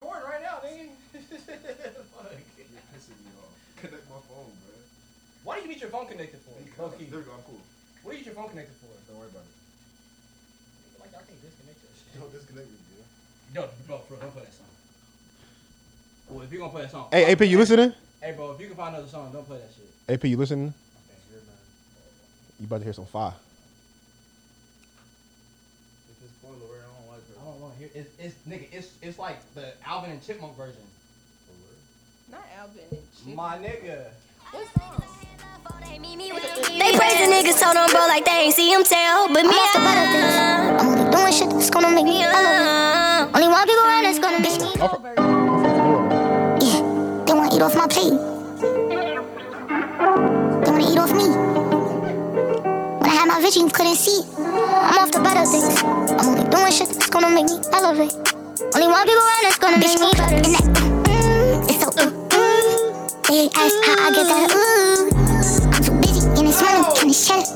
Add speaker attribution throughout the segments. Speaker 1: you need your phone connected for? Low key.
Speaker 2: There we go. I'm cool.
Speaker 1: What do you need your phone connected for?
Speaker 2: Don't worry about it.
Speaker 1: Like, I can't disconnect your shit.
Speaker 2: Don't disconnect me, dude.
Speaker 1: Yo, bro, bro, don't play that song. Well, if you're gonna play that song.
Speaker 3: Hey, AP, you listening?
Speaker 1: Hey, bro, if you can find another song, don't play that shit.
Speaker 3: AP, you listening? You about to hear some fire.
Speaker 2: If it's spoiler, I don't like
Speaker 1: I don't want to hear. It's, it's nigga. It's it's like the Alvin and Chipmunk version.
Speaker 4: Not Alvin and Chip.
Speaker 1: My nigga.
Speaker 4: What song?
Speaker 5: They praise the niggas on them, bro, like they ain't see himself. But me, I still better things. I'm gonna be doing shit that's gonna make me
Speaker 6: uh,
Speaker 5: unaware. Only one people around that's gonna be me. Yeah, they wanna eat off my plate. They wanna eat off me. When I had my vision, you couldn't see. I'm off the better things. I'm only doing shit that's gonna make me elevate. Only one people around that's gonna make me better. And that, mm, it's so, mm, mm. They ask how I get that, ooh. I'm too busy and it's money, tryna shut it.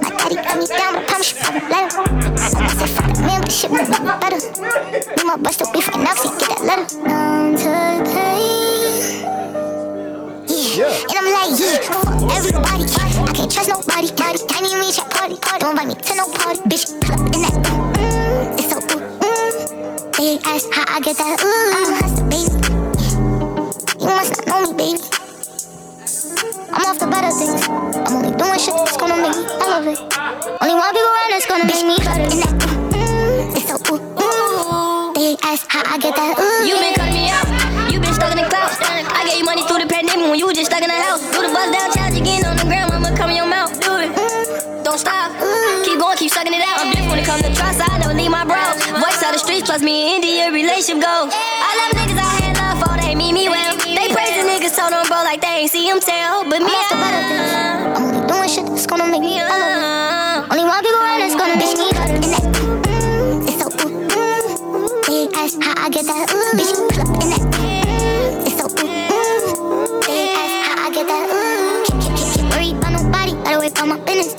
Speaker 5: My daddy got me down, but promise you I will let him. So I said, fuck it, man, this shit make me better. Me, my bust up beef, and I'll see, get that letter. Known to pain. Yeah. And I'm like, yeah, fuck everybody. I can't trust nobody. I need me to party. Don't invite me to no party, bitch. Pull up in that. Mm, it's so mm, mm. They ask how I get that. Ooh, I'm a hustler, baby. You must not know me, baby. I'm off the better things. I'm only doing shit that's gonna make me elevate. Only one people around that's gonna make me better. And that, mm, it's so ooh, ooh. They ask how I get that. mm, Ooh,
Speaker 6: You been cutting me out. You been stuck in the clouds. I gave you money through the pandemic when you was just stuck in the house. Do the buzz down, child, you getting on the ground. I'ma come in your mouth. Do it. Don't stop. Keep going, keep sucking it out. I'm different when it comes to trust. I never leave my bros. Voice out the streets, plus me and India, relationship goes. I love niggas I had love for, they mean me well. They praise the niggas on them, bro, like they ain't see himself. But me,
Speaker 5: I'm off the better things.
Speaker 6: I
Speaker 5: I'm only doing shit that's gonna make me elevate.
Speaker 6: love.
Speaker 5: Only one people around that's gonna make me better. And that, mm, it's so ooh, mm. They ask how I get that. Ooh, bitch, pull up in that. Mm, it's so ooh, mm. They ask how I get that. Ooh, can't, can't, can't, can't worry about nobody. Gotta worry about my business.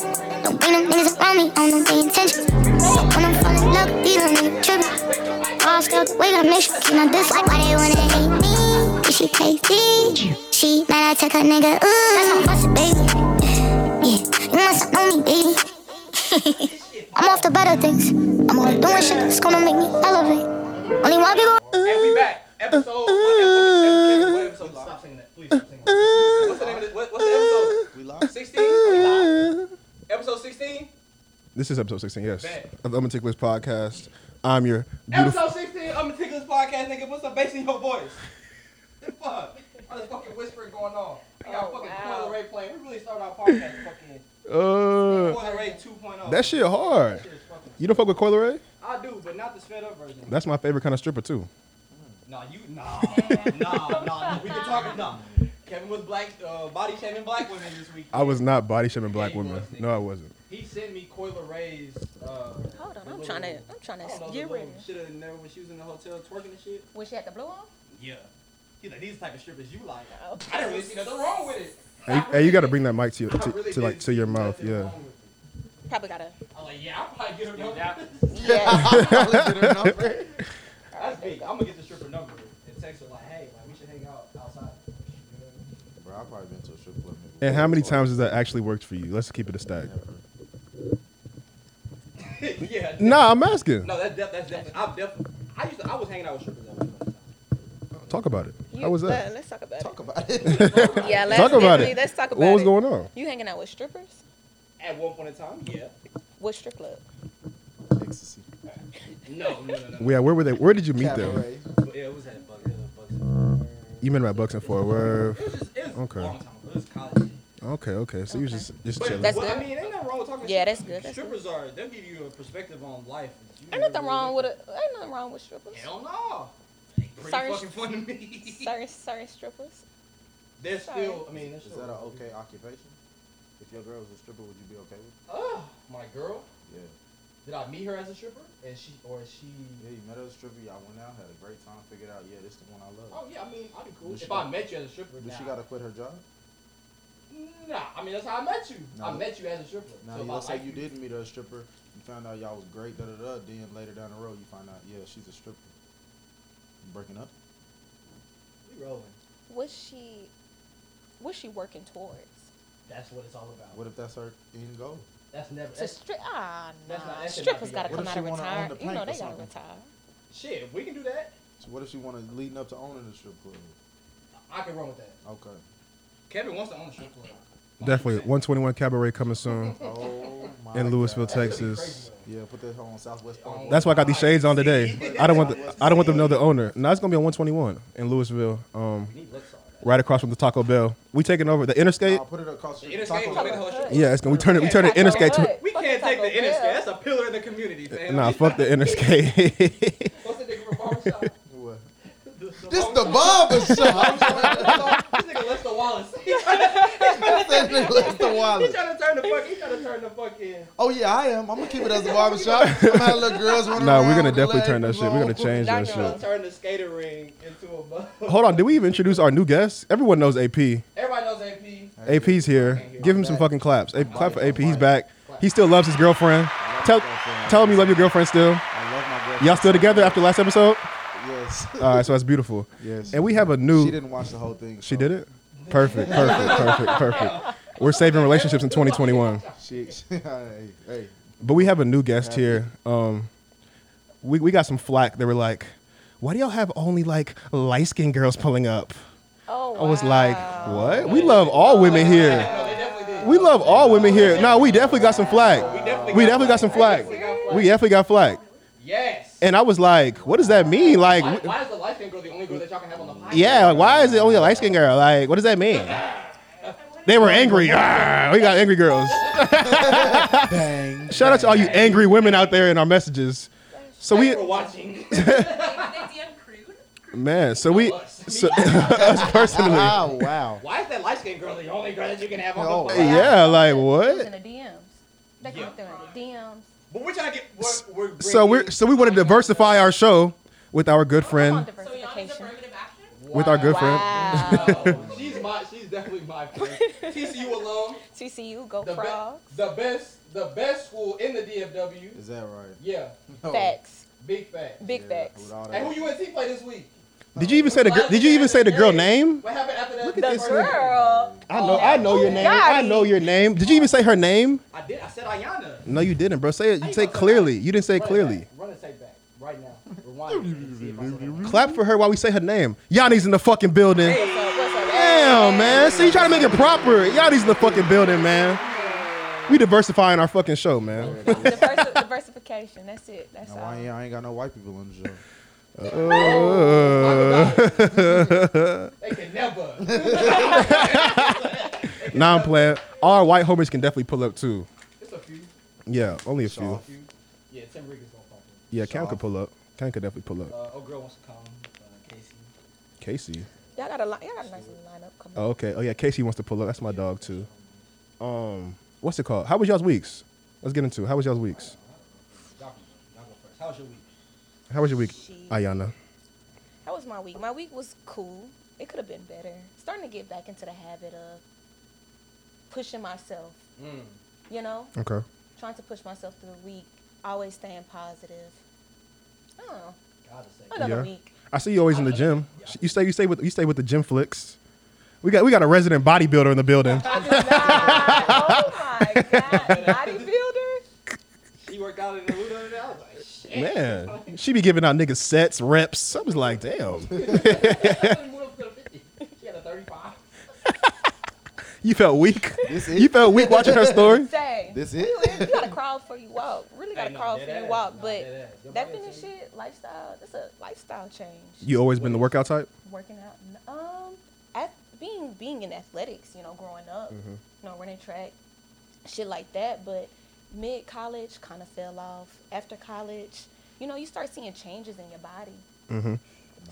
Speaker 5: Don't bring them niggas around me. I don't know they intention. So when I'm falling in love, these little niggas trippin'. All scared the way I make sure. Can I dislike why they wanna hate me? Is she crazy? She mad I took her nigga. Ooh, that's my boss, baby. Yeah, you must not know me, baby. I'm off the better things. I'm only doing shit that's gonna make me elevate. Only one people.
Speaker 1: And we back. Episode. what episode- What episode? Lyle? Stop singing that. Please stop singing. that. What's the name of this? What, what's the
Speaker 2: We
Speaker 1: episode?
Speaker 2: lost.
Speaker 1: Sixteen. Episode sixteen.
Speaker 3: This is episode 16, yes.
Speaker 1: Bet.
Speaker 3: Of the Unmeticulous Podcast. I'm your beautiful.
Speaker 1: Episode sixteen. I'm a ticklish podcast, nigga. What's up, bass in your voice? Fuck. All this fucking whispering going on. I got
Speaker 4: Oh,
Speaker 1: fucking
Speaker 4: wow.
Speaker 1: Coil Ray playing. We really started our podcast fucking
Speaker 3: Uh,
Speaker 1: Coil Ray 2.0.
Speaker 3: that shit hard.
Speaker 1: That shit is fucking.
Speaker 3: You don't fuck with Coil Ray?
Speaker 1: I do, but not the sped up version.
Speaker 3: That's my favorite kind of stripper, too.
Speaker 1: Nah, you nah, nah, nah. We can talk. Nah, Kevin was black, uh, body shaming black women this week.
Speaker 3: I was not body shaming black
Speaker 1: Yeah, you
Speaker 3: women.
Speaker 1: was.
Speaker 3: No, I wasn't.
Speaker 1: He sent me Coila Ray's. Uh,
Speaker 4: Hold on,
Speaker 1: the
Speaker 4: I'm
Speaker 1: little-
Speaker 4: trying to, I'm trying
Speaker 1: I don't know,
Speaker 4: to
Speaker 1: the
Speaker 4: get
Speaker 1: little
Speaker 4: ready.
Speaker 1: Shit in there when she was in the hotel twerking and shit.
Speaker 4: Was she at the blow on?
Speaker 1: Yeah. He's like these type of strippers you like.
Speaker 4: Oh.
Speaker 1: I didn't really see nothing wrong with it.
Speaker 3: Hey, hey, you got to bring that mic to, your, to, to like to your mouth, yeah.
Speaker 4: Probably got a.
Speaker 1: I'm like, yeah, I'll probably get her number.
Speaker 4: Yeah.
Speaker 1: That's big. I'm gonna get the stripper number and text her like, hey, like we should hang out outside.
Speaker 2: Bro, I've probably been to a strip club. maybe
Speaker 3: And how many
Speaker 2: once.
Speaker 3: times has that actually worked for you? Let's keep it a stack.
Speaker 2: Never.
Speaker 1: yeah.
Speaker 3: Nah, I'm asking.
Speaker 1: No, that's def- that's definitely. I'm definitely. I used to. I was hanging out with strippers. At one point in time.
Speaker 3: Talk about it.
Speaker 4: You-
Speaker 3: How was
Speaker 4: uh,
Speaker 3: that?
Speaker 4: let's talk about
Speaker 2: Talk about it.
Speaker 4: it. Yeah, let's
Speaker 3: Talk about
Speaker 4: definitely-
Speaker 3: it.
Speaker 4: Let's talk about
Speaker 3: What was
Speaker 4: it.
Speaker 3: going on?
Speaker 4: You hanging out with strippers?
Speaker 1: At one point in time, yeah.
Speaker 4: What strip club?
Speaker 2: Ecstasy.
Speaker 1: No, no, no, no.
Speaker 3: Yeah, where were they? Where did you meet them?
Speaker 2: Cabaret.
Speaker 1: But yeah, it was at Bucks. It was at Bucks.
Speaker 3: You met them at Bucks and Fort Worth.
Speaker 1: It was just. It was
Speaker 3: Okay.
Speaker 1: a long time ago. It was college. shit.
Speaker 3: Okay, okay. So you was just just
Speaker 1: But
Speaker 3: chilling.
Speaker 4: That's
Speaker 1: well,
Speaker 4: good.
Speaker 1: I mean, ain't nothing wrong with talking.
Speaker 4: Yeah,
Speaker 1: shit.
Speaker 4: that's good, that's
Speaker 1: strippers are. They'll give you a perspective on life. that you
Speaker 4: Ain't
Speaker 1: never
Speaker 4: nothing
Speaker 1: really
Speaker 4: wrong with
Speaker 1: looked
Speaker 4: it. Ain't nothing wrong with
Speaker 1: at.
Speaker 4: strippers.
Speaker 1: Hell no. Pretty
Speaker 4: Sorry.
Speaker 1: fucking fun to me.
Speaker 4: Certain, certain strippers.
Speaker 1: They're
Speaker 4: Sorry.
Speaker 1: still. I mean, they're
Speaker 2: Is
Speaker 1: still.
Speaker 2: that an okay occupation? If your girl was a stripper, would you be okay with
Speaker 1: Oh, my girl.
Speaker 2: it? Yeah.
Speaker 1: Did I meet her as a stripper? And she, or is she?
Speaker 2: Yeah, you met at a stripper. Y'all went out, had a great time, figured out, yeah, this the one I love.
Speaker 1: Oh yeah, I mean, I'd be cool.
Speaker 2: Does she
Speaker 1: If I
Speaker 2: got-
Speaker 1: met you as a stripper,
Speaker 2: Does
Speaker 1: nah.
Speaker 2: she gotta quit her job?
Speaker 1: Nah, I mean that's how I met you.
Speaker 2: Nah,
Speaker 1: I
Speaker 2: let-
Speaker 1: met you as a stripper.
Speaker 2: Now,
Speaker 1: so if I
Speaker 2: let's say
Speaker 1: like
Speaker 2: you did meet a stripper, you found out y'all was great, da da da. Then later down the road, you find out, yeah, she's a stripper. You breaking up?
Speaker 1: We rolling.
Speaker 4: What's she? What's she working towards?
Speaker 7: That's what it's all about.
Speaker 2: What if that's her end goal?
Speaker 7: That's never.
Speaker 8: To
Speaker 7: That's,
Speaker 8: strip, ah,
Speaker 7: That's not-
Speaker 8: nah.
Speaker 7: that should not
Speaker 8: Strippers
Speaker 7: be
Speaker 8: gotta
Speaker 2: okay.
Speaker 8: come
Speaker 2: What
Speaker 8: out
Speaker 2: if
Speaker 8: of
Speaker 2: she wanna own
Speaker 8: retire.
Speaker 2: the
Speaker 8: You know
Speaker 2: plank or
Speaker 8: they gotta
Speaker 2: something?
Speaker 8: retire.
Speaker 1: Shit, if we can do that,
Speaker 2: So what if she want to leading up to owning the strip club?
Speaker 7: I can run with that.
Speaker 2: Okay.
Speaker 1: Kevin wants to own a strip club.
Speaker 3: Definitely 121 Cabaret coming soon
Speaker 2: Oh my.
Speaker 3: in Louisville,
Speaker 2: God.
Speaker 3: Texas.
Speaker 2: Yeah, put that hole on Southwest Parkway.
Speaker 3: That's why I got these shades on today. I don't want the, I don't want them to know the owner. No, it's gonna be on 121 in Louisville, um,
Speaker 7: He looks all right.
Speaker 3: right across from the Taco Bell. We taking over the Interscape.
Speaker 2: I'll put it across the
Speaker 1: The
Speaker 2: street.
Speaker 1: Interscape
Speaker 2: Taco
Speaker 1: gonna be the
Speaker 2: Bell.
Speaker 1: whole strip.
Speaker 3: Yeah, it's gonna we turn it we turn the Interscape to
Speaker 1: We can't take the Interscape. That's a pillar of the community, fam.
Speaker 3: nah fuck the Interscape.
Speaker 1: What's the nigga from barbershop?
Speaker 2: What?
Speaker 1: The- the
Speaker 2: This the
Speaker 1: barbershop.
Speaker 2: barber shop.
Speaker 1: this nigga Lester Wallace. He
Speaker 2: That's the Wallace.
Speaker 1: trying to turn the fuck. He trying to turn the fucking.
Speaker 2: Oh yeah, I am. I'm gonna keep it as a barber shop. I'm out little girls running
Speaker 3: nah,
Speaker 2: around.
Speaker 3: we're gonna
Speaker 2: with the
Speaker 3: definitely
Speaker 2: legs
Speaker 3: turn that shit. We're gonna
Speaker 2: long.
Speaker 3: change
Speaker 1: Trying
Speaker 3: that
Speaker 1: to
Speaker 3: shit.
Speaker 1: turn the skater ring into a bus.
Speaker 3: Hold on, did we even introduce our new guest? Everyone knows AP.
Speaker 1: Everybody knows AP.
Speaker 3: AP's here. Give him some fucking claps. A- clap for AP. He's back. He still loves his girlfriend. Tell tell him you love your girlfriend still.
Speaker 2: I love my girlfriend.
Speaker 3: Y'all still together after last episode?
Speaker 2: Yes.
Speaker 3: All right, so that's beautiful.
Speaker 2: Yes.
Speaker 3: And we have a
Speaker 2: She
Speaker 3: new.
Speaker 2: didn't watch the whole thing.
Speaker 3: She
Speaker 2: so
Speaker 3: did it. Perfect. Perfect. Perfect. Perfect. We're saving relationships in 2021.
Speaker 2: She, she hey, hey.
Speaker 3: But we have a new guest here. Um, we we got some flack. They were like, "Why do y'all have only like light skinned girls pulling up?"
Speaker 8: Oh,
Speaker 3: I was like,
Speaker 8: wow.
Speaker 3: "What? We love all women here.
Speaker 1: No, they definitely did.
Speaker 3: We love all women here. No, we definitely got some flack. We definitely got some flack. We definitely got flack."
Speaker 1: Yes.
Speaker 3: And I was like, "What does that mean? Like,
Speaker 1: why,
Speaker 3: w-
Speaker 1: why is the light skin girl the only girl that y'all can have on the podcast?
Speaker 3: yeah, like why is it only a light skinned girl? Like, what does that mean?" They were angry. Ah, we got angry girls.
Speaker 2: Bang.
Speaker 3: Shout out to all you angry women out there in our messages. So
Speaker 1: Thanks
Speaker 3: we
Speaker 1: for watching.
Speaker 3: man, so we
Speaker 1: Us.
Speaker 3: so, us personally.
Speaker 2: Wow, wow.
Speaker 1: why is that light skin girl the only girl that you can have on
Speaker 2: Oh,
Speaker 1: the podcast?
Speaker 3: Yeah, like
Speaker 9: It was in
Speaker 3: what?
Speaker 9: the DMs. They
Speaker 1: Yeah.
Speaker 9: come through in the DMs.
Speaker 1: But we're trying to get. We're, we're bringing-
Speaker 3: So we're so we want to diversify our show with our good
Speaker 9: On
Speaker 3: friend,
Speaker 9: diversification.
Speaker 3: with our good friend.
Speaker 8: Wow.
Speaker 1: Oh, she's my. She's definitely my friend. TCU alone.
Speaker 8: TCU, go
Speaker 1: The, be-
Speaker 8: Frogs.
Speaker 1: the best. The best school in the DFW.
Speaker 2: Is that right?
Speaker 1: Yeah.
Speaker 2: No.
Speaker 8: Facts.
Speaker 1: Big fact.
Speaker 8: Big
Speaker 2: Yeah,
Speaker 8: facts.
Speaker 2: with all
Speaker 1: And
Speaker 2: that-
Speaker 1: who UNC play this week?
Speaker 3: Did you even say the gir- Did you even say the girl name?
Speaker 1: What happened after that?
Speaker 3: Look at this
Speaker 1: first-
Speaker 8: Girl.
Speaker 3: I know I know your name. I know your name. Did you even say her name?
Speaker 1: I did. I said Ayana.
Speaker 3: No, you didn't, bro. Say it. You
Speaker 1: ain't
Speaker 3: say
Speaker 1: gonna say
Speaker 3: clearly.
Speaker 1: that.
Speaker 3: You didn't say
Speaker 1: Run it
Speaker 3: clearly.
Speaker 1: back. Run it say back right now. Rewind it and see if I said that.
Speaker 3: Clap for her while we say her name. Yanni's in the fucking building.
Speaker 8: What's up?
Speaker 3: Damn, man. See, you trying to make it proper. Yanni's in the fucking building, man. We diversifying our fucking show, man.
Speaker 8: Diversi- diversification. That's it. That's
Speaker 2: Now,
Speaker 8: all.
Speaker 2: why ain't, I ain't got no white people in the show.
Speaker 1: They can never.
Speaker 3: Nah, I'm playing. Our white homies can definitely pull up too.
Speaker 1: It's a few.
Speaker 3: Yeah, only a few.
Speaker 2: Soft.
Speaker 1: Yeah, Tim Regan's gonna pop in.
Speaker 3: Yeah, Cam
Speaker 2: Soft.
Speaker 3: could pull up. Cam could definitely pull up.
Speaker 1: Uh, oh, girl wants to come. Uh, Casey.
Speaker 3: Casey.
Speaker 8: Y'all got a lot. Y'all got a nice little lineup. Come on.
Speaker 3: Oh, okay. Oh yeah, Casey wants to pull up. That's my dog too. Um, what's it called? How was y'all's weeks? Let's get into. it. How was y'all's weeks?
Speaker 1: Y'all, can- y'all go first. How's your week?
Speaker 3: How was your week,
Speaker 8: Shit.
Speaker 3: Ayana?
Speaker 8: That was my week. My week was cool. It could have been better. Starting to get back into the habit of pushing myself.
Speaker 1: Mm.
Speaker 8: You know,
Speaker 3: Okay.
Speaker 8: trying to push myself through the week. Always staying positive. Oh,
Speaker 1: Gotta say.
Speaker 8: another
Speaker 3: Yeah.
Speaker 8: week.
Speaker 3: I see you always in the gym. You stay. You stay with. You stay with the gym flicks. We got. We got a resident bodybuilder in the building.
Speaker 8: I did not. oh my god, bodybuilder.
Speaker 1: She worked out in the Luna and I was like, shit.
Speaker 3: Man, she be giving out niggas sets, reps. I was like, damn.
Speaker 1: I couldn't move up to the 50. She had a 35.
Speaker 3: You felt weak.
Speaker 2: This
Speaker 3: You
Speaker 2: it?
Speaker 3: felt weak watching her story.
Speaker 8: Say,
Speaker 2: This it?
Speaker 8: you gotta crawl before you walk. Really gotta
Speaker 1: Hey, no,
Speaker 8: crawl
Speaker 1: dead
Speaker 8: before you
Speaker 1: ass.
Speaker 8: walk.
Speaker 1: No,
Speaker 8: but
Speaker 1: dead ass. Your
Speaker 8: that
Speaker 1: body
Speaker 8: fitness
Speaker 1: will
Speaker 8: shit, lifestyle. That's a lifestyle change.
Speaker 3: You always been the workout type.
Speaker 8: working out. n- Um, at being being in athletics, you know, growing up,
Speaker 3: Mm-hmm.
Speaker 8: you know, running track, shit like that. But mid college, kind of fell off. After college, you know, you start seeing changes in your body.
Speaker 3: Mm-hmm.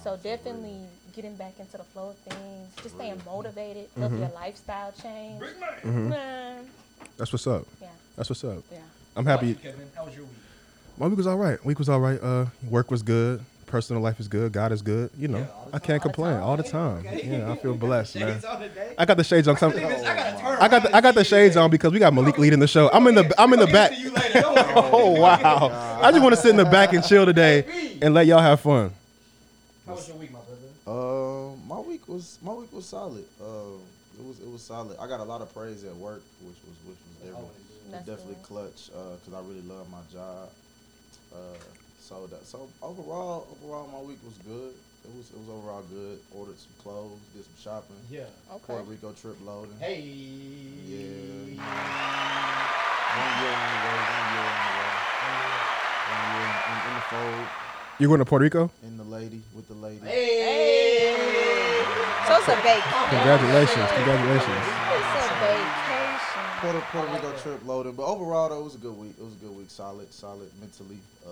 Speaker 8: So definitely getting back into the flow of things, just staying motivated, love
Speaker 3: Mm-hmm.
Speaker 8: your lifestyle change. Man,
Speaker 3: That's what's up.
Speaker 8: yeah,
Speaker 3: That's what's up.
Speaker 8: yeah.
Speaker 3: I'm
Speaker 1: How about you,
Speaker 3: happy.
Speaker 1: Kevin? How was your week?
Speaker 3: My week was all right. Week was all right. Uh, work was good. Personal life is good. God is good. You know, I can't complain all the time. Yeah, I feel blessed, man.
Speaker 1: Shades on today.
Speaker 3: I got the shades on. Some,
Speaker 1: Niggas, I gotta turn
Speaker 3: I got the, I got the shades on because we got Malik leading the show. I'm in the I'm in the back.
Speaker 1: See you later. Don't worry.
Speaker 3: Oh wow! I just want to sit in the back and chill today and let y'all have fun.
Speaker 1: How was your week, my brother?
Speaker 2: Um, my week was my week was solid. Um, it was it was solid. I got a lot of praise at work, which was which was different. It
Speaker 4: That's
Speaker 2: definitely
Speaker 4: good.
Speaker 2: clutch because I really love my job. Uh, so that so overall overall my week was good. It was it was overall good. Ordered some clothes, did some shopping.
Speaker 10: Yeah.
Speaker 2: Puerto
Speaker 4: Okay.
Speaker 2: Rico trip loading.
Speaker 10: Hey.
Speaker 2: Yeah. One year on the way, one year on the way, one year in, in, in the fold,
Speaker 3: You going to Puerto Rico?
Speaker 2: in the lady with the lady.
Speaker 10: Hey.
Speaker 4: So it's a vacation.
Speaker 3: Congratulations, congratulations.
Speaker 4: It's a vacation.
Speaker 2: Puerto, Puerto Rico trip loaded, but overall though it was a good week. It was a good week, solid, solid mentally. Uh,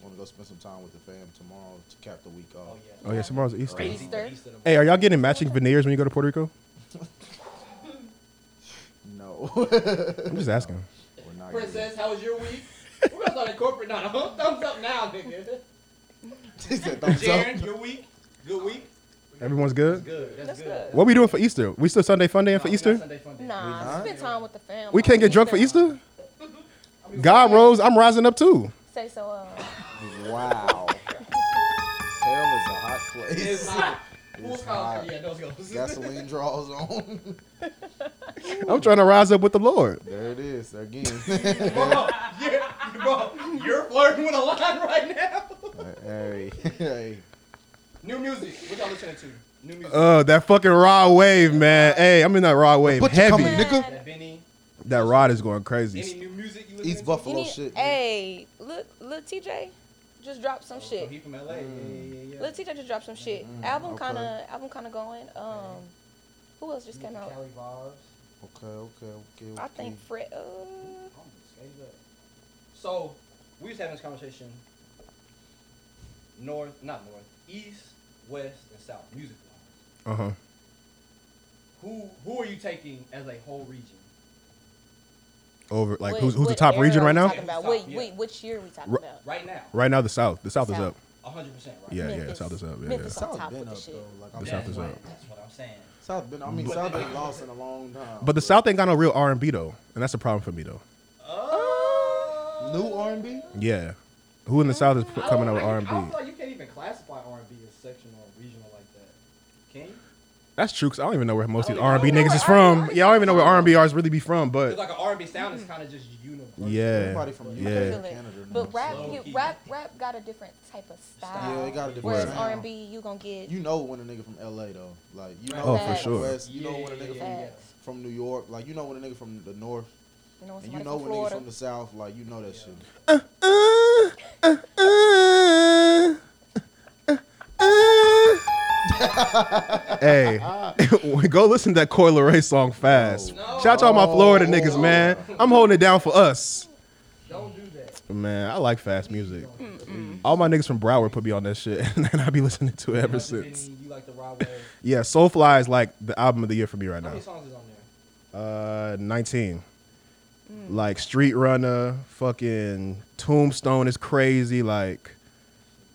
Speaker 2: I'm gonna go spend some time with the fam tomorrow to cap the week off.
Speaker 10: Oh yeah.
Speaker 3: Oh yeah, tomorrow's Easter.
Speaker 4: Crazy. Easter.
Speaker 3: Hey, are y'all getting matching veneers when you go to Puerto Rico?
Speaker 2: No,
Speaker 3: I'm just asking.
Speaker 2: we're not getting
Speaker 1: Princess, how was your week? We're gonna start incorporate now. Thumbs up now, nigga.
Speaker 2: He said thumbs up.
Speaker 1: Jaren, your week? Good week?
Speaker 3: Everyone's good.
Speaker 10: Good. That's,
Speaker 4: That's
Speaker 10: good.
Speaker 4: good.
Speaker 3: What we doing for Easter? We still Sunday fun day for
Speaker 10: No,
Speaker 3: Easter?
Speaker 10: Sunday fun day.
Speaker 4: Nah,
Speaker 2: not?
Speaker 4: spend time with the family.
Speaker 3: We can't get drunk for Easter? God rose, I'm rising up too.
Speaker 4: Say so. Uh,
Speaker 2: Wow, hell is a hot
Speaker 1: It's
Speaker 2: place.
Speaker 1: hot.
Speaker 2: It's
Speaker 1: Full
Speaker 2: hot.
Speaker 1: college. Yeah, those goes.
Speaker 2: Gasoline draws on.
Speaker 3: I'm trying to rise up with the Lord.
Speaker 2: There it is again.
Speaker 1: bro, you're, bro, you're flirting with a line right now.
Speaker 2: hey, hey.
Speaker 1: New music. What y'all listening to? New music.
Speaker 3: Uh, that fucking raw wave, man. Hey, I'm in that raw wave.
Speaker 2: Put your coming,
Speaker 3: Heavy.
Speaker 2: nigga.
Speaker 1: that Benny.
Speaker 3: That rod is going
Speaker 1: Any
Speaker 3: crazy.
Speaker 1: new music you listening
Speaker 2: East
Speaker 1: to?
Speaker 4: you
Speaker 2: Buffalo
Speaker 4: need,
Speaker 2: shit. nigga.
Speaker 4: hey, look, look, TJ, just drop some
Speaker 1: So Oh, he
Speaker 4: shit.
Speaker 1: from LA. Yeah, yeah, yeah, yeah.
Speaker 4: Look, TJ just dropped some shit. album
Speaker 2: okay.
Speaker 4: kind of, album kind of going. Um, who else just came out?
Speaker 10: Cali vibes.
Speaker 2: Okay, okay, okay. okay.
Speaker 4: I think Fred. Uh,
Speaker 10: I'm scared up.
Speaker 1: So we was having this conversation. North, not north, east, west, and south, music wise.
Speaker 3: Uh huh.
Speaker 1: Who who are you taking as a whole region?
Speaker 3: Over like
Speaker 4: what-
Speaker 3: who's who's the
Speaker 4: what
Speaker 3: top
Speaker 4: era
Speaker 3: region
Speaker 4: we
Speaker 3: right now?
Speaker 4: Talking about?
Speaker 1: Yeah.
Speaker 4: Wait, wait, which year are we talking
Speaker 3: Ru-
Speaker 4: about?
Speaker 1: Right now,
Speaker 3: Right now, the South. The South is
Speaker 4: South.
Speaker 3: up.
Speaker 1: hundred percent right.
Speaker 3: Yeah, yeah.
Speaker 4: Memphis.
Speaker 3: South is up. Yeah, yeah.
Speaker 4: Memphis.
Speaker 2: South
Speaker 4: top
Speaker 2: been
Speaker 4: with
Speaker 2: up
Speaker 4: the shit.
Speaker 2: though. Like I'm
Speaker 1: That's
Speaker 3: The South is
Speaker 1: what,
Speaker 3: up.
Speaker 1: That's what I'm saying.
Speaker 2: South been. I mean, South been lost in a long time.
Speaker 3: But the South ain't got no real R and B though, and that's a problem for me though.
Speaker 1: Oh,
Speaker 2: new R&B.
Speaker 3: Yeah, who in the South is p-
Speaker 1: I
Speaker 3: coming
Speaker 1: don't
Speaker 3: out with R
Speaker 1: like-
Speaker 3: and
Speaker 1: I feel
Speaker 3: B?
Speaker 1: like you can't even classify R and B as sectional or regional like that. Can you?
Speaker 3: That's true, 'cause I don't even know where most of these
Speaker 1: I
Speaker 3: R
Speaker 1: don't
Speaker 3: and B
Speaker 1: know
Speaker 3: niggas
Speaker 1: where
Speaker 3: is from.
Speaker 1: R&B
Speaker 3: Yeah, I don't even know where R and B artists really be from,
Speaker 1: It's
Speaker 3: but
Speaker 1: like an R and B sound is kind of just universal.
Speaker 3: yeah,
Speaker 2: Everybody from UK,
Speaker 3: Yeah.
Speaker 2: and
Speaker 4: Feel it.
Speaker 2: Canada.
Speaker 4: But rap,
Speaker 1: Slow
Speaker 4: you,
Speaker 1: key.
Speaker 4: rap, rap got a different type of style.
Speaker 2: Yeah, it got a different
Speaker 4: Whereas
Speaker 2: sound.
Speaker 4: R and B, you gonna get
Speaker 2: You know when a nigga from LA though, like you know
Speaker 3: Oh,
Speaker 2: when
Speaker 4: for
Speaker 2: a nigga
Speaker 3: sure.
Speaker 2: from West, you know
Speaker 10: Yeah,
Speaker 2: when a
Speaker 10: yeah, yeah,
Speaker 2: nigga
Speaker 10: yeah.
Speaker 4: facts.
Speaker 2: from, from New York, like you know when a nigga from the North,
Speaker 4: You know, when
Speaker 2: and you
Speaker 4: somebody
Speaker 2: know
Speaker 4: from
Speaker 2: when a nigga
Speaker 4: Florida.
Speaker 2: from the South, like you know that shit.
Speaker 3: Uh, uh, hey, go listen to that Coil Ray song fast. Shout out to all my Florida niggas, man. I'm holding it down for us.
Speaker 10: Don't do that.
Speaker 3: Man, I like fast music. All my niggas from Broward put me on that shit, and I be listening to it ever
Speaker 1: Like the
Speaker 3: since.
Speaker 1: Benny, You like the raw wave.
Speaker 3: Yeah, Soulfly is like the album of the year for me right
Speaker 1: How
Speaker 3: now.
Speaker 1: many songs is on there?
Speaker 3: Uh, 19.
Speaker 2: Mm.
Speaker 3: Like Street Runner, fucking Tombstone is crazy. Like,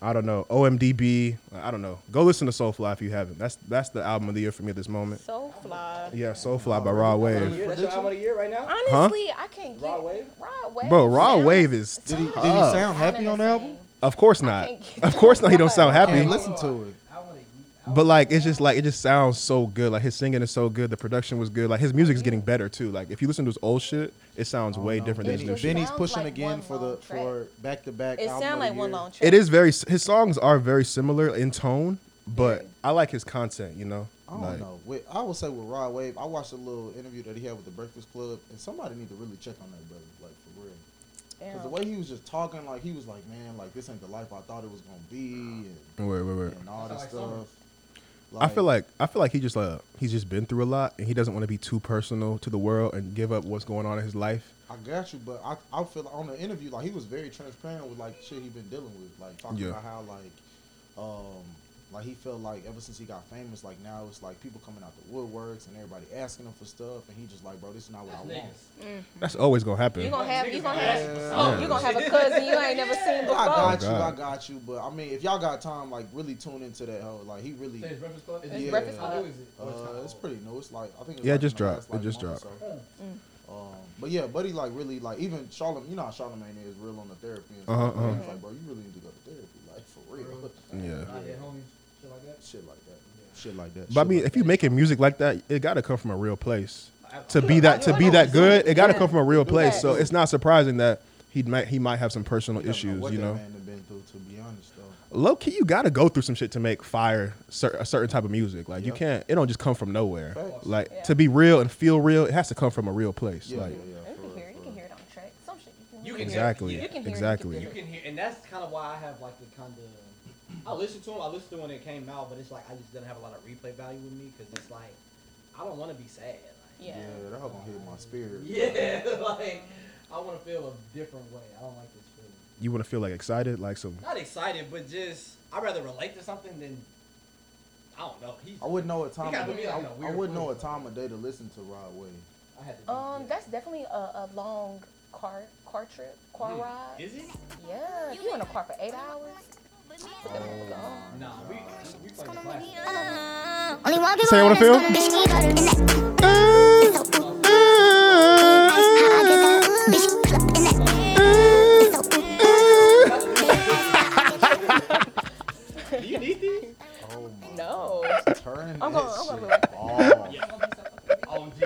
Speaker 3: I don't know, OMDB. I don't know. Go listen to Soulfly if you haven't. That's that's the album of the year for me at this moment.
Speaker 4: So fly.
Speaker 3: Yeah, Soulfly by Raw Wave.
Speaker 1: That's your album of the year right now.
Speaker 4: Honestly, I can't get
Speaker 1: Raw Wave?
Speaker 4: Raw Wave.
Speaker 3: Bro, Raw
Speaker 4: sounds-
Speaker 3: Wave is.
Speaker 2: Did he, did he
Speaker 3: Oh.
Speaker 2: sound happy
Speaker 4: sounded
Speaker 2: on the
Speaker 4: the
Speaker 2: album?
Speaker 4: same.
Speaker 3: Of course not.
Speaker 4: can't get
Speaker 3: Of course not. He don't sound
Speaker 2: I
Speaker 3: happy.
Speaker 2: can't listen to it.
Speaker 10: I want to.
Speaker 3: But like, it's just like it just sounds so good. Like his singing is so good. The production was good. Like his music is getting better too. Like if you listen to his old shit, it sounds way different than his
Speaker 2: Benny,
Speaker 3: new
Speaker 4: just
Speaker 3: shit.
Speaker 2: Benny's
Speaker 4: sounds
Speaker 2: pushing
Speaker 4: like
Speaker 2: again
Speaker 4: one
Speaker 2: for the
Speaker 4: long
Speaker 2: for back to back.
Speaker 4: It sounds like one long track.
Speaker 3: It is very. His songs are very similar in tone, but I like his content. You know,
Speaker 2: I don't
Speaker 3: like,
Speaker 2: know. With, I would say with Rod Wave, I watched a little interview that he had with the Breakfast Club, and somebody need to really check on that brother, like for real. Because the
Speaker 4: Damn.
Speaker 2: way he was just talking, like he was like, man, like this ain't the life I thought it was gonna be, and,
Speaker 3: Wait, wait, wait.
Speaker 2: and all this
Speaker 10: Like
Speaker 2: stuff.
Speaker 10: summer.
Speaker 3: I feel like I feel like he just like he's just been through a lot, and he doesn't want to be too personal to the world and give up what's going on in his life.
Speaker 2: I got you, but I I feel like on the interview like he was very transparent with like shit he been dealing with, like talking
Speaker 3: Yeah.
Speaker 2: about how like um like he felt like ever since he got famous, like now it's like people coming out the woodworks and everybody asking him for stuff, and he just like, bro, this is not what I want.
Speaker 1: Niggas.
Speaker 3: That's always gonna
Speaker 4: You
Speaker 3: happen.
Speaker 4: gonna have you gonna have oh,
Speaker 2: Yeah.
Speaker 4: you gonna have a cousin you ain't never seen
Speaker 2: I
Speaker 4: before.
Speaker 2: got
Speaker 10: Oh,
Speaker 2: you, I
Speaker 3: God.
Speaker 2: got you, but I mean, if y'all got time, like really tune into that whole like he really.
Speaker 10: Say it's Breakfast Club. Is
Speaker 2: Yeah.
Speaker 10: it
Speaker 4: Breakfast
Speaker 10: How
Speaker 4: Club.
Speaker 10: new is it?
Speaker 2: Uh,
Speaker 10: Or it's kinda
Speaker 2: it's
Speaker 10: old?
Speaker 2: pretty new. It's like I think. It's
Speaker 3: Yeah, it
Speaker 2: like
Speaker 3: just
Speaker 2: in the
Speaker 3: dropped.
Speaker 2: last,
Speaker 3: It
Speaker 2: like,
Speaker 3: just
Speaker 2: month or
Speaker 3: dropped.
Speaker 2: so. Um, but yeah, buddy, like really, like even Charlemagne, you know how Charlemagne is real on the therapy. And
Speaker 3: Uh-huh,
Speaker 2: stuff.
Speaker 3: uh-huh.
Speaker 2: He's like, bro, you really need to go to therapy, like for real.
Speaker 3: Yeah.
Speaker 10: Not yet, homies. Shit like that.
Speaker 2: that, shit like that, shit like that.
Speaker 3: But I
Speaker 2: shit
Speaker 3: mean,
Speaker 2: like
Speaker 3: if you're
Speaker 2: that.
Speaker 3: making music like that, it gotta come from a real place.
Speaker 1: I-
Speaker 3: To be that to be that good, it gotta come from a real place.
Speaker 4: that.
Speaker 3: So it's not surprising that he might he might have some personal
Speaker 2: We don't
Speaker 3: issues.
Speaker 2: what
Speaker 3: You
Speaker 2: that
Speaker 3: know,
Speaker 2: man done been through. To be honest though,
Speaker 3: low key, you gotta go through some shit to make fire cer- a certain type of music. Like you
Speaker 2: Yeah.
Speaker 3: can't, it don't just come from nowhere.
Speaker 2: Facts.
Speaker 3: Like
Speaker 4: Yeah.
Speaker 3: to be real and feel real, it has to come from a real place.
Speaker 2: yeah,
Speaker 3: like
Speaker 2: yeah, yeah,
Speaker 4: You can
Speaker 2: for real,
Speaker 4: hear it.
Speaker 2: for
Speaker 4: You can
Speaker 2: real.
Speaker 4: hear it on tracks. Some shit. You can
Speaker 1: You
Speaker 4: hear
Speaker 1: can
Speaker 4: it.
Speaker 3: exactly,
Speaker 1: hear it.
Speaker 4: You can hear it, you
Speaker 3: exactly.
Speaker 4: can
Speaker 1: You can hear, and that's kind of why I have like the kind of. I listened to them. I listened to 'em when it came out, but it's like I just didn't have a lot of replay value with me because it's like I don't want to be sad. Like,
Speaker 4: Yeah.
Speaker 2: Yeah, that hoe gonna hit my spirit.
Speaker 1: yeah, like I want to feel a different way. I don't like this feeling.
Speaker 3: you want to feel like excited, like some.
Speaker 1: Not excited, but just I would rather relate to something than I don't know. He's
Speaker 2: I wouldn't know what time.
Speaker 1: gotta
Speaker 2: Of,
Speaker 1: be
Speaker 2: I,
Speaker 1: like in a
Speaker 2: I
Speaker 1: weird
Speaker 2: wouldn't know
Speaker 1: place.
Speaker 2: what time of day to listen to Rod Wave.
Speaker 1: I had to. do-
Speaker 4: Um, that's definitely a, a long car car trip, car ride.
Speaker 1: Is it?
Speaker 4: Yeah, if you in a car for eight hours.
Speaker 6: uh,
Speaker 1: No, nah, we we playing the classic.
Speaker 6: 아.
Speaker 5: Only one people
Speaker 3: Say what I
Speaker 5: wanna
Speaker 3: feel?
Speaker 5: Bitch, me better than that. How I get that? Bitch, club in that.
Speaker 1: Do you need these?
Speaker 2: Oh my.
Speaker 4: No.
Speaker 2: Turn
Speaker 4: I'm
Speaker 2: that
Speaker 4: gonna- I'm gonna
Speaker 2: shit
Speaker 4: relax.
Speaker 2: off.
Speaker 1: OMG, Oh, yeah, OMG.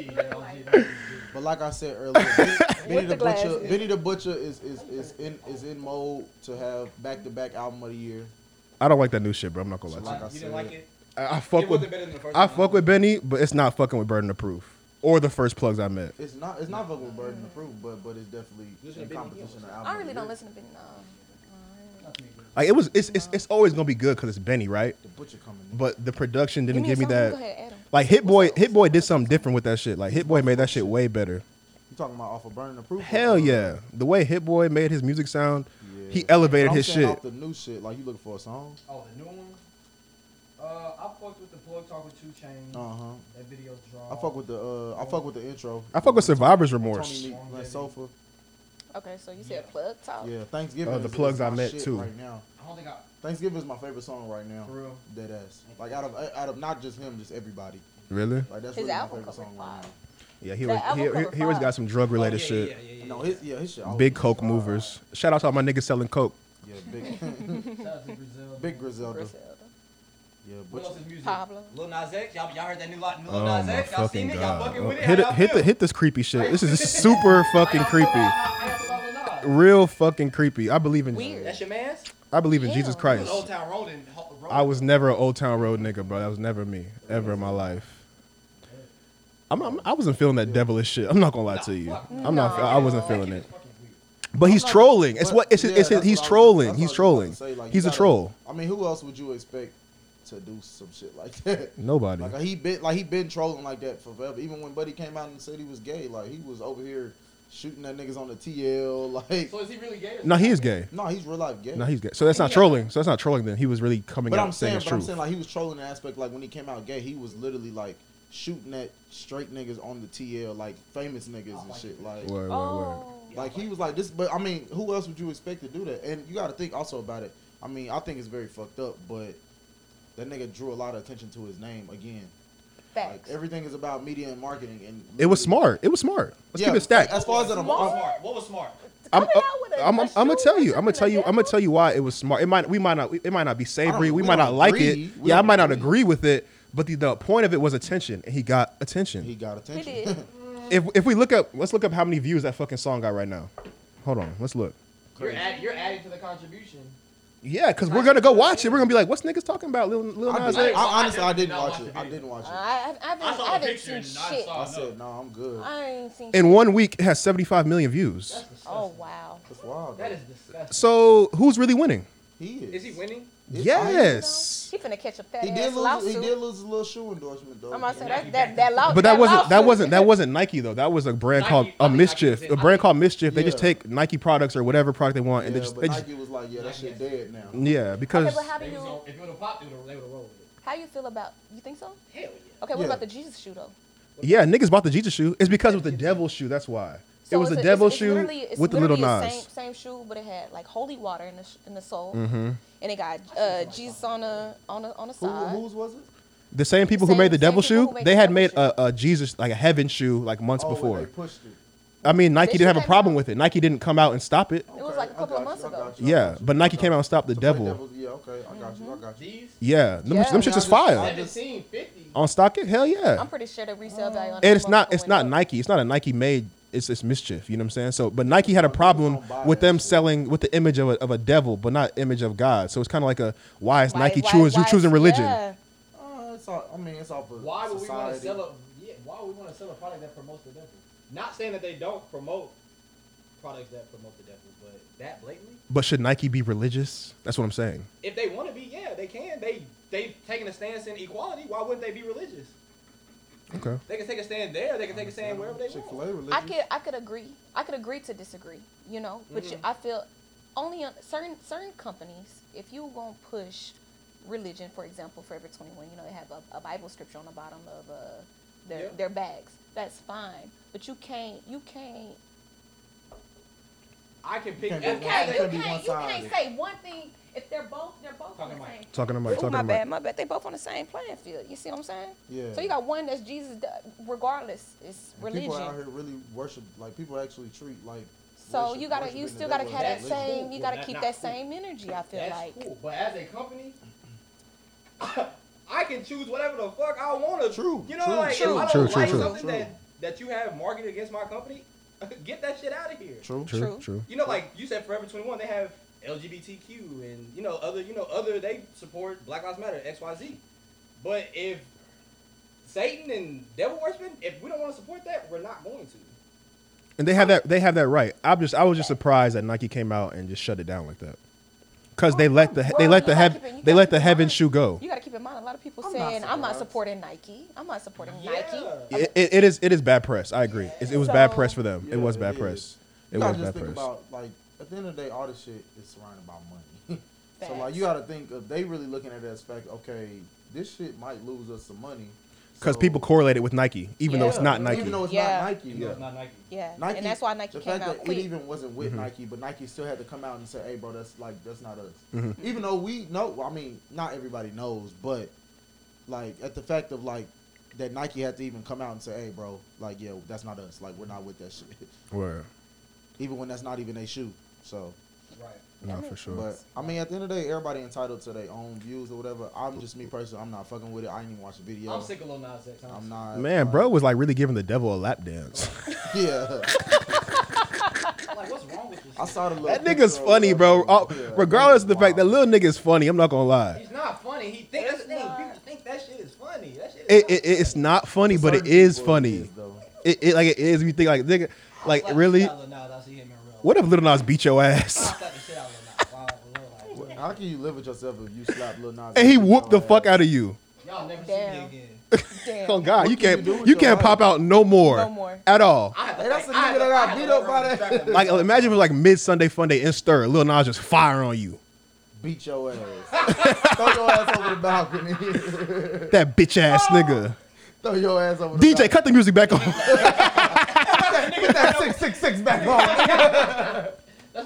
Speaker 1: that's OMG.
Speaker 2: But like I said earlier, Benny, Benny
Speaker 4: the
Speaker 2: the, Butcher,
Speaker 4: glasses.
Speaker 2: Benny the Butcher is, is, is in is in mode to have back to back album of the year.
Speaker 3: I don't like that new shit, bro. I'm not gonna lie.
Speaker 2: Like
Speaker 3: To
Speaker 2: I
Speaker 1: you didn't like
Speaker 2: said,
Speaker 1: it?
Speaker 3: you. I, I
Speaker 1: it
Speaker 3: fuck
Speaker 1: wasn't
Speaker 3: with
Speaker 1: better than the first
Speaker 3: I
Speaker 1: one.
Speaker 3: fuck with Benny, but it's not fucking with burden of proof or the first plugs I met.
Speaker 2: It's not it's not fucking with burden of proof, but but it's definitely
Speaker 1: This
Speaker 2: in
Speaker 1: is Benny
Speaker 2: competition. of Album
Speaker 4: I really
Speaker 2: of the
Speaker 4: don't
Speaker 2: year.
Speaker 4: listen to um, Benny. No.
Speaker 3: Like it was, it's it's, it's always gonna be good because it's Benny, right?
Speaker 2: The Butcher coming. in.
Speaker 3: But the production didn't give me
Speaker 4: a song.
Speaker 3: that.
Speaker 4: Go ahead, Adam.
Speaker 3: Like Hit Boy, Hit Boy did something different with that shit. Like Hit Boy made that shit way better.
Speaker 2: you talking about off of burden of proof?
Speaker 3: Hell yeah, the way Hit Boy made his music sound, he elevated
Speaker 2: I'm
Speaker 3: his
Speaker 2: saying
Speaker 3: shit.
Speaker 2: Off the new shit, like you looking for a song?
Speaker 10: Oh, the new one? Uh, I fucked with the plug talk with Two Chainz.
Speaker 2: Uh huh.
Speaker 10: That video draw.
Speaker 2: I fuck with the uh, I fuck with the intro.
Speaker 3: Uh-huh. I fuck with Survivor's
Speaker 2: Tony
Speaker 3: Remorse.
Speaker 2: Meek, Glenn Sofa.
Speaker 4: Oh. Okay, so you said plug talk.
Speaker 2: Yeah, Thanksgiving.
Speaker 3: Uh, the
Speaker 2: is- is
Speaker 3: plugs I
Speaker 2: my
Speaker 3: met,
Speaker 2: shit
Speaker 3: too.
Speaker 2: Right now,
Speaker 10: I don't think I.
Speaker 2: Thanksgiving is my favorite song right now.
Speaker 10: For real.
Speaker 2: Dead ass. Like out of out of not just him, just everybody.
Speaker 3: Really?
Speaker 2: Like that's
Speaker 4: His
Speaker 2: really my
Speaker 4: album
Speaker 2: favorite
Speaker 4: cover
Speaker 2: song right
Speaker 4: fire.
Speaker 2: now.
Speaker 3: Yeah, he
Speaker 4: That
Speaker 3: always,
Speaker 4: album
Speaker 3: he, he,
Speaker 4: cover
Speaker 3: he always
Speaker 4: fire.
Speaker 3: got some drug
Speaker 1: Oh, yeah,
Speaker 3: related
Speaker 1: yeah,
Speaker 3: shit.
Speaker 1: yeah, yeah,
Speaker 2: No,
Speaker 1: yeah.
Speaker 2: his yeah his shit. always
Speaker 3: Big
Speaker 2: been
Speaker 3: coke
Speaker 2: fire.
Speaker 3: movers. Shout out to all my niggas selling coke.
Speaker 2: Yeah, big
Speaker 10: Shout out to Brazil.
Speaker 2: big Griselda.
Speaker 4: Griselda.
Speaker 2: Yeah,
Speaker 1: What else
Speaker 2: Butcher.
Speaker 1: is music?
Speaker 4: Pablo.
Speaker 1: Lil Nas X, y'all, y'all heard that new lot, new Lil
Speaker 3: Oh
Speaker 1: Nas
Speaker 3: my
Speaker 1: X? Y'all
Speaker 3: fucking
Speaker 1: seen it? Y'all
Speaker 3: god! Oh,
Speaker 1: fucking with it?
Speaker 3: Hit,
Speaker 1: How
Speaker 3: it-
Speaker 1: y'all
Speaker 3: hit,
Speaker 1: feel?
Speaker 3: the, hit this creepy shit. This is super fucking creepy. Real fucking creepy. I believe in
Speaker 4: Weird.
Speaker 1: That's your man's?
Speaker 3: I believe in Jesus
Speaker 4: Ew.
Speaker 1: He was
Speaker 3: Christ.
Speaker 1: Old Town Road and Ho- Road.
Speaker 3: I was never an Old Town Road nigga, bro. That was never me ever in my life. I'm, I'm I wasn't feeling that devilish shit. I'm not gonna lie to you. I'm not. I wasn't feeling it. But he's trolling. It's
Speaker 2: But-
Speaker 3: what it's, his-
Speaker 2: yeah,
Speaker 3: it's his,
Speaker 2: that's
Speaker 3: he's
Speaker 2: what I was-
Speaker 3: trolling.
Speaker 2: that's
Speaker 3: He's
Speaker 2: what I was
Speaker 3: trolling.
Speaker 2: about to say, like, you
Speaker 3: He's a
Speaker 2: gotta-
Speaker 3: troll.
Speaker 2: I mean, who else would you expect to do some shit like that?
Speaker 3: Nobody.
Speaker 2: Like he been like he been trolling like that for forever. Even when Buddy came out and said he was gay, like he was over here shooting at niggas on the TL. Like,
Speaker 1: So is he really gay? or
Speaker 3: No, he
Speaker 1: something?
Speaker 3: is gay.
Speaker 2: no, he's real life gay.
Speaker 3: No, he's gay. So that's not trolling. So that's not trolling. Then he was really coming
Speaker 2: but
Speaker 3: out
Speaker 2: I'm
Speaker 3: saying
Speaker 2: saying,
Speaker 3: his
Speaker 2: but I'm
Speaker 3: truth.
Speaker 2: saying like he was trolling the aspect. Like when he came out gay, he was literally like shooting at straight niggas on the TL, like famous niggas and shit. Like,
Speaker 3: Word, word, word.
Speaker 4: Oh.
Speaker 2: Like he was like this, but I mean, who else would you expect to do that? And you got to think also about it. I mean, I think it's very fucked up, but that nigga drew a lot of attention to his name again. Like
Speaker 4: Facts.
Speaker 2: everything is about media and marketing, and
Speaker 3: It was
Speaker 2: literally-
Speaker 3: smart. It was smart. Let's
Speaker 2: Yeah,
Speaker 3: keep it stacked.
Speaker 2: As far as that, I'm,
Speaker 1: What was
Speaker 2: I'm,
Speaker 1: smart? What was smart?
Speaker 3: I'm,
Speaker 4: Coming out with a-
Speaker 3: I'm,
Speaker 4: a
Speaker 3: I'm, gonna
Speaker 4: shoe
Speaker 3: tell you.
Speaker 4: that's
Speaker 3: I'm gonna
Speaker 4: in
Speaker 3: tell
Speaker 4: the
Speaker 3: you. I'm gonna
Speaker 4: devil?
Speaker 3: tell you why it was smart. It might. We might not. It might not be savory.
Speaker 2: don't-
Speaker 3: We,
Speaker 2: Oh, we
Speaker 3: might
Speaker 2: don't
Speaker 3: not like
Speaker 2: agree.
Speaker 3: it.
Speaker 2: We
Speaker 3: yeah, I
Speaker 2: don't
Speaker 3: might not
Speaker 2: agree.
Speaker 3: agree with it. But the, the point of it was attention, and he got attention.
Speaker 2: uh, he got
Speaker 4: He
Speaker 2: attention.
Speaker 4: did.
Speaker 3: if if we look up, let's look up how many views that fucking song got right now. Hold on. Let's look.
Speaker 1: You're, add, you're adding to the contribution.
Speaker 3: Yeah, cause we're gonna go watch it. We're gonna be like, what's niggas talking about? Lil, Lil
Speaker 2: I,
Speaker 3: Nas
Speaker 2: did,
Speaker 3: X.
Speaker 1: I-
Speaker 2: I honestly, I didn't
Speaker 1: I
Speaker 2: watch
Speaker 1: did
Speaker 2: it.
Speaker 1: not
Speaker 2: I didn't watch it.
Speaker 4: I, I, I've been,
Speaker 1: I
Speaker 4: I
Speaker 1: saw the
Speaker 4: haven't
Speaker 1: picture
Speaker 4: seen
Speaker 1: and I
Speaker 4: shit.
Speaker 1: saw-
Speaker 2: I said no, I'm good.
Speaker 4: I ain't seen.
Speaker 3: In one week, it has 75 million views.
Speaker 4: Oh wow.
Speaker 2: That's wild.
Speaker 1: That
Speaker 2: though.
Speaker 1: is disgusting.
Speaker 3: So who's really winning?
Speaker 2: he is.
Speaker 1: Is he winning?
Speaker 2: It's-
Speaker 3: Yes.
Speaker 4: She finna catch a fat
Speaker 2: He
Speaker 4: ass
Speaker 2: did lose.
Speaker 4: lawsuit.
Speaker 2: He did lose a little shoe endorsement though.
Speaker 4: I'm about to say
Speaker 1: Yeah,
Speaker 4: that
Speaker 1: he
Speaker 4: that
Speaker 1: did.
Speaker 4: that law.
Speaker 3: But that wasn't that
Speaker 4: lawsuit-
Speaker 3: wasn't that wasn't Nike though. That was a brand
Speaker 1: Nike-
Speaker 3: called
Speaker 1: I
Speaker 3: a
Speaker 1: think
Speaker 3: mischief.
Speaker 1: Nike
Speaker 3: A
Speaker 1: was in-
Speaker 3: brand called mischief. They just
Speaker 2: Yeah.
Speaker 3: take Nike products or whatever product they want, and
Speaker 2: yeah,
Speaker 3: they just
Speaker 2: but
Speaker 3: they just
Speaker 2: Nike was like, yeah, that shit dead now.
Speaker 3: yeah
Speaker 4: Okay,
Speaker 3: because
Speaker 4: but how do
Speaker 1: They was
Speaker 4: you
Speaker 1: on- If it would have popped, they would have rolled with
Speaker 4: how you feel about you think so?
Speaker 1: it. Hell
Speaker 4: Okay, what
Speaker 2: Yeah.
Speaker 4: about the Jesus shoe though?
Speaker 3: yeah niggas bought the Jesus shoe. It's because of the devil shoe. That's why it
Speaker 4: So
Speaker 3: was
Speaker 4: it's
Speaker 3: the
Speaker 4: a-
Speaker 3: devil
Speaker 4: it's- it's
Speaker 3: shoe
Speaker 4: literally- it's
Speaker 3: with the little
Speaker 4: literally
Speaker 3: Nas.
Speaker 4: Same, same shoe, but it had like holy water in the sh- in the sole, mm-hmm. and it got uh, Jesus on the on the on the
Speaker 2: Who,
Speaker 4: side.
Speaker 2: whose was it?
Speaker 3: The same people who
Speaker 4: Same-
Speaker 3: made the
Speaker 4: same people
Speaker 3: devil shoe,
Speaker 4: who made
Speaker 3: they
Speaker 4: the
Speaker 3: had
Speaker 4: devil
Speaker 3: made
Speaker 4: shoe.
Speaker 3: a, a Jesus like a heaven shoe like months
Speaker 2: Oh, when
Speaker 3: before.
Speaker 2: they pushed it.
Speaker 3: I mean
Speaker 4: They
Speaker 3: Nike didn't have
Speaker 4: should
Speaker 3: a
Speaker 4: have
Speaker 3: problem
Speaker 4: known.
Speaker 3: with it. Nike didn't come out and stop it.
Speaker 4: It was like a
Speaker 2: I
Speaker 4: couple of
Speaker 2: got
Speaker 4: months
Speaker 2: you, I
Speaker 4: ago.
Speaker 2: got you, I
Speaker 3: Yeah,
Speaker 2: got you.
Speaker 3: but Nike
Speaker 2: To
Speaker 3: came out and stopped the
Speaker 2: play
Speaker 3: devil.
Speaker 2: devil's- yeah, okay, I got you, I got you.
Speaker 1: These?
Speaker 3: Yeah, them,
Speaker 4: Yeah.
Speaker 3: them shits is
Speaker 1: I
Speaker 3: fire.
Speaker 1: haven't seen 50.
Speaker 3: On StockX, hell yeah.
Speaker 4: I'm pretty sure the resale value. on
Speaker 3: Oh. and
Speaker 4: that
Speaker 3: it's not
Speaker 4: motherfucker
Speaker 3: it's
Speaker 4: went
Speaker 3: not
Speaker 4: up.
Speaker 3: Nike. It's not a Nike made. It's it's mischief. You know what I'm saying? So, but Nike had a problem with them selling with the image of a, of a devil, but not image of God. So it's kind of like a why is
Speaker 4: Why-
Speaker 3: Nike
Speaker 4: why-
Speaker 3: choosing
Speaker 4: why-
Speaker 3: choosing religion?
Speaker 4: yeah.
Speaker 2: Uh, it's all, I mean, it's all for
Speaker 1: Why would we want to
Speaker 2: society.
Speaker 1: sell a? Yeah, why would we want to sell a product that promotes the devil? Not saying that they don't promote products that promote the devil, but that blatantly.
Speaker 3: But should Nike be religious? That's what I'm saying.
Speaker 1: If they want to be, yeah, they can. They they've taken a stance in equality. Why wouldn't they be religious?
Speaker 3: Okay.
Speaker 1: They can take a stand there. They can take a stand wherever they
Speaker 2: Chick-fil-A
Speaker 1: want.
Speaker 2: religion.
Speaker 4: I could I could agree. I could agree to disagree. You know, but
Speaker 2: Mm-hmm.
Speaker 4: you, I feel only on certain certain companies. If you gonna push religion, for example, Forever Twenty One, you know, they have a, a Bible scripture on the bottom of uh, their
Speaker 1: Yeah.
Speaker 4: their bags. That's fine, but you can't you can't
Speaker 1: I can pick. as
Speaker 2: can't do
Speaker 1: long as
Speaker 2: that.
Speaker 1: they-
Speaker 2: be one-sided.
Speaker 4: say one thing if they're both they're both
Speaker 1: Talking about-
Speaker 3: Talking to Mike.
Speaker 4: Ooh,
Speaker 3: Talking
Speaker 4: my
Speaker 3: to Mike.
Speaker 4: bad, my bad. They both on the same playing field. You see what I'm saying?
Speaker 2: Yeah.
Speaker 4: So you got one that's Jesus, regardless. It's
Speaker 2: And
Speaker 4: religion.
Speaker 2: People out here really worship. Like people actually treat like.
Speaker 4: So
Speaker 2: worship-
Speaker 4: you gotta,
Speaker 2: worshiping
Speaker 4: you
Speaker 2: the
Speaker 4: still gotta
Speaker 2: devil
Speaker 4: have that
Speaker 2: as
Speaker 1: That's
Speaker 2: religion.
Speaker 4: same.
Speaker 1: cool,
Speaker 4: You
Speaker 1: but
Speaker 4: gotta
Speaker 1: that's
Speaker 4: keep
Speaker 1: not
Speaker 4: that
Speaker 1: cool.
Speaker 4: same energy. I feel
Speaker 1: That's
Speaker 4: like.
Speaker 1: cool. But as a company, I can choose whatever the fuck I want to.
Speaker 2: True,
Speaker 1: You know,
Speaker 2: true,
Speaker 1: like if
Speaker 2: true,
Speaker 1: I don't
Speaker 3: true, true,
Speaker 1: like
Speaker 3: true.
Speaker 1: something
Speaker 2: True.
Speaker 1: that that you have marketed against my company, get that shit out of here.
Speaker 2: True.
Speaker 3: True. True.
Speaker 4: True.
Speaker 1: You know, like you said, Forever Twenty One, they have LGBTQ and you know other, you know other. They support Black Lives Matter, X Y Z. But if Satan and devil worshiping, if we don't want to support that, we're not going to.
Speaker 3: And they have that. They have that right. I'm just. I was just surprised that Nike came out and just shut it down like that. Cause they let the they
Speaker 4: Well,
Speaker 3: let
Speaker 4: you
Speaker 3: the
Speaker 4: gotta
Speaker 3: heaven
Speaker 4: keep it- you
Speaker 3: they
Speaker 4: gotta
Speaker 3: let
Speaker 4: keep
Speaker 3: the
Speaker 4: it
Speaker 3: heaven
Speaker 4: honest.
Speaker 3: shoe go.
Speaker 4: You gotta keep in mind a lot of people
Speaker 2: I'm not
Speaker 4: saying I'm not
Speaker 2: surprised.
Speaker 4: supporting Nike. I'm not supporting
Speaker 1: Yeah.
Speaker 4: Nike.
Speaker 3: It, it, it is it is bad press. I agree. It, it was bad
Speaker 4: So-
Speaker 3: press for them.
Speaker 2: Yeah,
Speaker 3: it was
Speaker 2: it
Speaker 3: bad
Speaker 2: is.
Speaker 3: press. It
Speaker 2: You gotta
Speaker 3: was bad
Speaker 2: just think
Speaker 3: press.
Speaker 2: about like at the end of the day, all this shit is surrounded by money. so
Speaker 4: Facts.
Speaker 2: like you gotta think of they really looking at it as fact. Okay, this shit might lose us some money.
Speaker 3: Because
Speaker 2: so-
Speaker 3: people correlate it with Nike, even though it's
Speaker 2: Yeah,
Speaker 3: not Nike.
Speaker 2: Even though it's
Speaker 4: Yeah.
Speaker 2: not Nike.
Speaker 1: You know, it's not Nike.
Speaker 4: Yeah.
Speaker 2: Nike,
Speaker 4: and that's why Nike
Speaker 2: the
Speaker 4: came
Speaker 2: fact
Speaker 4: out
Speaker 2: that
Speaker 4: quick.
Speaker 2: It even wasn't
Speaker 3: Mm-hmm.
Speaker 2: with Nike, but Nike still had to come out and say, "Hey, bro, that's like that's not us."
Speaker 3: Mm-hmm.
Speaker 2: Even though we know, well, I mean, not everybody knows, but like at the fact of like that Nike had to even come out and say, "Hey, bro, like yeah, that's not us. Like we're not with that shit."
Speaker 3: Word.
Speaker 2: even when that's not even a shoe. So,
Speaker 1: Right.
Speaker 3: No, for sure.
Speaker 2: but I mean, at the end of the day, everybody entitled to their own views or whatever. I'm just me personally. I'm not fucking with it. I ain't even watch the video.
Speaker 1: I'm sick of Lil Nas X. honestly.
Speaker 2: I'm not.
Speaker 3: Man,
Speaker 2: like,
Speaker 3: bro was like really giving the devil a lap dance.
Speaker 2: Yeah,
Speaker 1: I'm like, what's wrong with this?
Speaker 2: I
Speaker 1: shit?
Speaker 2: saw the little.
Speaker 3: that nigga's
Speaker 2: picture or
Speaker 3: funny,
Speaker 2: whatever.
Speaker 3: bro. All-
Speaker 2: Yeah.
Speaker 3: regardless of the fact that
Speaker 2: Wow.
Speaker 3: little nigga's funny, I'm not gonna lie.
Speaker 1: He's not funny. He thinks that's the thing. People think that shit is funny. That shit is
Speaker 3: It, it, it's not funny, but it
Speaker 2: Certain
Speaker 3: is
Speaker 2: people, it
Speaker 3: funny.
Speaker 2: is, though.
Speaker 3: It, it like it is. You think like nigga, like really?
Speaker 1: I see him in real.
Speaker 3: What if Little Nas beat your ass?
Speaker 1: Slap the shit out of Lil Nas. Wow, Lil Nas.
Speaker 2: How can you live with yourself if you slap Lil Nas?
Speaker 3: And he
Speaker 2: X
Speaker 3: whooped the
Speaker 2: your
Speaker 3: fuck
Speaker 2: ass?
Speaker 3: out of you.
Speaker 1: Y'all never
Speaker 4: Damn.
Speaker 1: see me again.
Speaker 4: Damn.
Speaker 3: Oh God, you
Speaker 2: can you
Speaker 3: can't
Speaker 2: do with
Speaker 3: you
Speaker 2: your
Speaker 3: can't
Speaker 2: life?
Speaker 3: pop out no more.
Speaker 4: No more.
Speaker 3: at all.
Speaker 1: I had to
Speaker 2: Hey, that's
Speaker 1: think-
Speaker 2: a
Speaker 1: I had
Speaker 2: nigga
Speaker 1: to-
Speaker 2: that
Speaker 1: I
Speaker 2: got
Speaker 1: had to
Speaker 2: beat
Speaker 1: look
Speaker 2: up by
Speaker 1: around
Speaker 2: that.
Speaker 1: and distract him.
Speaker 3: Like imagine if it was like mid Sunday fun day in stir, Lil Nas just fire on you.
Speaker 2: Beat your ass. Throw your ass over the balcony.
Speaker 3: That bitch ass
Speaker 2: Ah.
Speaker 3: nigga.
Speaker 2: Throw your ass over the
Speaker 3: DJ, cut the music back on.
Speaker 2: balcony. Put that 666 back on.
Speaker 1: That's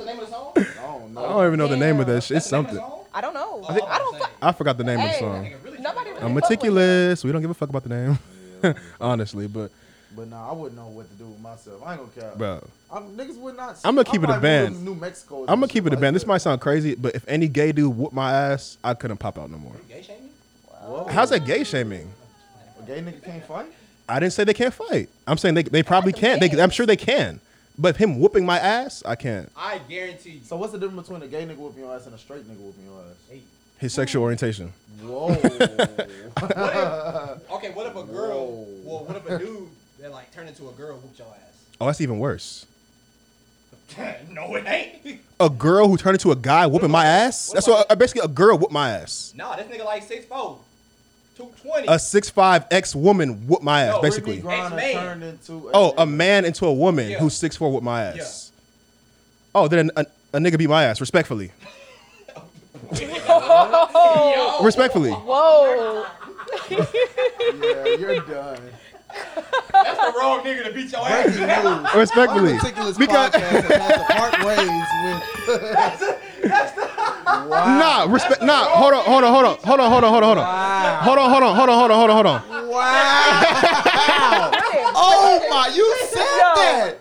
Speaker 1: the name of the song.
Speaker 2: I don't
Speaker 3: I
Speaker 2: know.
Speaker 3: don't even know the name of
Speaker 4: Damn.
Speaker 3: that shit.
Speaker 1: That's
Speaker 3: It's
Speaker 1: the name of
Speaker 3: something.
Speaker 1: the song?
Speaker 4: I don't know.
Speaker 1: Oh,
Speaker 4: I don't.
Speaker 1: I'm saying.
Speaker 4: Fu-
Speaker 3: I forgot the name of the
Speaker 4: Hey.
Speaker 3: song.
Speaker 1: Nigga, really
Speaker 4: nobody
Speaker 1: tripping.
Speaker 4: really.
Speaker 3: I'm
Speaker 4: fuck with him.
Speaker 3: meticulous. We don't give a fuck about the name, honestly. But
Speaker 2: But nah, I wouldn't know what to do with myself. I ain't gonna care.
Speaker 3: bro,
Speaker 2: I'm, niggas would not.
Speaker 3: I'ma keep it a
Speaker 2: might move
Speaker 3: band.
Speaker 2: to New Mexico.
Speaker 3: I'm gonna keep it a band. This might sound crazy, but if any gay dude whoop my ass, I couldn't pop out no more.
Speaker 1: You Gay shaming?
Speaker 3: How's that gay shaming?
Speaker 2: A gay nigga can't fight.
Speaker 3: I didn't say they can't fight. I'm saying they, they probably can. They, I'm sure they can. But him whooping my ass, I can't.
Speaker 1: I guarantee you.
Speaker 2: So what's the difference between a gay nigga whooping your ass and a straight nigga whooping your ass?
Speaker 1: Hey,
Speaker 3: His sexual orientation.
Speaker 2: Whoa.
Speaker 1: what if- okay, what if a girl?
Speaker 2: Whoa.
Speaker 1: Well, what if a dude that like turned into a girl whooped your ass?
Speaker 3: Oh, that's even worse.
Speaker 1: no, it ain't.
Speaker 3: A girl who turned into a guy whooping my ass. That's what uh, basically a girl whooped my ass.
Speaker 1: Nah, this nigga like 6'4", 220.
Speaker 3: A six five ex woman whooped my ass.
Speaker 1: No,
Speaker 3: Basically.
Speaker 2: Brittany Griner
Speaker 1: X-Man.
Speaker 2: turned into.
Speaker 3: Oh, a man into a woman
Speaker 1: Yeah.
Speaker 3: who's six four with my ass. Oh, then a, a, a nigga beat my ass respectfully.
Speaker 1: Yo,
Speaker 3: Respectfully.
Speaker 4: Whoa.
Speaker 2: Yeah, you're done.
Speaker 1: that's the wrong nigga to beat your ass.
Speaker 2: Breaking news.
Speaker 3: Respectfully.
Speaker 2: Ridiculous
Speaker 3: Because-
Speaker 2: podcast has had to part ways with. wow.
Speaker 3: Nah, respect. Nah, hold on, hold on, hold on, hold on, hold on, hold on, hold on, hold on, hold on, hold on, hold on, hold on, hold on.
Speaker 2: Wow. oh my! You said that.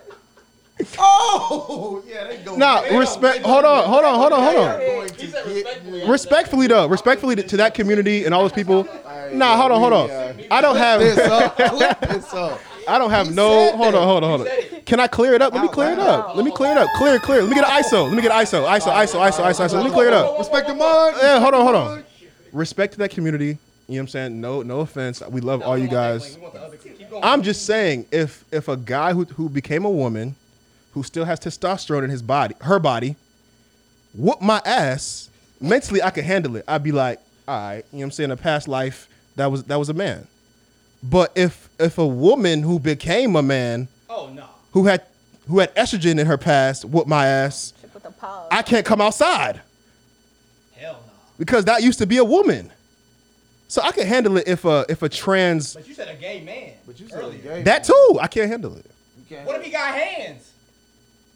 Speaker 2: Oh yeah, they go.
Speaker 3: Nah,
Speaker 2: they go-
Speaker 3: respect.
Speaker 2: they go-
Speaker 3: Hold on, hold on, hold on, Oh,
Speaker 2: they
Speaker 3: hold
Speaker 2: are
Speaker 3: on.
Speaker 2: going
Speaker 1: He said respectfully. after
Speaker 2: Yeah.
Speaker 1: that.
Speaker 3: Respectfully though, respectfully to, to that community and all those people.
Speaker 2: Hey,
Speaker 3: Nah, hold on, hold on.
Speaker 2: yeah.
Speaker 3: I don't have
Speaker 2: Clip this up. Clip this up.
Speaker 3: I don't have
Speaker 2: He
Speaker 3: no.
Speaker 2: said
Speaker 3: Hold
Speaker 2: that.
Speaker 3: on, hold on, hold
Speaker 1: He said
Speaker 3: on. Can I clear it up? Let me
Speaker 2: Out
Speaker 3: clear it
Speaker 2: loud.
Speaker 3: up. Let me clear it up. Clear, clear. Let me get an ISO. Let me get an ISO. ISO, ISO, ISO, ISO, ISO. Let me clear it up.
Speaker 2: Respect the mug.
Speaker 3: Yeah, hold on, hold on. Respect to that community. You know what I'm saying? No, no offense. We love all you guys.
Speaker 1: We want the other- keep going.
Speaker 3: I'm just saying, if if a guy who who became a woman, who still has testosterone in his body, her body, whoop my ass mentally, I could handle it. I'd be like, all right, you know what I'm saying? A past life that was that was a man. But if if a woman who became a man
Speaker 1: Oh no.
Speaker 3: who had who had estrogen in her past whoop my ass,
Speaker 4: Should put the pause.
Speaker 3: I can't come outside
Speaker 1: Hell no.
Speaker 3: because that used to be a woman. So I can handle it if a if a trans
Speaker 1: But you said a gay man.
Speaker 2: But you
Speaker 1: earlier.
Speaker 2: said gay.
Speaker 3: that too I can't handle it.
Speaker 2: You can't-
Speaker 1: What if he got hands?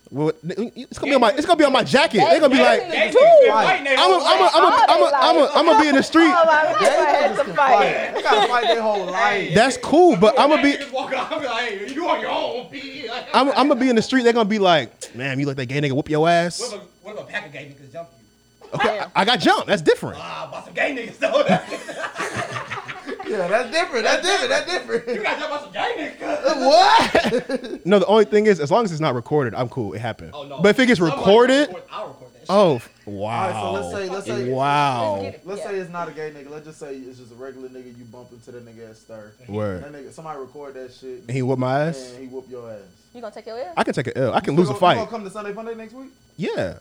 Speaker 3: Well, it's gonna be on my it's gonna be on my jacket. They're gonna be like,
Speaker 1: Gay niggas
Speaker 3: I'm
Speaker 1: been fighting their
Speaker 3: gonna
Speaker 1: whole life.
Speaker 3: I'm gonna I'm gonna I'm gonna I'm gonna be in the street.
Speaker 2: Gay niggas can fight. They gotta fight their whole life.
Speaker 3: That's cool, but I'm gonna be
Speaker 1: Niggas walk out, I'm like, hey, you on your own, P. Like,
Speaker 3: I'm I'm gonna be in the street. They're gonna be like, man, you let that gay nigga whoop your
Speaker 1: what,
Speaker 3: ass.
Speaker 1: if a, what if a pack of gay niggas jump you?
Speaker 3: Okay, I- I got jumped. That's different.
Speaker 1: Ah, by some gay niggas though.
Speaker 2: Yeah, that's different. That's different. That's different.
Speaker 1: you got jump by some gay niggas.
Speaker 2: What?
Speaker 3: No, the only thing is, as long as it's not recorded, I'm cool. It happened.
Speaker 1: Oh no.
Speaker 3: But if it gets
Speaker 1: Somebody
Speaker 3: recorded,
Speaker 1: record- I'll record that. Shit.
Speaker 3: oh f- wow.
Speaker 2: All right, so let's say- let's say-
Speaker 3: wow.
Speaker 2: Let's say it's not a gay nigga. Let's just say it's just a regular nigga. You bump into that nigga at stir.
Speaker 3: Word.
Speaker 2: That nigga, somebody record that shit.
Speaker 3: And he whooped my
Speaker 2: and
Speaker 3: ass.
Speaker 2: he whoop your ass.
Speaker 4: You gonna take your L?
Speaker 3: I can take an L. I can
Speaker 2: You
Speaker 3: lose a
Speaker 2: gonna- You
Speaker 3: fight.
Speaker 2: gonna come to Sunday Funday next week?
Speaker 3: Yeah.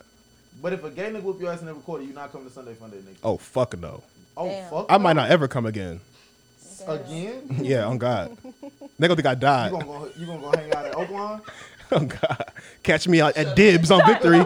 Speaker 2: But if a gay nigga whoop your ass and they record it, you not coming to Sunday Funday next. Week.
Speaker 3: Oh fuck no.
Speaker 2: Oh
Speaker 4: Damn.
Speaker 2: fuck.
Speaker 3: I might not ever come again.
Speaker 2: no. again.
Speaker 3: Yeah, on God. They gonna think I
Speaker 2: You
Speaker 3: died.
Speaker 2: gonna go? You gonna go hang out at Oakland?
Speaker 3: Oh God! Catch me out at dibs on victory.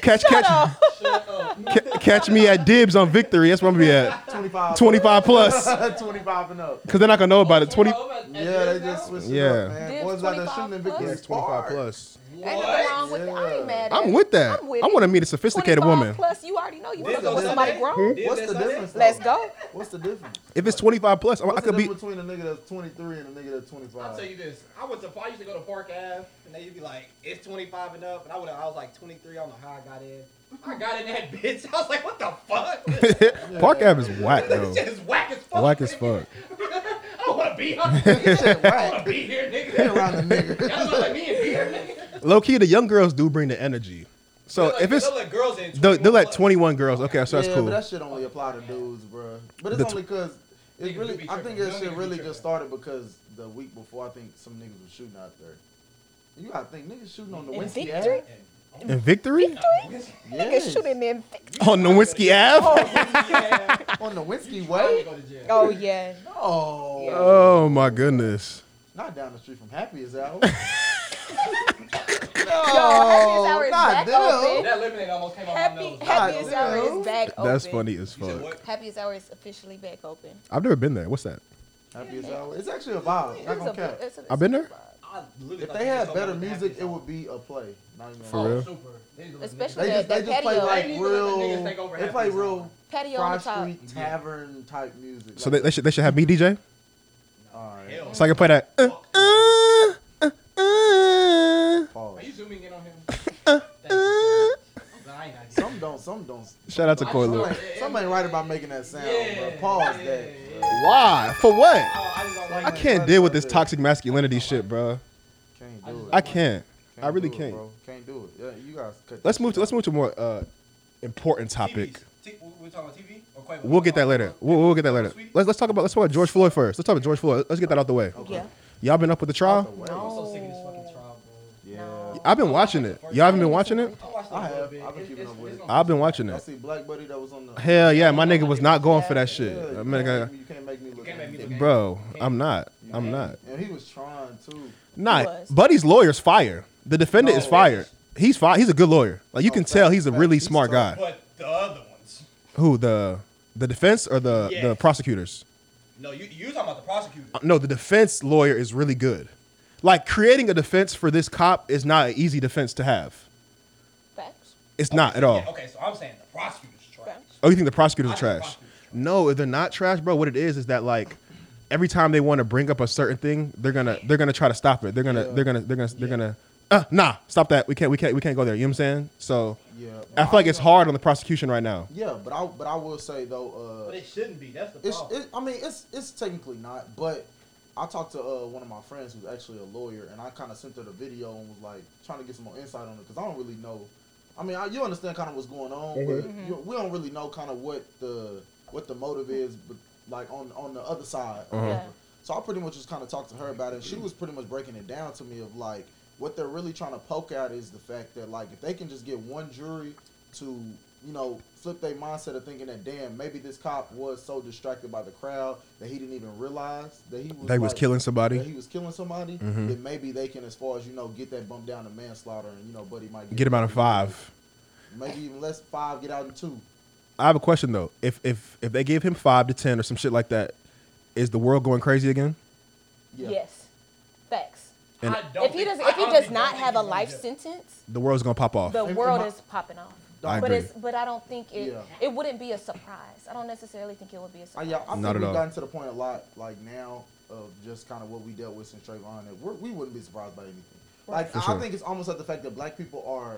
Speaker 3: Catch catch ca- catch me at dibs on victory. That's where I'm gonna be at.
Speaker 2: Twenty five.
Speaker 3: Twenty five plus,
Speaker 2: Twenty five and up.
Speaker 3: cause then I can know about it. Twenty.
Speaker 2: Yeah, they just switched it
Speaker 3: Yeah.
Speaker 2: up, man.
Speaker 4: Dibs
Speaker 2: Boys out there shooting
Speaker 4: 25 plus?
Speaker 2: in Victory.
Speaker 4: It's
Speaker 2: Spark.
Speaker 3: plus.
Speaker 4: Ain't nothing wrong with I ain't mad at
Speaker 3: I'm
Speaker 4: it.
Speaker 3: with that. i
Speaker 4: I'm with it.
Speaker 3: want to meet a sophisticated
Speaker 4: 25
Speaker 3: woman.
Speaker 4: Plus, you already know you want to
Speaker 1: Dibs
Speaker 4: go
Speaker 1: on
Speaker 4: with somebody
Speaker 1: Sunday?
Speaker 4: grown.
Speaker 1: Dibs
Speaker 2: Hmm? What's
Speaker 1: that
Speaker 2: the
Speaker 1: Sunday?
Speaker 2: difference? though?
Speaker 4: Let's go.
Speaker 2: What's the difference?
Speaker 3: If it's 25 plus, I
Speaker 2: What's
Speaker 3: could
Speaker 2: the
Speaker 3: be.
Speaker 2: difference between a nigga that's 23 and a nigga that's 25?
Speaker 1: I'll tell you this. I went to I used to go to Park Ave and they'd be like, it's 25 and up. And I would I was like 23. I don't know how I got in. I got in that bitch. I was like, what the fuck?
Speaker 3: Park Ave is whack though.
Speaker 1: this shit is whack as fuck.
Speaker 3: Whack as
Speaker 1: nigga.
Speaker 3: fuck.
Speaker 1: I don't want to be here. I don't want to be here,
Speaker 2: Get
Speaker 1: nigga.
Speaker 2: around the nigga.
Speaker 1: That's what I mean. Be here, nigga.
Speaker 3: Low key, the young girls do bring the energy. So
Speaker 1: They're like-
Speaker 3: if it's
Speaker 1: they're like girls in
Speaker 3: they're, they're like
Speaker 1: plus.
Speaker 3: 21 girls. Okay, so that's
Speaker 2: yeah,
Speaker 3: cool.
Speaker 2: but that shit only apply to dudes, bro. But it's
Speaker 3: The
Speaker 2: only 'cause
Speaker 1: Niggas
Speaker 2: only because it
Speaker 1: do
Speaker 2: really.
Speaker 1: be
Speaker 2: I
Speaker 1: tripping.
Speaker 2: think
Speaker 1: Young
Speaker 2: that
Speaker 1: niggas
Speaker 2: shit
Speaker 1: be
Speaker 2: really
Speaker 1: tripping.
Speaker 2: just started because the week before, I think some niggas were shooting out there. You gotta think niggas shooting on the
Speaker 4: In
Speaker 2: Winsky
Speaker 4: Victory?
Speaker 2: Ave.
Speaker 3: And victory
Speaker 4: Niggas
Speaker 2: Yes.
Speaker 4: shooting in.
Speaker 3: on the whiskey Ave.
Speaker 1: Yeah.
Speaker 2: on the Winsky
Speaker 1: I'm gonna
Speaker 2: Way.
Speaker 1: go to jail.
Speaker 4: Oh yeah.
Speaker 2: Oh,
Speaker 3: Oh my goodness.
Speaker 2: not down the street from Happy as hell.
Speaker 4: Happy Hour
Speaker 2: no,
Speaker 4: is
Speaker 2: not
Speaker 4: back open.
Speaker 2: them.
Speaker 1: That lemonade almost came out my
Speaker 4: Happy
Speaker 1: nose.
Speaker 4: Happiest
Speaker 2: God
Speaker 4: Hour
Speaker 2: damn.
Speaker 4: is back
Speaker 8: Oh,
Speaker 4: open.
Speaker 3: That's funny as
Speaker 1: You said
Speaker 3: fuck.
Speaker 1: what?
Speaker 4: Happiest Hour is officially back open.
Speaker 3: I've never been there. What's that?
Speaker 2: Happy as hell. It's actually a vibe. Not
Speaker 4: It's a-
Speaker 2: gonna cap.
Speaker 4: it's a- it's
Speaker 3: I've been there.
Speaker 1: I literally
Speaker 2: If
Speaker 1: thought
Speaker 2: they
Speaker 1: you
Speaker 2: had
Speaker 1: were talking
Speaker 2: better
Speaker 1: about the
Speaker 2: music,
Speaker 1: happiest
Speaker 2: it
Speaker 1: song.
Speaker 2: would be a play. Not even
Speaker 3: For
Speaker 2: a-
Speaker 3: real?
Speaker 1: Oh, super. These little
Speaker 4: Especially
Speaker 2: They
Speaker 4: that,
Speaker 2: just, they
Speaker 4: that
Speaker 2: just play
Speaker 4: patio.
Speaker 2: like
Speaker 1: Ladies and niggas take
Speaker 2: real.
Speaker 1: over
Speaker 2: They
Speaker 1: Happy
Speaker 2: play
Speaker 1: as
Speaker 2: real
Speaker 4: patio on
Speaker 2: Fry
Speaker 4: the top.
Speaker 2: Street tavern type music.
Speaker 3: So they,
Speaker 2: Like,
Speaker 3: they should they should have me DJ.
Speaker 2: all right.
Speaker 1: niggas. Hell.
Speaker 3: So I can play that. Uh, uh, uh,
Speaker 2: Pause.
Speaker 1: Are you zooming in on him? Thank you, sir. But I ain't got you.
Speaker 2: Some don't. Some don't.
Speaker 3: uh. Shout out to Coy
Speaker 2: Some
Speaker 3: Luke.
Speaker 2: ain't, some ain't right about making that sound.
Speaker 1: Yeah,
Speaker 2: bro. Pause
Speaker 1: yeah,
Speaker 2: that.
Speaker 1: yeah.
Speaker 2: bro.
Speaker 3: Why? For what?
Speaker 1: Oh, I just don't like
Speaker 3: I
Speaker 1: it.
Speaker 3: can't deal with this toxic masculinity shit, bro.
Speaker 2: Can't do it.
Speaker 3: I can't.
Speaker 2: Can't
Speaker 3: I really
Speaker 2: do it,
Speaker 3: can't.
Speaker 2: bro. Can't do it. Yeah, you guys. Cut
Speaker 3: Let's
Speaker 2: that
Speaker 3: move to
Speaker 2: shit
Speaker 3: let's move to more uh important topic.
Speaker 1: TVs. T- we- we're talking about TV or Quavo?
Speaker 3: We'll get that later. We'll, we'll get that later.
Speaker 1: Sweet.
Speaker 3: Let's let's talk about let's talk about George Floyd first. Let's talk about George Floyd. Let's get that out the way.
Speaker 4: Yeah.
Speaker 3: Y'all been up with the
Speaker 2: out.
Speaker 3: trial?
Speaker 2: Out the way.
Speaker 1: I'm so sick of this fucking trial, bro.
Speaker 2: Yeah.
Speaker 3: I've been watching it. Y'all haven't been watching it?
Speaker 1: I watched it
Speaker 2: I
Speaker 1: a little
Speaker 2: have.
Speaker 1: bit.
Speaker 2: I've been keeping
Speaker 1: It's-
Speaker 2: up with
Speaker 1: it's
Speaker 2: it.
Speaker 1: on-
Speaker 3: I've been watching
Speaker 2: I
Speaker 3: it.
Speaker 2: see Black Buddy that was on the.
Speaker 3: Hell yeah, my nigga was not going for that shit.
Speaker 2: Yeah, you
Speaker 3: Uh,
Speaker 2: can't
Speaker 3: nigga-
Speaker 2: make me- you can't make me look.
Speaker 1: can't make me
Speaker 2: at it.
Speaker 1: look at
Speaker 3: bro, I'm not. I'm not.
Speaker 2: And he was trying to.
Speaker 3: Nah,
Speaker 4: was.
Speaker 3: Buddy's lawyer's fire. The defendant is
Speaker 1: No.
Speaker 3: fired. He's fi- He's a good lawyer. Like you can tell, he's a
Speaker 2: fact.
Speaker 3: really
Speaker 2: He's
Speaker 3: smart guy.
Speaker 2: tough.
Speaker 1: But the other ones.
Speaker 3: Who the the defense or the the
Speaker 1: Yes.
Speaker 3: prosecutors?
Speaker 1: No, you you talking about the prosecutor?
Speaker 3: Uh, No, the defense lawyer is really good. Like creating a defense for this cop is not an easy defense to have.
Speaker 4: Facts.
Speaker 3: It's not at all.
Speaker 1: Yeah, okay, so I'm saying the prosecutor's trash.
Speaker 4: Facts.
Speaker 3: Oh, you think the prosecutors
Speaker 1: I
Speaker 3: are
Speaker 1: think the
Speaker 3: trash?
Speaker 1: prosecutors are trash.
Speaker 3: No, if they're not trash, bro. What it is is that like every time they want to bring up a certain thing, they're gonna they're gonna try to stop it. They're gonna they're gonna they're gonna they're gonna uh, nah, stop that. We can't, we can't, we can't go there. You know what I'm saying? So
Speaker 2: Yeah,
Speaker 3: I feel like it's hard on the prosecution right now.
Speaker 2: yeah, but I but I will say though, uh,
Speaker 1: But it shouldn't be. That's the
Speaker 2: It's,
Speaker 1: problem.
Speaker 2: it, I mean, it's it's technically not, but I talked to uh, one of my friends who's actually a lawyer, and I kind of sent her the video and was like trying to get some more insight on it because I don't really know. I mean, I, you understand kind of what's going on, but
Speaker 3: Mm-hmm.
Speaker 2: you, we don't really know kind of what the what the motive is, but like on on the other side.
Speaker 3: Uh-huh.
Speaker 2: or whatever. So I pretty much just kind of talked to her about it. and She was pretty much breaking it down to me of like what they're really trying to poke at is the fact that like if they can just get one jury to you know flip their mindset of thinking that damn maybe this cop was so distracted by the crowd that he didn't even realize that he was
Speaker 3: That he was
Speaker 2: like-
Speaker 3: killing somebody? Mm-hmm.
Speaker 2: that he was killing somebody then maybe they can as far as you know get that bump down to manslaughter and you know buddy might
Speaker 3: Get him out of five.
Speaker 2: maybe even less five get out in two
Speaker 3: I have a question though. If if if they give him five to ten or some shit like that, is the world going crazy again?
Speaker 2: yeah
Speaker 4: Yes. Facts.
Speaker 3: And-
Speaker 1: I don't
Speaker 4: If he
Speaker 1: think-
Speaker 4: does
Speaker 1: I
Speaker 4: if he
Speaker 1: honestly
Speaker 4: does
Speaker 1: don't
Speaker 4: not
Speaker 1: think
Speaker 4: have
Speaker 1: he's
Speaker 4: a
Speaker 1: gonna
Speaker 4: life
Speaker 1: do it.
Speaker 4: sentence,
Speaker 3: The world's gonna pop off.
Speaker 4: the
Speaker 2: And-
Speaker 4: world
Speaker 2: and my-
Speaker 4: is popping off.
Speaker 3: I
Speaker 4: but
Speaker 3: agree.
Speaker 4: it's but I don't think it
Speaker 2: Yeah.
Speaker 4: it wouldn't be a surprise. I don't necessarily think it would be a
Speaker 2: I,
Speaker 4: surprise.
Speaker 2: yeah, I
Speaker 3: Not at
Speaker 2: think we've
Speaker 3: all.
Speaker 2: gotten to the point a lot, like now, of just kind of what we dealt with since Trayvon. That we're, we wouldn't be surprised by anything. Like
Speaker 3: For
Speaker 2: I-
Speaker 3: sure.
Speaker 2: I think it's almost like the fact that black people are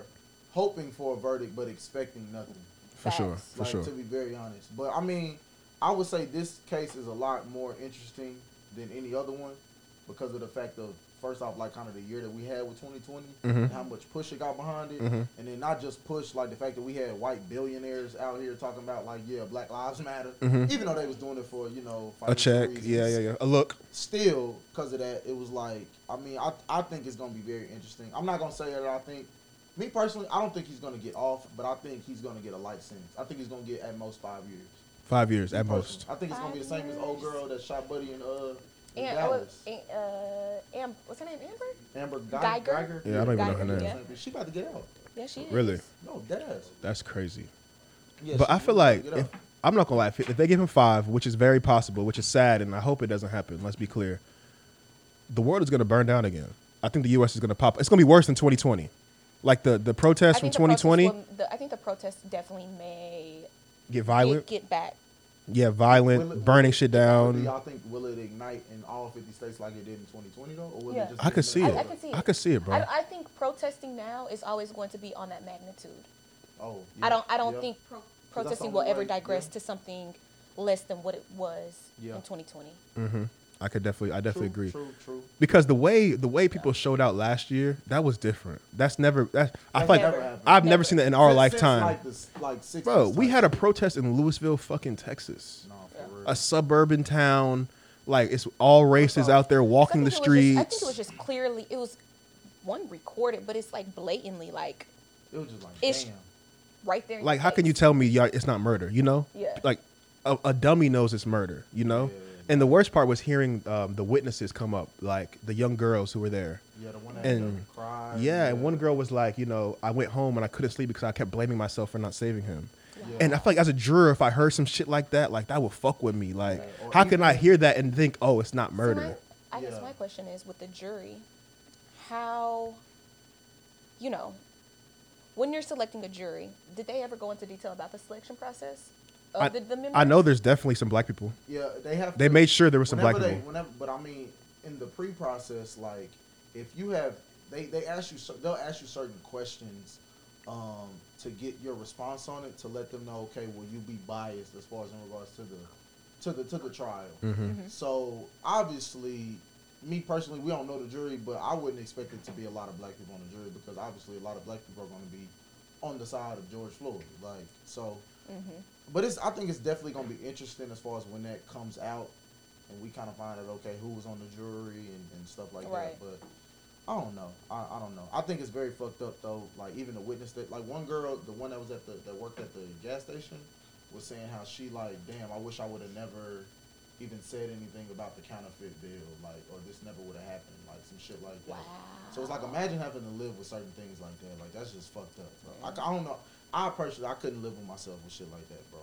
Speaker 2: hoping for a verdict but expecting nothing.
Speaker 3: for sure,
Speaker 4: Facts.
Speaker 3: for
Speaker 2: like
Speaker 3: sure.
Speaker 2: to be very honest, but I mean, I would say this case is a lot more interesting than any other one because of the fact of first off, like kind of the year that we had with 2020,
Speaker 3: Mm-hmm.
Speaker 2: and how much push it got behind it, and then not just push, like the fact that we had white billionaires out here talking about like yeah, Black Lives Matter, even though they was doing it for you know
Speaker 3: Mm-hmm. A
Speaker 2: financial
Speaker 3: check,
Speaker 2: reasons.
Speaker 3: yeah, yeah, yeah. A look.
Speaker 2: Still, because of that, it was like I mean, I I think it's gonna be very interesting. I'm not gonna say that I think. Me personally, I don't think he's gonna get off, but I think he's gonna get a life sentence. I think he's gonna get at most five years.
Speaker 3: Five years at
Speaker 2: Me personally.
Speaker 3: most.
Speaker 2: I think it's gonna be the same as old girl that shot Buddy in uh in
Speaker 4: And, oh,
Speaker 2: Dallas.
Speaker 4: and, uh, Am- what's her name? Amber?
Speaker 2: Amber Geiger.
Speaker 4: Geiger?
Speaker 2: Geiger?
Speaker 3: Yeah, I don't even know her
Speaker 4: Geiger,
Speaker 3: name.
Speaker 4: yeah.
Speaker 2: She about to get out.
Speaker 4: Yeah, she is.
Speaker 3: Really?
Speaker 2: No, dead ass.
Speaker 3: That's crazy.
Speaker 2: Yeah,
Speaker 3: But
Speaker 2: she
Speaker 3: I feel
Speaker 2: about to
Speaker 3: like
Speaker 2: get
Speaker 3: if,
Speaker 2: out.
Speaker 3: I'm not gonna lie. If, if they give him five, which is very possible, which is sad, and I hope it doesn't happen. Let's be clear. The world is gonna burn down again. I think the U.S. is gonna pop. It's gonna be worse than 2020. Like the the
Speaker 4: I
Speaker 3: protests from
Speaker 4: think the protests
Speaker 3: 2020
Speaker 4: will- the- I think the protests definitely may
Speaker 3: get
Speaker 4: get,
Speaker 3: violent.
Speaker 4: get back.
Speaker 3: yeah, violent,
Speaker 2: Will it-
Speaker 3: burning shit
Speaker 2: do
Speaker 3: down.
Speaker 2: y'all think will it ignite in all 50 states like it did in 2020 though, or will
Speaker 4: Yeah.
Speaker 2: it just
Speaker 3: I
Speaker 2: be
Speaker 3: could see
Speaker 4: I,
Speaker 3: it.
Speaker 4: I can see it.
Speaker 3: I could see it, bro.
Speaker 4: I, I think protesting now is always going to be on that magnitude.
Speaker 2: Oh,
Speaker 4: I don't. I don't
Speaker 2: yeah.
Speaker 4: think pro-
Speaker 2: that's
Speaker 4: protesting
Speaker 2: the
Speaker 4: will
Speaker 2: only
Speaker 4: ever
Speaker 2: way-
Speaker 4: digress
Speaker 2: yeah.
Speaker 4: to something less than what it was
Speaker 2: Yeah.
Speaker 4: in 2020.
Speaker 3: I could definitely, I definitely
Speaker 2: True,
Speaker 3: agree.
Speaker 2: True, true.
Speaker 3: Because the way the way people showed out last year, that was different. That's never. That's, I feel like
Speaker 2: never happened.
Speaker 3: I've never
Speaker 4: Never.
Speaker 3: seen that in our
Speaker 2: Since- since,
Speaker 3: lifetime,
Speaker 2: like, this, like six
Speaker 3: bro. We had a protest in Louisville, fucking Texas,
Speaker 2: no, for real.
Speaker 3: a suburban town. Like it's all races out there
Speaker 4: So I
Speaker 3: walking the
Speaker 4: think it was
Speaker 3: streets.
Speaker 4: just- I think it was just clearly. It was one recorded, but it's like blatantly like
Speaker 2: it was just like
Speaker 4: It's-
Speaker 2: damn.
Speaker 4: right there. in
Speaker 3: like
Speaker 4: your
Speaker 3: how can
Speaker 4: face.
Speaker 3: you tell me y'all, it's not murder you know
Speaker 4: Yeah.
Speaker 3: like a, a dummy knows it's murder you know
Speaker 2: Yeah.
Speaker 3: and the worst part was hearing um, the witnesses come up like the young girls who were there
Speaker 2: Yeah, the one that
Speaker 3: And-
Speaker 2: and, cried.
Speaker 3: yeah and one girl was like you know i went home and i couldn't sleep because i kept blaming myself for not saving him and i feel like as a juror if i heard some shit like that like that would fuck with me like
Speaker 2: Yeah, or
Speaker 3: how can i hear that and think oh it's not
Speaker 4: So my-
Speaker 3: murder
Speaker 4: I guess
Speaker 2: Yeah.
Speaker 4: my question is with the jury, how, you know, when you're selecting a jury, did they ever go into detail about the selection process of
Speaker 3: I,
Speaker 4: the, the members?
Speaker 3: I know there's definitely some black people
Speaker 2: Yeah, they have.
Speaker 3: They
Speaker 2: to-
Speaker 3: made sure there was some
Speaker 2: whenever
Speaker 3: black
Speaker 2: they-
Speaker 3: people.
Speaker 2: Whenever, but I mean, in the pre-process, like if you have, they they ask you, cer- they'll ask you certain questions, um, to get your response on it to let them know, okay, will you be biased as far as in regards to the, to the to the trial.
Speaker 3: Mm-hmm.
Speaker 2: So obviously, me personally, we don't know the jury, but I wouldn't expect it to be a lot of black people on the jury because obviously a lot of black people are going to be on the side of George Floyd, like so.
Speaker 4: Mm-hmm.
Speaker 2: But it's I think it's definitely gonna be interesting as far as when that comes out and we kind of find out okay who was on the jury and, and stuff like
Speaker 4: Right.
Speaker 2: that. But I don't know. I, I don't know. I think it's very fucked up though. Like even the witness that like one girl, the one that was at the that worked at the gas station, was saying how she like damn I wish I would have never even said anything about the counterfeit bill like or this never would have happened like some shit like that. So it's like imagine having to live with certain things like that. Like that's just fucked up, bro. Like, I don't know. I personally I couldn't live with myself with shit like that, bro.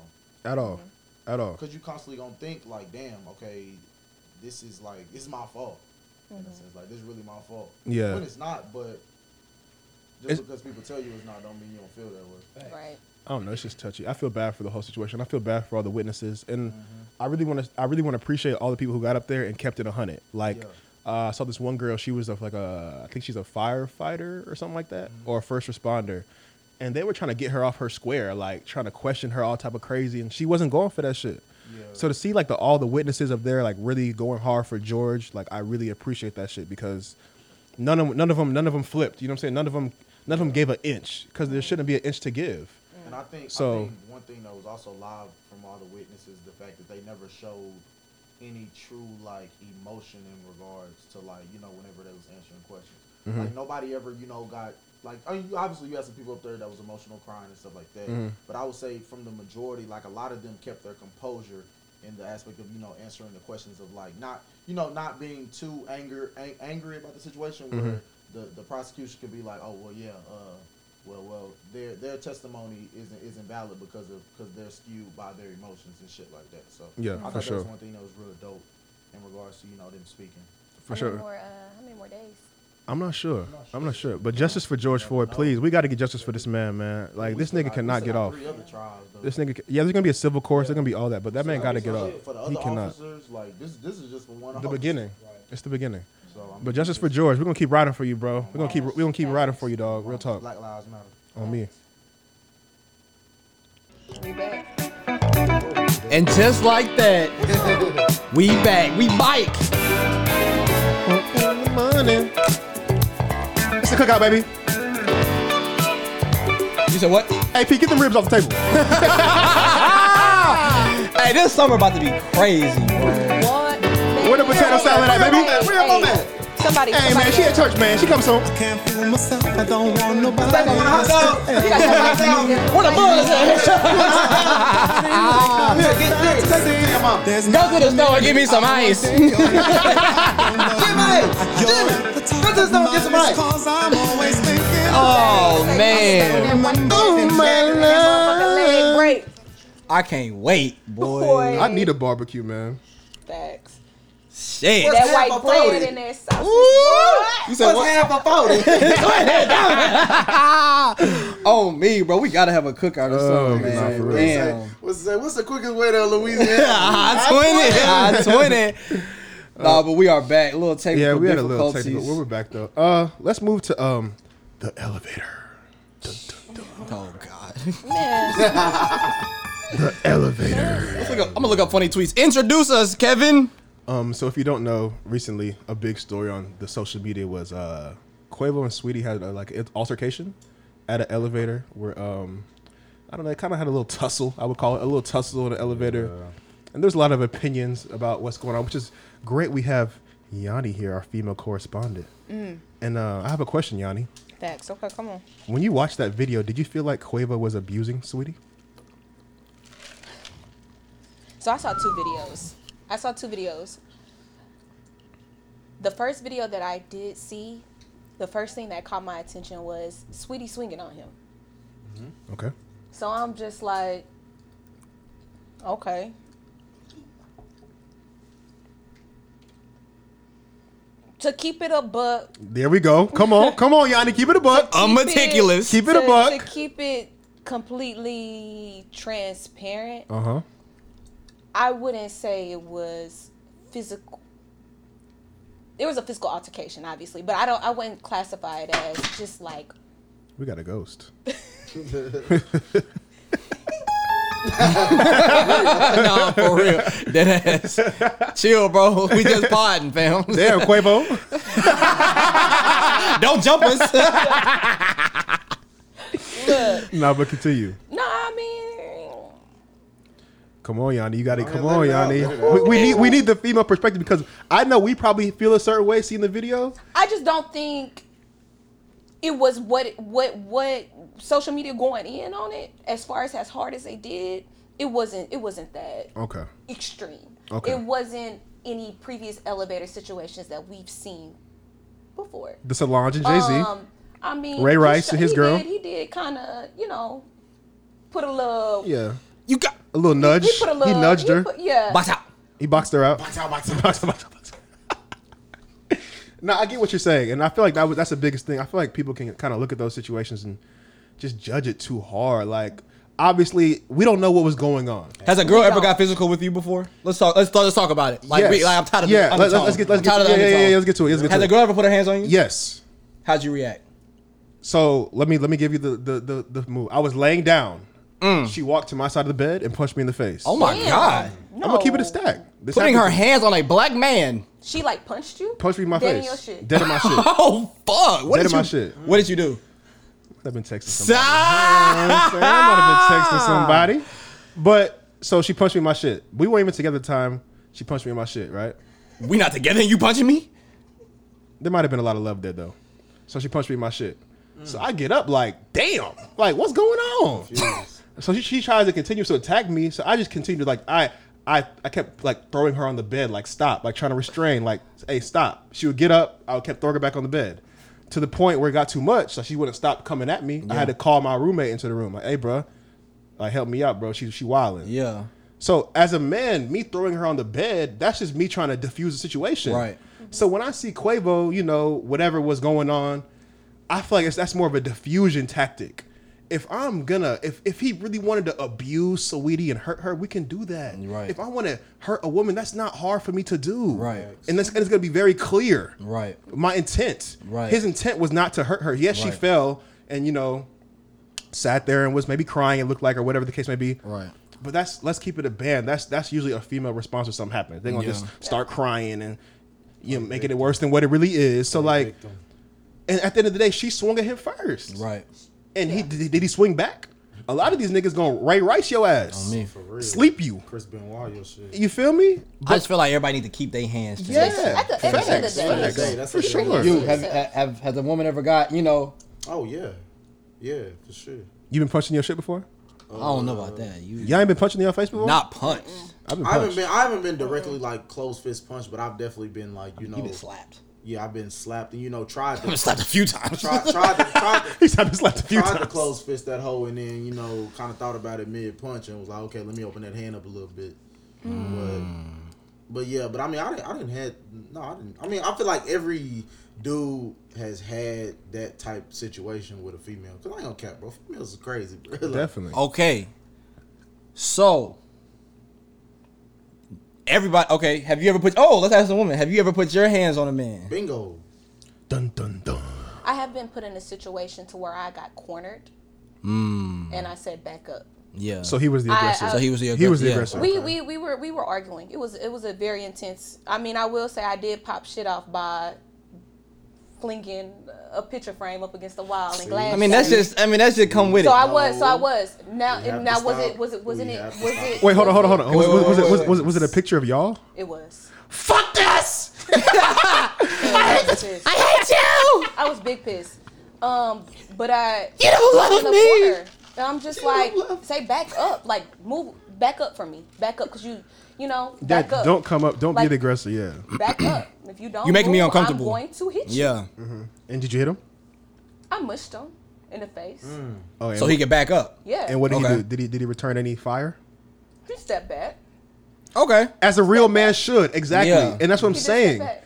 Speaker 3: at all at all
Speaker 2: Because you constantly gonna think like, damn, okay, this is like this is my fault. In a sense, like this is really my fault.
Speaker 3: Yeah.
Speaker 2: When it's not, but just
Speaker 3: It's-
Speaker 2: because people tell you it's not, don't mean you don't feel that way.
Speaker 4: Right.
Speaker 3: I don't know. It's just touchy. I feel bad for the whole situation. I feel bad for all the witnesses, and I really want to. I really want to appreciate all the people who got up there and kept it a hundred. Like
Speaker 2: Yeah.
Speaker 3: Uh, I saw this one girl. She was of like a, I think she's a firefighter or something like that, or a first responder, and they were trying to get her off her square, like trying to question her all type of crazy, and she wasn't going for that shit. So to see like the all the witnesses up there like really going hard for George, like I really appreciate that shit because none of none of them none of them flipped. You know what I'm saying? None of them none of them gave an inch because there shouldn't be an inch to give.
Speaker 2: And I think I
Speaker 3: So-
Speaker 2: think one thing that was also live from all the witnesses the fact that they never showed any true like emotion in regards to like you know whenever they was answering questions. Like nobody ever you know got like I mean, obviously you had some people up there that was emotional crying and stuff like that. But I would say from the majority, like a lot of them kept their composure in the aspect of you know answering the questions of like not you know not being too anger ang- angry about the situation where the the prosecution could be like oh well yeah uh well, well, their their testimony isn't isn't valid because of because they're skewed by their emotions and shit like that. So
Speaker 3: Yeah,
Speaker 2: I
Speaker 3: for
Speaker 2: thought that
Speaker 3: sure.
Speaker 2: was one thing that was real dope in regards to you know them speaking.
Speaker 3: For
Speaker 8: How many more, uh, how many more days?
Speaker 3: I'm not sure. I'm not sure. But justice for George Floyd, please. We got to get justice for this man, man. Like
Speaker 2: We
Speaker 3: this
Speaker 2: still
Speaker 3: nigga
Speaker 2: got- we
Speaker 3: cannot
Speaker 2: still
Speaker 3: get
Speaker 2: got
Speaker 3: off.
Speaker 2: Three other trials, though.
Speaker 3: This nigga, yeah, there's gonna be a civil course. There's gonna be all that, but that man
Speaker 2: Still
Speaker 3: got to
Speaker 2: some
Speaker 3: get off.
Speaker 2: shit For the
Speaker 3: He
Speaker 2: other
Speaker 3: cannot.
Speaker 2: officers, like this this is just for one.
Speaker 3: The
Speaker 2: officer.
Speaker 3: beginning. It's the beginning.
Speaker 2: So, I mean,
Speaker 3: But justice for George, we're gonna keep riding for you, bro. We're gonna keep we're gonna keep riding for you, dog. Real talk
Speaker 2: Black Lives Matter.
Speaker 3: on me.
Speaker 1: And just like that, we back. We bike.
Speaker 3: It's the cookout, baby.
Speaker 1: You said what?
Speaker 3: Hey, Pete, get them ribs off the table.
Speaker 1: Hey, this summer about to be crazy, bro.
Speaker 8: What?
Speaker 3: Where the potato salad at, baby? Where your mom at?
Speaker 8: Somebody.
Speaker 3: Hey, man, she at church, man. She comes home.
Speaker 5: Can't fool myself, I don't want nobody.
Speaker 1: Back on the hot dog. You got that hot dog. Where the bullets
Speaker 5: There's
Speaker 1: Go to the store and give me some ice. Give me ice.
Speaker 5: Go to the store get some ice. Cause I'm always thinking.
Speaker 1: Oh, man.
Speaker 5: Oh, my
Speaker 8: Leg break.
Speaker 1: I can't wait, boy.
Speaker 8: Boy.
Speaker 3: I need a barbecue, man.
Speaker 8: Facts.
Speaker 1: Shit.
Speaker 8: That white bread in that sausage.
Speaker 1: You said what? half a oh me, bro. We gotta have a cookout or
Speaker 3: Oh,
Speaker 1: something,
Speaker 3: nah,
Speaker 1: man.
Speaker 3: for real.
Speaker 1: Damn.
Speaker 2: What's the, what's the quickest way to Louisiana?
Speaker 1: I twin it. I twin it. Nah, but we are back. A little technical
Speaker 3: Yeah, we had a little
Speaker 1: difficulties.
Speaker 3: technical. We're back though. Uh, let's move to um the elevator.
Speaker 1: Oh god.
Speaker 8: Yeah.
Speaker 3: The elevator.
Speaker 1: Let's look up- I'm gonna look up funny tweets. Introduce us, Kevin.
Speaker 3: Um, so if you don't know, recently a big story on the social media was uh, Quavo and Sweetie had uh, like an altercation at an elevator where um, I don't know, they kind of had a little tussle. I would call it a little tussle in the elevator, and there's a lot of opinions about what's going on, which is great. We have Yanni here, our female correspondent, and uh, I have a question, Yanni.
Speaker 8: Facts. Okay, come on.
Speaker 3: When you watched that video, did you feel like Quavo was abusing Sweetie?
Speaker 8: So I saw two videos. I saw two videos. The first video that I did see, the first thing that caught my attention was Sweetie swinging on him.
Speaker 3: Okay.
Speaker 8: So I'm just like, okay. To keep it a buck.
Speaker 3: There we go. Come on, come on, Yanni, keep it a buck.
Speaker 1: I'm
Speaker 8: keep it-
Speaker 1: meticulous.
Speaker 3: Keep it a
Speaker 8: to-
Speaker 3: buck.
Speaker 8: To keep it completely transparent,
Speaker 3: Uh huh.
Speaker 8: I wouldn't say it was physical. There was a physical altercation, obviously, but I don't. I wouldn't classify it as just like
Speaker 3: We got a ghost.
Speaker 1: nah, for real. Dead ass. Chill, bro. We just podding, fam.
Speaker 3: Damn, Quavo.
Speaker 1: Don't jump us.
Speaker 8: look.
Speaker 3: nah, but continue.
Speaker 8: no, I mean,
Speaker 3: Come on, Yanni. You got to come
Speaker 2: let
Speaker 3: on,
Speaker 2: it out,
Speaker 3: Yanni.
Speaker 2: let it out.
Speaker 3: We, we need we need the female perspective because I know we probably feel a certain way seeing the video.
Speaker 8: I just don't think it was what what what social media going in on it as far as as hard as they did. It wasn't. It wasn't that
Speaker 3: Okay.
Speaker 8: extreme.
Speaker 3: Oh. Okay.
Speaker 8: It wasn't any previous elevator situations that we've seen before.
Speaker 3: The Solange and Jay Z.
Speaker 8: Um, I mean,
Speaker 3: Ray
Speaker 8: he
Speaker 3: Rice
Speaker 8: sh-
Speaker 3: and his
Speaker 8: he
Speaker 3: girl.
Speaker 8: Did, he did kind of, you know, put a little.
Speaker 3: yeah.
Speaker 1: you got
Speaker 3: A little nudge.
Speaker 8: He
Speaker 3: He,
Speaker 8: put a little.
Speaker 3: nudged her.
Speaker 8: put- yeah.
Speaker 1: box out.
Speaker 3: he boxed her out.
Speaker 2: Box out, box out,
Speaker 3: box out, box out, box out. no, I get what you're saying, and I feel like that was that's the biggest thing. I feel like people can kind of look at those situations and just judge it too hard. Like obviously we don't know what was going on.
Speaker 1: Has a girl ever got physical with you before? Let's talk. Let's let's talk about it. Like,
Speaker 3: Yes.
Speaker 1: we, like I'm tired of
Speaker 3: Yeah,
Speaker 1: The
Speaker 3: let's-
Speaker 1: undertone.
Speaker 3: let's get- let's
Speaker 1: I'm
Speaker 3: get
Speaker 1: tired
Speaker 3: to-
Speaker 1: of the
Speaker 3: yeah, yeah, yeah,
Speaker 1: undertone.
Speaker 3: let's get to it, let's get
Speaker 1: Has
Speaker 3: to
Speaker 1: a girl ever put her hands on you?
Speaker 3: Yes.
Speaker 1: How'd you react?
Speaker 3: So let me let me give you the the the, the move. I was laying down. She walked to my side of the bed and punched me in the face.
Speaker 1: Mm. Oh my
Speaker 8: Damn.
Speaker 1: god!
Speaker 8: No.
Speaker 3: I'm gonna keep it a stack. This
Speaker 1: Putting her
Speaker 3: happened to-
Speaker 1: hands on a black man.
Speaker 8: She like punched you.
Speaker 3: punched me in my
Speaker 8: Dead in
Speaker 3: face.
Speaker 8: your shit.
Speaker 3: Dead in my shit.
Speaker 1: Oh fuck! What
Speaker 3: Dead
Speaker 1: did
Speaker 3: in my
Speaker 1: you?
Speaker 3: shit.
Speaker 1: What did you do?
Speaker 3: I've been texting somebody.
Speaker 1: Sigh!
Speaker 3: You know what I'm saying? I might have been texting somebody. But so she punched me in my shit. We weren't even together at the time. She punched me in my shit, right?
Speaker 1: We not together and you punching me?
Speaker 3: There might have been a lot of love there though. So she punched me in my shit. So I get up like, damn, like what's going on? so she, she tries to continue to attack me. So I just continued like I I I kept like throwing her on the bed, like stop, like trying to restrain, like hey stop. She would get up. I kept throwing her back on the bed. To the point where it got too much, so she wouldn't stop coming at me. I had to call my roommate into the room. Like, hey, bro, like help me out, bro. She she wilding.
Speaker 1: Yeah.
Speaker 3: So as a man, me throwing her on the bed, that's just me trying to diffuse the situation.
Speaker 1: Right.
Speaker 3: So when I see Quavo, you know, whatever was going on, I feel like it's, that's more of a diffusion tactic. If I'm gonna, if if he really wanted to abuse Saweetie and hurt her, we can do that.
Speaker 1: Right.
Speaker 3: If I want to hurt a woman, that's not hard for me to do.
Speaker 1: Right.
Speaker 3: And that's and it's gonna be very clear.
Speaker 1: Right.
Speaker 3: My intent.
Speaker 1: Right.
Speaker 3: His intent was not to hurt her. Yes, she
Speaker 1: Right.
Speaker 3: fell, and you know, sat there and was maybe crying. It looked like, or whatever the case may be.
Speaker 1: Right.
Speaker 3: But that's let's keep it a band. That's that's usually a female response if something happens. They're gonna
Speaker 1: Yeah.
Speaker 3: just start crying and you know, making it worse than what it really is. So like, and at the end of the day, she swung at him first.
Speaker 1: Right.
Speaker 3: And he did, did he swing back? A lot of these niggas gonna Ray Rice your ass,
Speaker 1: On me.
Speaker 2: For real.
Speaker 3: sleep you.
Speaker 2: Chris Benoit, your shit.
Speaker 3: You feel me?
Speaker 1: I just feel like everybody need to keep their hands. to
Speaker 3: Yeah.
Speaker 8: At the- at the end of the day.
Speaker 3: Facts,
Speaker 2: Hey,
Speaker 3: facts,
Speaker 2: that's
Speaker 3: for
Speaker 2: a-
Speaker 3: sure.
Speaker 1: You
Speaker 3: You
Speaker 1: have, have have- has a woman ever got you know?
Speaker 2: Oh yeah, yeah, for sure.
Speaker 3: you been punching your shit before?
Speaker 1: I don't know about that. You
Speaker 3: Y'all ain't been punching your face before?
Speaker 1: not punched.
Speaker 3: I've been
Speaker 2: I haven't
Speaker 3: punched.
Speaker 2: been I haven't been directly like close fist punch, but I've definitely been like you know
Speaker 1: You been slapped.
Speaker 2: yeah I've been slapped and you know tried
Speaker 1: I've been
Speaker 2: to
Speaker 1: slapped a few times.
Speaker 2: tried tried to, tried to
Speaker 3: He's been slapped a few
Speaker 2: tried to
Speaker 3: times.
Speaker 2: close fist that hole and then you know kind of thought about it mid punch and was like okay let me open that hand up a little bit
Speaker 1: Hmm.
Speaker 2: but but yeah but i mean i didn't i didn't had no i didn't i mean i feel like every dude has had that type situation with a female because i ain't gonna cap bro females are crazy bro. Like,
Speaker 3: Definitely.
Speaker 1: Okay. So everybody okay, have you ever put oh let's ask a woman, have you ever put your hands on a man?
Speaker 2: bingo
Speaker 3: Dun dun dun.
Speaker 8: I have been put in a situation to where I got cornered,
Speaker 2: Mm.
Speaker 8: and I said back up.
Speaker 1: Yeah.
Speaker 3: So he was the
Speaker 8: I-
Speaker 3: aggressor.
Speaker 8: I-
Speaker 1: So he was the
Speaker 3: He was the
Speaker 1: yeah.
Speaker 3: aggressor.
Speaker 8: We, we we were we were arguing. It was it was a very intense. I mean, I will say I did pop shit off by flinging a picture frame up against the wall and glass.
Speaker 1: I mean that's
Speaker 8: shattered.
Speaker 1: just I mean that's just come with
Speaker 8: So
Speaker 1: it.
Speaker 8: I was so I was now
Speaker 2: have
Speaker 8: and
Speaker 2: to
Speaker 8: now was
Speaker 2: stop.
Speaker 8: it was it wasn't
Speaker 2: We
Speaker 8: it
Speaker 2: have to
Speaker 8: was
Speaker 2: stop.
Speaker 8: it
Speaker 3: Wait, hold on, hold on, hold on. Was,
Speaker 1: Wait, wait,
Speaker 3: was, was,
Speaker 1: wait,
Speaker 3: it, was,
Speaker 1: wait.
Speaker 3: was, was it a picture of y'all?
Speaker 8: It was.
Speaker 3: Fuck this!
Speaker 8: I hate this. I hate you. I was big pissed. Um, but I you
Speaker 3: don't love me.
Speaker 8: And I'm just like say back up, like move back up for me, back up because you you know back
Speaker 3: That
Speaker 8: up.
Speaker 3: don't come up. Don't
Speaker 8: Like-
Speaker 3: be the aggressor. Yeah.
Speaker 8: back up. If you don't,
Speaker 1: You're making me
Speaker 8: move,
Speaker 1: uncomfortable.
Speaker 8: I'm going to hit you.
Speaker 1: Yeah.
Speaker 3: And did you hit him?
Speaker 8: I mushed him in the face.
Speaker 3: Oh, and,
Speaker 1: So he could back up.
Speaker 8: Yeah.
Speaker 3: and what did
Speaker 1: Okay.
Speaker 3: he do? Did he did he return any fire?
Speaker 8: He stepped back.
Speaker 1: Okay.
Speaker 3: As a real man should exactly,
Speaker 1: Yeah.
Speaker 3: and that's what I'm
Speaker 8: He just
Speaker 3: saying.
Speaker 8: stepped back.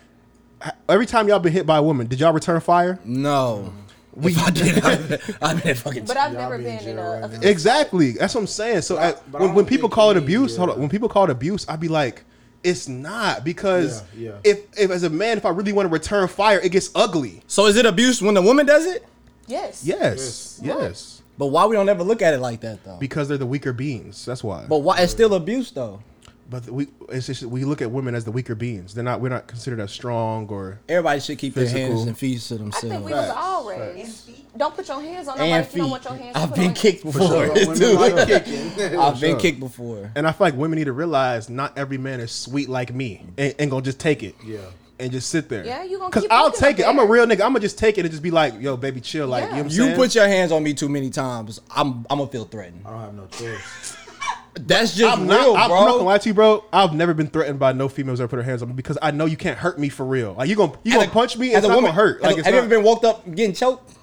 Speaker 3: Every time y'all been hit by a woman, did y'all return fire?
Speaker 1: No. We I did I've been, I've been fucking
Speaker 8: But I've
Speaker 2: Y'all
Speaker 8: never
Speaker 2: be in
Speaker 8: been in
Speaker 2: jail
Speaker 8: a.
Speaker 2: right
Speaker 8: a-
Speaker 3: Exactly. That's what I'm saying. So
Speaker 2: But I-
Speaker 3: at-
Speaker 2: but I
Speaker 3: when,
Speaker 2: don't
Speaker 3: when people
Speaker 2: think
Speaker 3: call it
Speaker 2: we-
Speaker 3: abuse, hold
Speaker 2: yeah.
Speaker 3: on. When people call it abuse, I'd be like, it's not because
Speaker 2: Yeah, yeah.
Speaker 3: if if as a man, if I really want to return fire, it gets ugly.
Speaker 1: So is it abuse when the woman does it?
Speaker 8: yes.
Speaker 3: Yes. Yes.
Speaker 1: But why we don't ever look at it like that though?
Speaker 3: Because they're the weaker beings. That's why.
Speaker 1: But why it's still abuse though.
Speaker 3: But we it's just, we look at women as the weaker beings. They're not we're not considered as strong or
Speaker 1: Everybody should keep their hands
Speaker 3: Physical.
Speaker 1: and feet to
Speaker 8: I
Speaker 1: themselves.
Speaker 8: think we was all raised. Don't put your hands on nobody
Speaker 1: and
Speaker 8: if you don't
Speaker 1: feet.
Speaker 8: want your hands. to
Speaker 1: I've
Speaker 8: put
Speaker 1: been
Speaker 8: on-
Speaker 1: kicked before.
Speaker 2: Women
Speaker 1: dude.
Speaker 2: like kicking.
Speaker 1: I've been
Speaker 3: sure.
Speaker 1: kicked before.
Speaker 3: and I feel like women need to realize not every man is sweet like me and, and gonna just take it.
Speaker 2: Yeah.
Speaker 3: And just sit there.
Speaker 8: Yeah, you gonna
Speaker 3: Cause
Speaker 8: keep
Speaker 3: I'll
Speaker 8: looking up
Speaker 3: take it. I'm a
Speaker 8: there.
Speaker 3: real nigga. I'm gonna just take it and just be like, yo, baby, chill. Like,
Speaker 8: Yeah.
Speaker 3: you know what I'm
Speaker 1: You
Speaker 3: saying?
Speaker 1: put your hands on me too many times. I'm I'm gonna feel threatened.
Speaker 2: I don't have no choice.
Speaker 1: That's just
Speaker 3: I'm
Speaker 1: real,
Speaker 3: not, I'm
Speaker 1: bro.
Speaker 3: not gonna lie to you, bro. I've never been threatened by no females that put her hands on me because I know you can't hurt me for real. Like you gonna you gonna
Speaker 1: As a-
Speaker 3: punch me?
Speaker 1: as
Speaker 3: It's
Speaker 1: a
Speaker 3: not
Speaker 1: woman,
Speaker 3: gonna hurt.
Speaker 1: as
Speaker 3: Like
Speaker 1: a-
Speaker 3: it's
Speaker 1: have you
Speaker 3: not,
Speaker 1: ever been walked up getting choked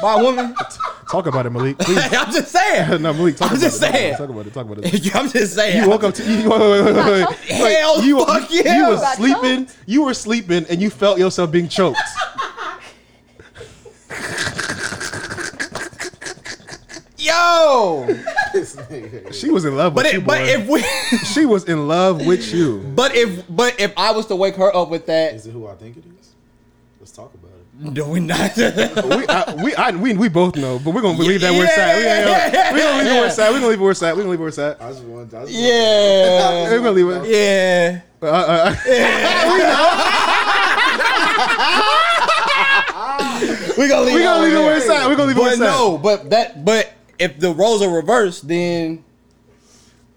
Speaker 1: by a woman?
Speaker 3: talk about it, Malik. Please.
Speaker 1: I'm just saying.
Speaker 3: no, Malik. Talk
Speaker 1: I'm
Speaker 3: about
Speaker 1: just
Speaker 3: it.
Speaker 1: saying.
Speaker 3: Talk about it. Talk about it. Talk about it.
Speaker 1: I'm just saying.
Speaker 3: You woke up to you, wait, wait, wait, wait, wait.
Speaker 1: Hell
Speaker 3: you,
Speaker 1: fuck
Speaker 3: you,
Speaker 1: yeah.
Speaker 3: you were
Speaker 1: Got
Speaker 3: sleeping. You were sleeping, and you felt yourself being choked.
Speaker 1: Yo,
Speaker 11: This nigga.
Speaker 3: She was in love
Speaker 12: But
Speaker 3: with you,
Speaker 12: it, but
Speaker 3: boy.
Speaker 12: if we,
Speaker 3: she was in love with you.
Speaker 12: but if, but if I was to wake her up with that,
Speaker 11: Is it who I think it is? Let's talk about it.
Speaker 12: do we not?
Speaker 3: we, I, we, I, we, we both know, but we're gonna leave that where it's at. We ain't- we gonna leave it where it's at. We gonna leave it where it's at. We gonna leave it where it's at.
Speaker 11: I just want. I just
Speaker 12: yeah,
Speaker 3: We gonna leave it.
Speaker 12: yeah.
Speaker 3: Uh, uh,
Speaker 12: We gonna leave.
Speaker 3: we gonna leave it
Speaker 12: on
Speaker 3: where
Speaker 12: there.
Speaker 3: it's at. We gonna leave it where
Speaker 12: But
Speaker 3: it's at.
Speaker 12: no, but that, but if the roles are reversed, then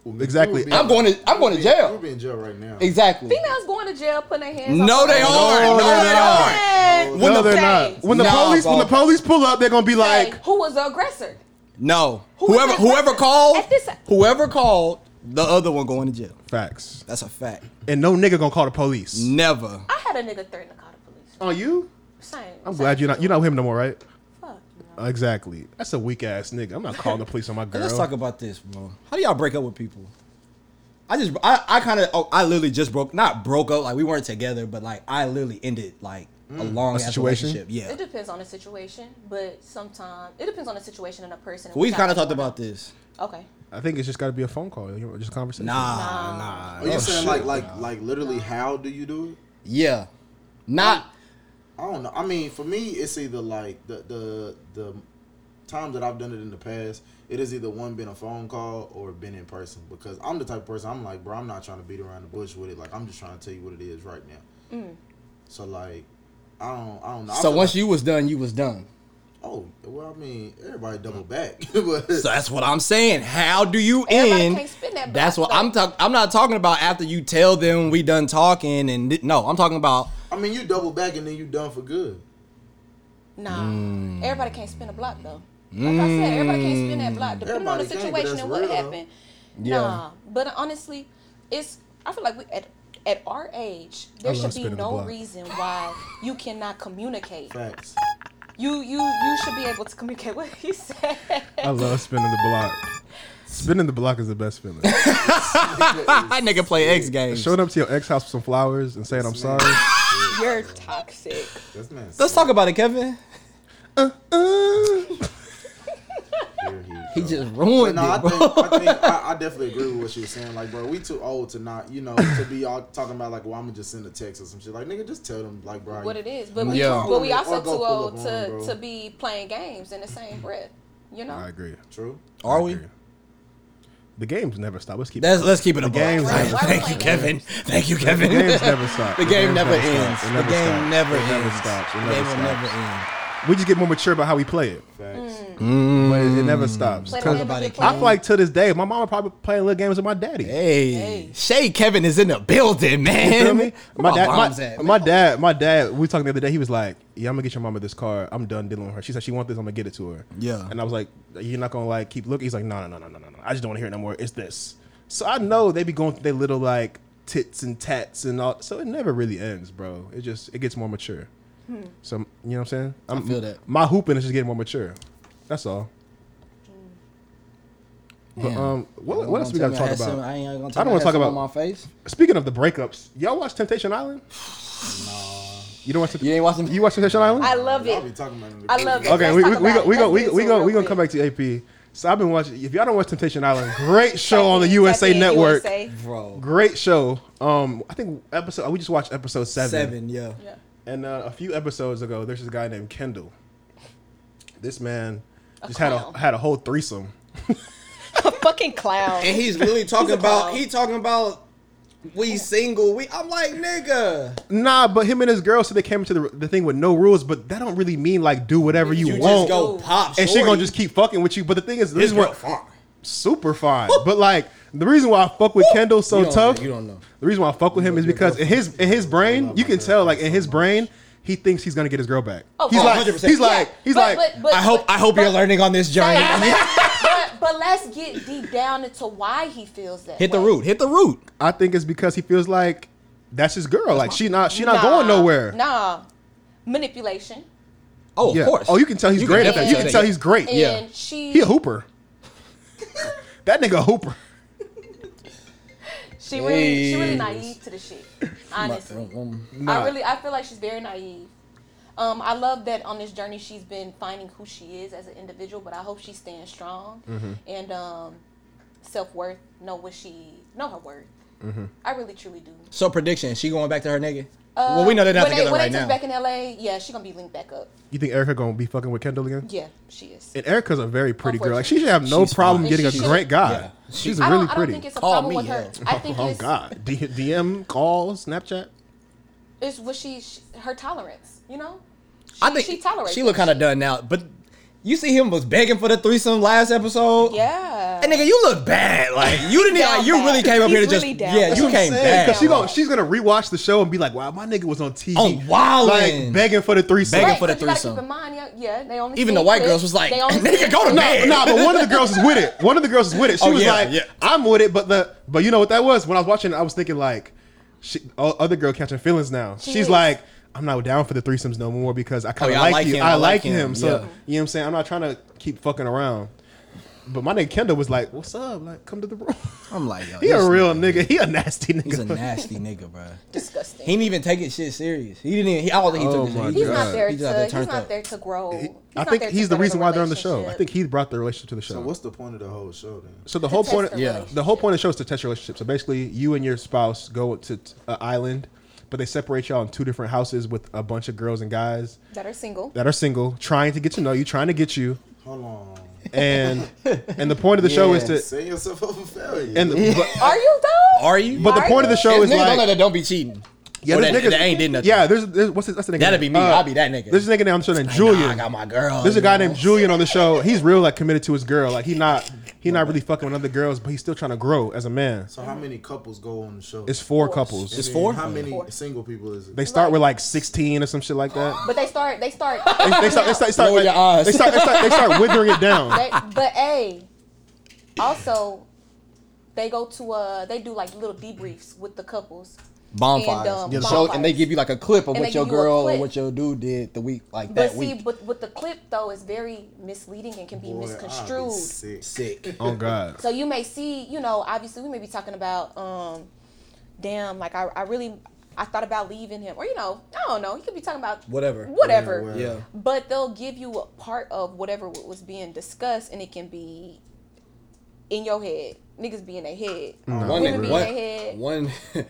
Speaker 11: want-
Speaker 3: Exactly.
Speaker 11: You would be-
Speaker 12: I'm going to, I'm going to
Speaker 11: You'll
Speaker 12: jail.
Speaker 11: be in jail right now.
Speaker 12: Exactly.
Speaker 8: Females going to jail putting their hands.
Speaker 12: No,
Speaker 8: on
Speaker 12: they
Speaker 8: women.
Speaker 12: aren't. No, they aren't.
Speaker 8: aren't.
Speaker 3: No,
Speaker 12: the
Speaker 3: they're
Speaker 8: police-
Speaker 3: not. When the
Speaker 12: Nah,
Speaker 3: police, when
Speaker 12: bro.
Speaker 3: the police pull up, they're gonna be like,
Speaker 8: who was the aggressor?
Speaker 12: No.
Speaker 8: Who
Speaker 12: whoever
Speaker 8: is that
Speaker 12: whoever
Speaker 8: person?
Speaker 12: called
Speaker 8: At this-
Speaker 12: whoever called the other one going to jail.
Speaker 3: facts,
Speaker 12: That's a fact.
Speaker 3: and no nigga gonna call the police
Speaker 12: Never.
Speaker 8: I had a nigga threaten to call the police.
Speaker 3: on you.
Speaker 8: Same.
Speaker 3: I'm glad you're not, you're not with him no more, right?
Speaker 8: Fuck. you know.
Speaker 3: Exactly. That's a weak ass nigga. I'm not calling the police on my girl.
Speaker 12: Let's talk about this, bro. How do y'all break up with people? I just I, I kind of oh, I literally just broke not broke up like we weren't together but like I literally ended like a long ass
Speaker 3: situation?
Speaker 12: relationship. Yeah.
Speaker 8: It depends on the situation, but sometimes it depends on the situation and the person. and
Speaker 12: We've
Speaker 8: what
Speaker 12: kind of
Speaker 8: y'all
Speaker 12: talked
Speaker 8: want.
Speaker 12: about this.
Speaker 8: Okay.
Speaker 3: I think it's just got to be a phone call, you know, just a conversation.
Speaker 12: Nah, nah.
Speaker 11: Are you
Speaker 12: Oh,
Speaker 11: saying
Speaker 12: shit.
Speaker 11: like like like literally? How do you do it?
Speaker 12: Yeah. Not
Speaker 11: I don't know. I mean, for me, it's either like the the the time that I've done it in the past, it is either one been a phone call or been in person because I'm the type of person I'm like, bro, I'm not trying to beat around the bush with it. Like I'm just trying to tell you what it is right now. So like, I don't I don't know. I
Speaker 12: Mm. so
Speaker 11: feel
Speaker 12: once
Speaker 11: like-
Speaker 12: you was done, you was done.
Speaker 11: oh well, I mean, everybody double back, but
Speaker 12: So that's what I'm saying. How do you
Speaker 8: Everybody
Speaker 12: end?
Speaker 8: can't spin that
Speaker 12: that's
Speaker 8: block,
Speaker 12: what I'm
Speaker 8: though.
Speaker 12: talking. I'm not talking about after you tell them we done talking and di- no, I'm talking about
Speaker 11: I mean, you double back and then you done for good.
Speaker 8: Nah,
Speaker 12: Mm.
Speaker 8: everybody can't spin a block though. Like I said, everybody can't spin that block depending on the
Speaker 11: Everybody can't, but
Speaker 8: situation
Speaker 11: that's
Speaker 8: and what
Speaker 11: real, though.
Speaker 8: happened.
Speaker 12: Yeah.
Speaker 8: Nah, but honestly, it's I feel like we at at our age there
Speaker 3: love
Speaker 8: should be
Speaker 3: spinning the
Speaker 8: no
Speaker 3: block.
Speaker 8: reason why you cannot communicate.
Speaker 11: Facts.
Speaker 8: You you you should be able to communicate what he said.
Speaker 3: I love spinning the block. Spinning the block is the best feeling.
Speaker 12: that nigga play X games.
Speaker 3: Showing up to your ex house with some flowers and saying I'm sorry.
Speaker 8: You're toxic.
Speaker 11: That's man.
Speaker 12: Let's talk about it, Kevin.
Speaker 11: Here he
Speaker 12: He
Speaker 11: go.
Speaker 12: just ruined
Speaker 11: No, I
Speaker 12: it, bro.
Speaker 11: think, I, think I, I definitely agree with what she was saying. Like, bro, we too old to not, you know, to be all talking about like, well, I'm gonna just send a text or some shit. Like, nigga, just tell them, like, bro,
Speaker 8: What it is, but we,
Speaker 12: Yeah.
Speaker 8: but we
Speaker 11: Or
Speaker 8: also
Speaker 11: go
Speaker 8: too
Speaker 11: pull
Speaker 8: old
Speaker 11: up on 'em,
Speaker 8: to
Speaker 11: bro.
Speaker 8: to be playing games in the same breath. You know.
Speaker 3: I agree.
Speaker 11: True.
Speaker 12: Are
Speaker 3: I
Speaker 12: we?
Speaker 3: agree. The games never stop. Let's keep.
Speaker 12: That's, let's keep it a
Speaker 3: The
Speaker 12: block.
Speaker 3: games
Speaker 12: Thank,
Speaker 3: never
Speaker 12: thank
Speaker 8: stop.
Speaker 12: you, Kevin. Thank you,
Speaker 3: the
Speaker 12: Kevin.
Speaker 3: games never stop.
Speaker 12: The game
Speaker 3: games
Speaker 12: never ends.
Speaker 3: stop. It
Speaker 12: The game
Speaker 3: stops.
Speaker 12: never
Speaker 3: It never
Speaker 12: ends.
Speaker 3: stops. It
Speaker 12: The
Speaker 3: never
Speaker 12: game will
Speaker 3: stops.
Speaker 12: never end.
Speaker 3: We just get more mature about how we play it,
Speaker 11: Facts.
Speaker 8: Mm.
Speaker 3: but it, it never stops.
Speaker 8: Play the
Speaker 3: 'Cause
Speaker 8: game
Speaker 12: about
Speaker 8: you
Speaker 12: it,
Speaker 8: play.
Speaker 3: I feel like to this day, my mama probably playing little games with my daddy.
Speaker 12: Hey.
Speaker 8: Hey.
Speaker 12: Shay Kevin is in the building, man.
Speaker 3: You feel me?
Speaker 12: Where
Speaker 3: My dad,
Speaker 12: mom's
Speaker 3: my,
Speaker 12: at, man?
Speaker 3: my dad, my dad. We were talking the other day. He was like, "Yeah, I'm gonna get your mama this car. I'm done dealing with her. She said she wants this. I'm gonna get it to her."
Speaker 12: Yeah.
Speaker 3: And I was like, "You're not gonna like keep looking." He's like, "No, no, no, no, no, no, no. I just don't want to hear it no more. It's this." So I know they be going through their little like tits and tats and all. So it never really ends, bro. It just it gets more mature. So you know what I'm saying? I'm,
Speaker 12: feel that.
Speaker 3: My hooping is just getting more mature. That's all. But,
Speaker 12: Damn.
Speaker 3: um,
Speaker 12: You
Speaker 3: what,
Speaker 12: don't
Speaker 3: what else we
Speaker 12: tell
Speaker 3: gotta
Speaker 12: me I
Speaker 3: talk
Speaker 12: had some-
Speaker 3: about?
Speaker 12: I ain't
Speaker 3: I don't
Speaker 12: gonna tell you
Speaker 3: want to
Speaker 12: had
Speaker 3: talk
Speaker 12: some
Speaker 3: about
Speaker 12: on my face.
Speaker 3: Speaking of the breakups, y'all watch Temptation Island? No. You don't watch. Tempt-
Speaker 12: You ain't watching.
Speaker 3: You watch Temptation Island?
Speaker 8: I love
Speaker 11: I'll be
Speaker 8: it.
Speaker 11: talking about it. in the
Speaker 8: I love
Speaker 11: group.
Speaker 8: it.
Speaker 3: okay,
Speaker 8: Let's
Speaker 3: we
Speaker 8: talk
Speaker 3: we we
Speaker 8: about
Speaker 3: go
Speaker 8: it.
Speaker 3: we go we
Speaker 8: Let's
Speaker 3: go we
Speaker 8: do
Speaker 3: go
Speaker 8: it
Speaker 3: we
Speaker 8: real
Speaker 3: gonna come back
Speaker 8: quick.
Speaker 3: to AP. So I've been watching. If y'all don't watch Temptation Island, great show on the USA
Speaker 8: Type in
Speaker 3: Network.
Speaker 8: USA.
Speaker 12: bro.
Speaker 3: Great show. Um, I think episode we just watched episode seven.
Speaker 12: Seven, yeah.
Speaker 8: Yeah.
Speaker 3: And uh, a few episodes ago, there's this guy named Kendall. This man just
Speaker 8: clown.
Speaker 3: had a had a whole threesome.
Speaker 4: fucking clown.
Speaker 12: And he's really talking about
Speaker 8: clown.
Speaker 12: he talking about we single. We I'm like nigga.
Speaker 3: Nah, but him and his girl said they came into the, the thing with no rules, but that don't really mean like do whatever you,
Speaker 12: You
Speaker 3: want.
Speaker 12: just go pop.
Speaker 3: and she
Speaker 12: shorty.
Speaker 3: gonna just keep fucking with you. But the thing is, this one
Speaker 12: fine.
Speaker 3: super fine. but like the reason why I fuck with Kendall so
Speaker 12: You don't
Speaker 3: tough,
Speaker 12: know, you don't know.
Speaker 3: The reason why I fuck with him is because in his in his brain, you can tell like in his brain, he thinks he's gonna get his girl back.
Speaker 8: Oh,
Speaker 3: he's
Speaker 8: oh,
Speaker 3: like,
Speaker 12: 100%.
Speaker 3: he's like,
Speaker 8: Yeah,
Speaker 3: he's
Speaker 8: but-
Speaker 3: like,
Speaker 8: but- but-
Speaker 12: I hope I hope you're learning on this journey.
Speaker 8: but, but let's get deep down into why he feels that.
Speaker 12: Hit the
Speaker 8: way.
Speaker 12: root. Hit the root.
Speaker 3: I think it's because he feels like that's his girl. Like she not she not
Speaker 8: Nah,
Speaker 3: going nowhere.
Speaker 8: Nah, manipulation.
Speaker 12: Oh,
Speaker 3: Yeah.
Speaker 12: of course.
Speaker 3: Oh, you can tell he's
Speaker 12: You can
Speaker 3: great at that.
Speaker 12: definitely
Speaker 3: You
Speaker 12: tell
Speaker 3: can
Speaker 12: that,
Speaker 3: tell
Speaker 12: yeah.
Speaker 3: he's great.
Speaker 8: And
Speaker 3: Yeah,
Speaker 12: Yeah.
Speaker 8: she
Speaker 3: he a hooper. that nigga a hooper.
Speaker 8: she really she really
Speaker 12: Jeez.
Speaker 8: naive to the shit. Honestly,
Speaker 12: Um,
Speaker 8: I really I feel like she's very naive. Um, I love that on this
Speaker 12: Mm-hmm.
Speaker 8: journey she's been finding who she is as an individual, but I hope she's staying strong. And um, self worth, know what she, know her worth.
Speaker 12: Mm-hmm.
Speaker 8: I really truly do.
Speaker 12: So prediction, she going back to her nigga? well, we know they're not
Speaker 8: Uh, when
Speaker 12: together
Speaker 8: they, when
Speaker 12: right
Speaker 8: they
Speaker 12: now.
Speaker 8: took back in L.A., yeah, she gonna be linked back up.
Speaker 3: You think Erica gonna be fucking with Kendall again?
Speaker 8: Yeah, she is.
Speaker 3: And Erica's a very pretty girl. Like she should have no
Speaker 12: She's
Speaker 3: problem
Speaker 12: fine.
Speaker 3: getting a
Speaker 8: She should.
Speaker 3: great guy.
Speaker 12: Yeah.
Speaker 3: She's
Speaker 8: I don't,
Speaker 3: really
Speaker 8: I
Speaker 3: pretty.
Speaker 8: don't think it's a
Speaker 12: Call
Speaker 8: problem
Speaker 12: me,
Speaker 8: with her.
Speaker 12: yeah.
Speaker 8: I think
Speaker 3: oh
Speaker 8: it's,
Speaker 3: God, D- DM, call, Snapchat.
Speaker 8: it's what she, sh her tolerance. You know, she,
Speaker 12: I think
Speaker 8: she tolerates.
Speaker 12: She look
Speaker 8: that
Speaker 12: kind of
Speaker 8: shit.
Speaker 12: done now, but you see him was begging for the threesome last episode.
Speaker 8: Yeah.
Speaker 12: And nigga, you look bad. Like you didn't.
Speaker 8: Down
Speaker 12: Like, you
Speaker 8: bad.
Speaker 12: really came up
Speaker 4: He's
Speaker 12: here to
Speaker 4: really
Speaker 12: just.
Speaker 4: down.
Speaker 12: Yeah,
Speaker 4: That's
Speaker 12: you came back.
Speaker 3: Because she gonna, she's gonna rewatch the show and be like, "Wow, my nigga was on TV,
Speaker 12: On wildin'.
Speaker 3: like begging for the threesome."
Speaker 12: Begging
Speaker 8: Right,
Speaker 12: for the
Speaker 8: but you gotta
Speaker 12: threesome.
Speaker 8: Keep in mind, yeah, yeah, they only
Speaker 12: Even
Speaker 8: see
Speaker 12: the white
Speaker 8: clips.
Speaker 12: girls was like,
Speaker 8: they only see
Speaker 12: "Nigga, go to
Speaker 8: clips.
Speaker 12: bed."
Speaker 3: Nah, but one of the girls is with it. One of the girls is with it. She
Speaker 12: Oh,
Speaker 3: was
Speaker 12: yeah,
Speaker 3: like,
Speaker 12: yeah.
Speaker 3: "I'm with it," but the but you know what that was? When I was watching, it, I was thinking like, she, o- "Other girl catching feelings now." she's
Speaker 8: is.
Speaker 3: like. I'm not down for the threesomes no more because I kind
Speaker 12: Oh,
Speaker 3: of
Speaker 12: yeah, I
Speaker 3: like,
Speaker 12: like
Speaker 3: you.
Speaker 12: him.
Speaker 3: I, like him. So
Speaker 12: yeah.
Speaker 3: you know what I'm saying. I'm not trying to keep fucking around. But my nigga Kendall was like, "What's up? Like, come to the room."
Speaker 12: I'm like, yo,
Speaker 3: He a
Speaker 12: this
Speaker 3: real nigga. He a nasty nigga.
Speaker 12: Oh, He's a nasty nigga, bro.
Speaker 8: Disgusting.
Speaker 12: He didn't even take his shit serious. He didn't even. He, I don't think he
Speaker 3: Oh
Speaker 12: took. it
Speaker 3: my
Speaker 12: serious.
Speaker 8: he's
Speaker 12: just-
Speaker 8: not there
Speaker 12: he
Speaker 8: to.
Speaker 12: just out there
Speaker 8: he's
Speaker 12: turned
Speaker 8: not
Speaker 12: up.
Speaker 8: there to grow. He's
Speaker 3: I
Speaker 8: not
Speaker 3: think
Speaker 8: there to
Speaker 3: he's the
Speaker 8: build a
Speaker 3: reason why they're on the show. I
Speaker 8: relationship.
Speaker 3: think he brought the relationship to the show.
Speaker 11: So what's the point of the whole show then?
Speaker 3: So the whole
Speaker 8: test
Speaker 3: point,
Speaker 8: the
Speaker 3: yeah,
Speaker 8: relationship.
Speaker 3: the whole point of the show is to test your relationship. So basically, you and your spouse go to an island, but they separate y'all in two different houses with a bunch of girls and guys
Speaker 8: that are single.
Speaker 3: that are single, trying to get to know you, trying to get you,
Speaker 11: Hold on.
Speaker 3: and and the point of the show is to
Speaker 11: Set yourself up for failure.
Speaker 3: and the, but,
Speaker 8: Are you though?
Speaker 12: Are you?
Speaker 3: but the point of the show
Speaker 12: Niggas
Speaker 3: is
Speaker 12: don't let
Speaker 3: like
Speaker 12: that don't be cheating.
Speaker 3: yeah,
Speaker 12: Or
Speaker 3: there's
Speaker 12: Oh, that,
Speaker 3: niggas-
Speaker 12: that ain't did nothing.
Speaker 3: Yeah, there's, there's what's this, that's the nigga. Uh,
Speaker 12: That'd be me. I'll be that nigga.
Speaker 3: There's a nigga on the show named Julian.
Speaker 12: Nah, I got my girl.
Speaker 3: There's a
Speaker 12: you
Speaker 3: guy
Speaker 12: know?
Speaker 3: named Julian on the show. He's real like committed to his girl. Like he not he not really fucking with other girls, but he's still trying to grow as a man.
Speaker 11: so how many couples go on the show?
Speaker 3: It's four
Speaker 8: Four.
Speaker 3: couples.
Speaker 12: It's
Speaker 11: And
Speaker 12: four?
Speaker 11: How many
Speaker 8: Four.
Speaker 11: single people is it?
Speaker 3: they start with like 16 or some shit like that.
Speaker 8: But they start. They start.
Speaker 3: They, they start they start, they start,
Speaker 12: Lower
Speaker 3: like-
Speaker 12: your eyes.
Speaker 3: they start they start they start withering it down.
Speaker 8: they, but hey, also they go to uh they do like little debriefs with the couples.
Speaker 12: bonfires.
Speaker 8: And, um,
Speaker 12: Yeah, the
Speaker 8: bonfires.
Speaker 12: show- and they give you like a clip of
Speaker 8: And
Speaker 12: what
Speaker 8: they
Speaker 12: your
Speaker 8: give you a
Speaker 12: girl or
Speaker 8: clip.
Speaker 12: what your dude did the week like
Speaker 8: But
Speaker 12: that
Speaker 8: see,
Speaker 12: week.
Speaker 8: but with the clip though is very misleading and can be
Speaker 11: Boy, I'd be
Speaker 8: misconstrued.
Speaker 11: sick.
Speaker 12: Sick.
Speaker 3: Oh god.
Speaker 8: So you may see, you know, obviously we may be talking about, um, damn, like I, I really, I thought about leaving him, or you know, I don't know. You could be talking about
Speaker 12: Whatever.
Speaker 8: whatever.
Speaker 11: Yeah,
Speaker 12: Yeah.
Speaker 8: But they'll give you a part of whatever w- was being discussed, and it can be in your head. Niggas be in their head.
Speaker 12: One
Speaker 8: Women be in
Speaker 12: nigga,
Speaker 8: their head.
Speaker 12: one, one,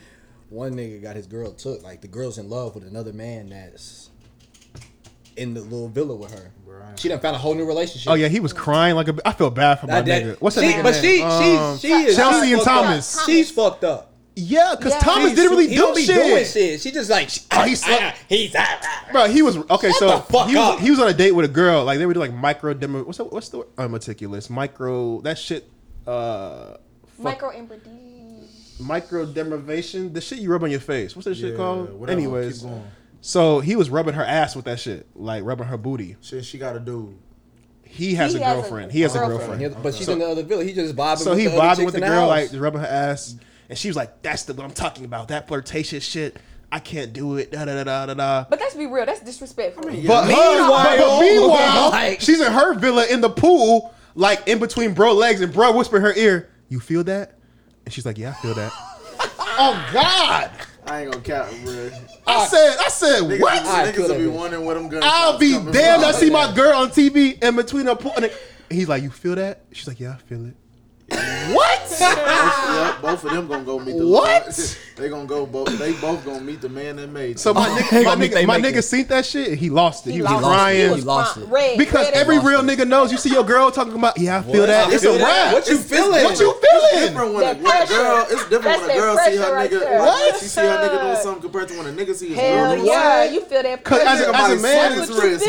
Speaker 12: one nigga got his girl took. Like the girl's in love with another man that's in the little villa with her.
Speaker 11: Right.
Speaker 12: She done found a whole new relationship.
Speaker 3: Oh yeah, he was crying like a b- I feel bad for my
Speaker 12: That- that-
Speaker 3: nigga. What's that
Speaker 12: she,
Speaker 3: nigga
Speaker 12: But
Speaker 3: name?
Speaker 12: she,
Speaker 3: Um,
Speaker 12: she, she is
Speaker 3: Chelsea
Speaker 12: she's
Speaker 3: and
Speaker 12: fucked up.
Speaker 3: Thomas.
Speaker 12: She's fucked up.
Speaker 3: yeah, cuz
Speaker 8: Yeah.
Speaker 3: Thomas
Speaker 12: She's-
Speaker 3: didn't really
Speaker 12: he
Speaker 3: do
Speaker 12: be
Speaker 3: shit.
Speaker 12: doing shit. She just like,
Speaker 3: Oh,
Speaker 12: oh,
Speaker 3: he
Speaker 12: he's,
Speaker 3: slept-
Speaker 12: he's, ah, ah.
Speaker 3: Bro, he was okay. so
Speaker 12: the fuck
Speaker 3: he, was,
Speaker 12: up.
Speaker 3: he was on a date with a girl. Like they were doing like micro demo. What's the, what's the word? Uh, meticulous micro that shit. Uh,
Speaker 8: Micro embryo.
Speaker 3: micro demervation. The shit you rub on your face. What's that shit
Speaker 11: Yeah,
Speaker 3: called?
Speaker 11: whatever,
Speaker 3: Anyways,
Speaker 11: keep going.
Speaker 3: so he was rubbing her ass with that shit, like rubbing her booty.
Speaker 11: She, she got a dude.
Speaker 3: He has
Speaker 8: He
Speaker 3: a
Speaker 8: has a
Speaker 3: girlfriend. he has a
Speaker 8: girlfriend.
Speaker 3: girlfriend.
Speaker 12: Yeah, But she's in the other villa. He just vibing.
Speaker 3: So
Speaker 12: with
Speaker 3: he
Speaker 12: the other
Speaker 3: vibing
Speaker 12: chicks
Speaker 3: with
Speaker 12: in
Speaker 3: the girl,
Speaker 12: house.
Speaker 3: like rubbing her ass, and she was like, "That's the what I'm talking about. That flirtatious shit. I can't do it." Da da da da da. da.
Speaker 8: But let's be real. That's disrespectful.
Speaker 3: But meanwhile,
Speaker 12: Meanwhile-
Speaker 3: but, but meanwhile
Speaker 12: Like-
Speaker 3: she's in her villa in the pool, like in between bro legs, and bro whisper in her ear, "You feel that?" And she's like, "Yeah, I feel that." oh God!
Speaker 11: I ain't gonna cap, bro.
Speaker 3: I said, I said,
Speaker 11: Niggas,
Speaker 3: what?
Speaker 12: I
Speaker 11: niggas
Speaker 12: could've
Speaker 11: will be
Speaker 12: been.
Speaker 11: wondering what I'm gonna.
Speaker 3: I'll be damned. I see my girl on TV in between her pool, and it- and he's like, "You feel that?" She's like, "Yeah, I feel it." what?
Speaker 11: Yep, both of them gonna go meet the
Speaker 3: What?
Speaker 11: they gonna go both. They both gonna meet the man that made.
Speaker 3: So my nigga, my
Speaker 12: They gonna Oh, make-
Speaker 3: nigga,
Speaker 12: they
Speaker 3: my
Speaker 12: make
Speaker 3: nigga
Speaker 12: it.
Speaker 3: seen that shit. and He lost it. He, was
Speaker 12: lost it.
Speaker 3: crying.
Speaker 12: He lost
Speaker 8: fine.
Speaker 12: it.
Speaker 8: Red,
Speaker 3: Because
Speaker 8: red,
Speaker 3: every
Speaker 8: and-
Speaker 3: real nigga knows you see your girl talking about, yeah, I feel that.
Speaker 12: I
Speaker 3: It's
Speaker 12: feel
Speaker 3: a
Speaker 12: that.
Speaker 3: rap.
Speaker 12: What you
Speaker 3: It's-
Speaker 12: feeling?
Speaker 3: What you
Speaker 11: It's
Speaker 3: feeling?
Speaker 11: different when a
Speaker 8: That
Speaker 11: when a
Speaker 8: pressure.
Speaker 11: girl. It's different
Speaker 8: That's
Speaker 11: when a
Speaker 8: that
Speaker 11: girl see
Speaker 8: pressure
Speaker 11: her
Speaker 8: right
Speaker 11: nigga.
Speaker 8: there.
Speaker 11: What?
Speaker 3: What?
Speaker 11: She see her nigga doing something compared to when a nigga see his girl
Speaker 8: Hell
Speaker 11: doing
Speaker 8: yeah,
Speaker 11: something.
Speaker 8: you feel that
Speaker 3: 'Cause as a- as
Speaker 8: pressure.
Speaker 3: a
Speaker 11: Somebody
Speaker 3: man-
Speaker 11: slap his
Speaker 8: That's what you
Speaker 11: wrist,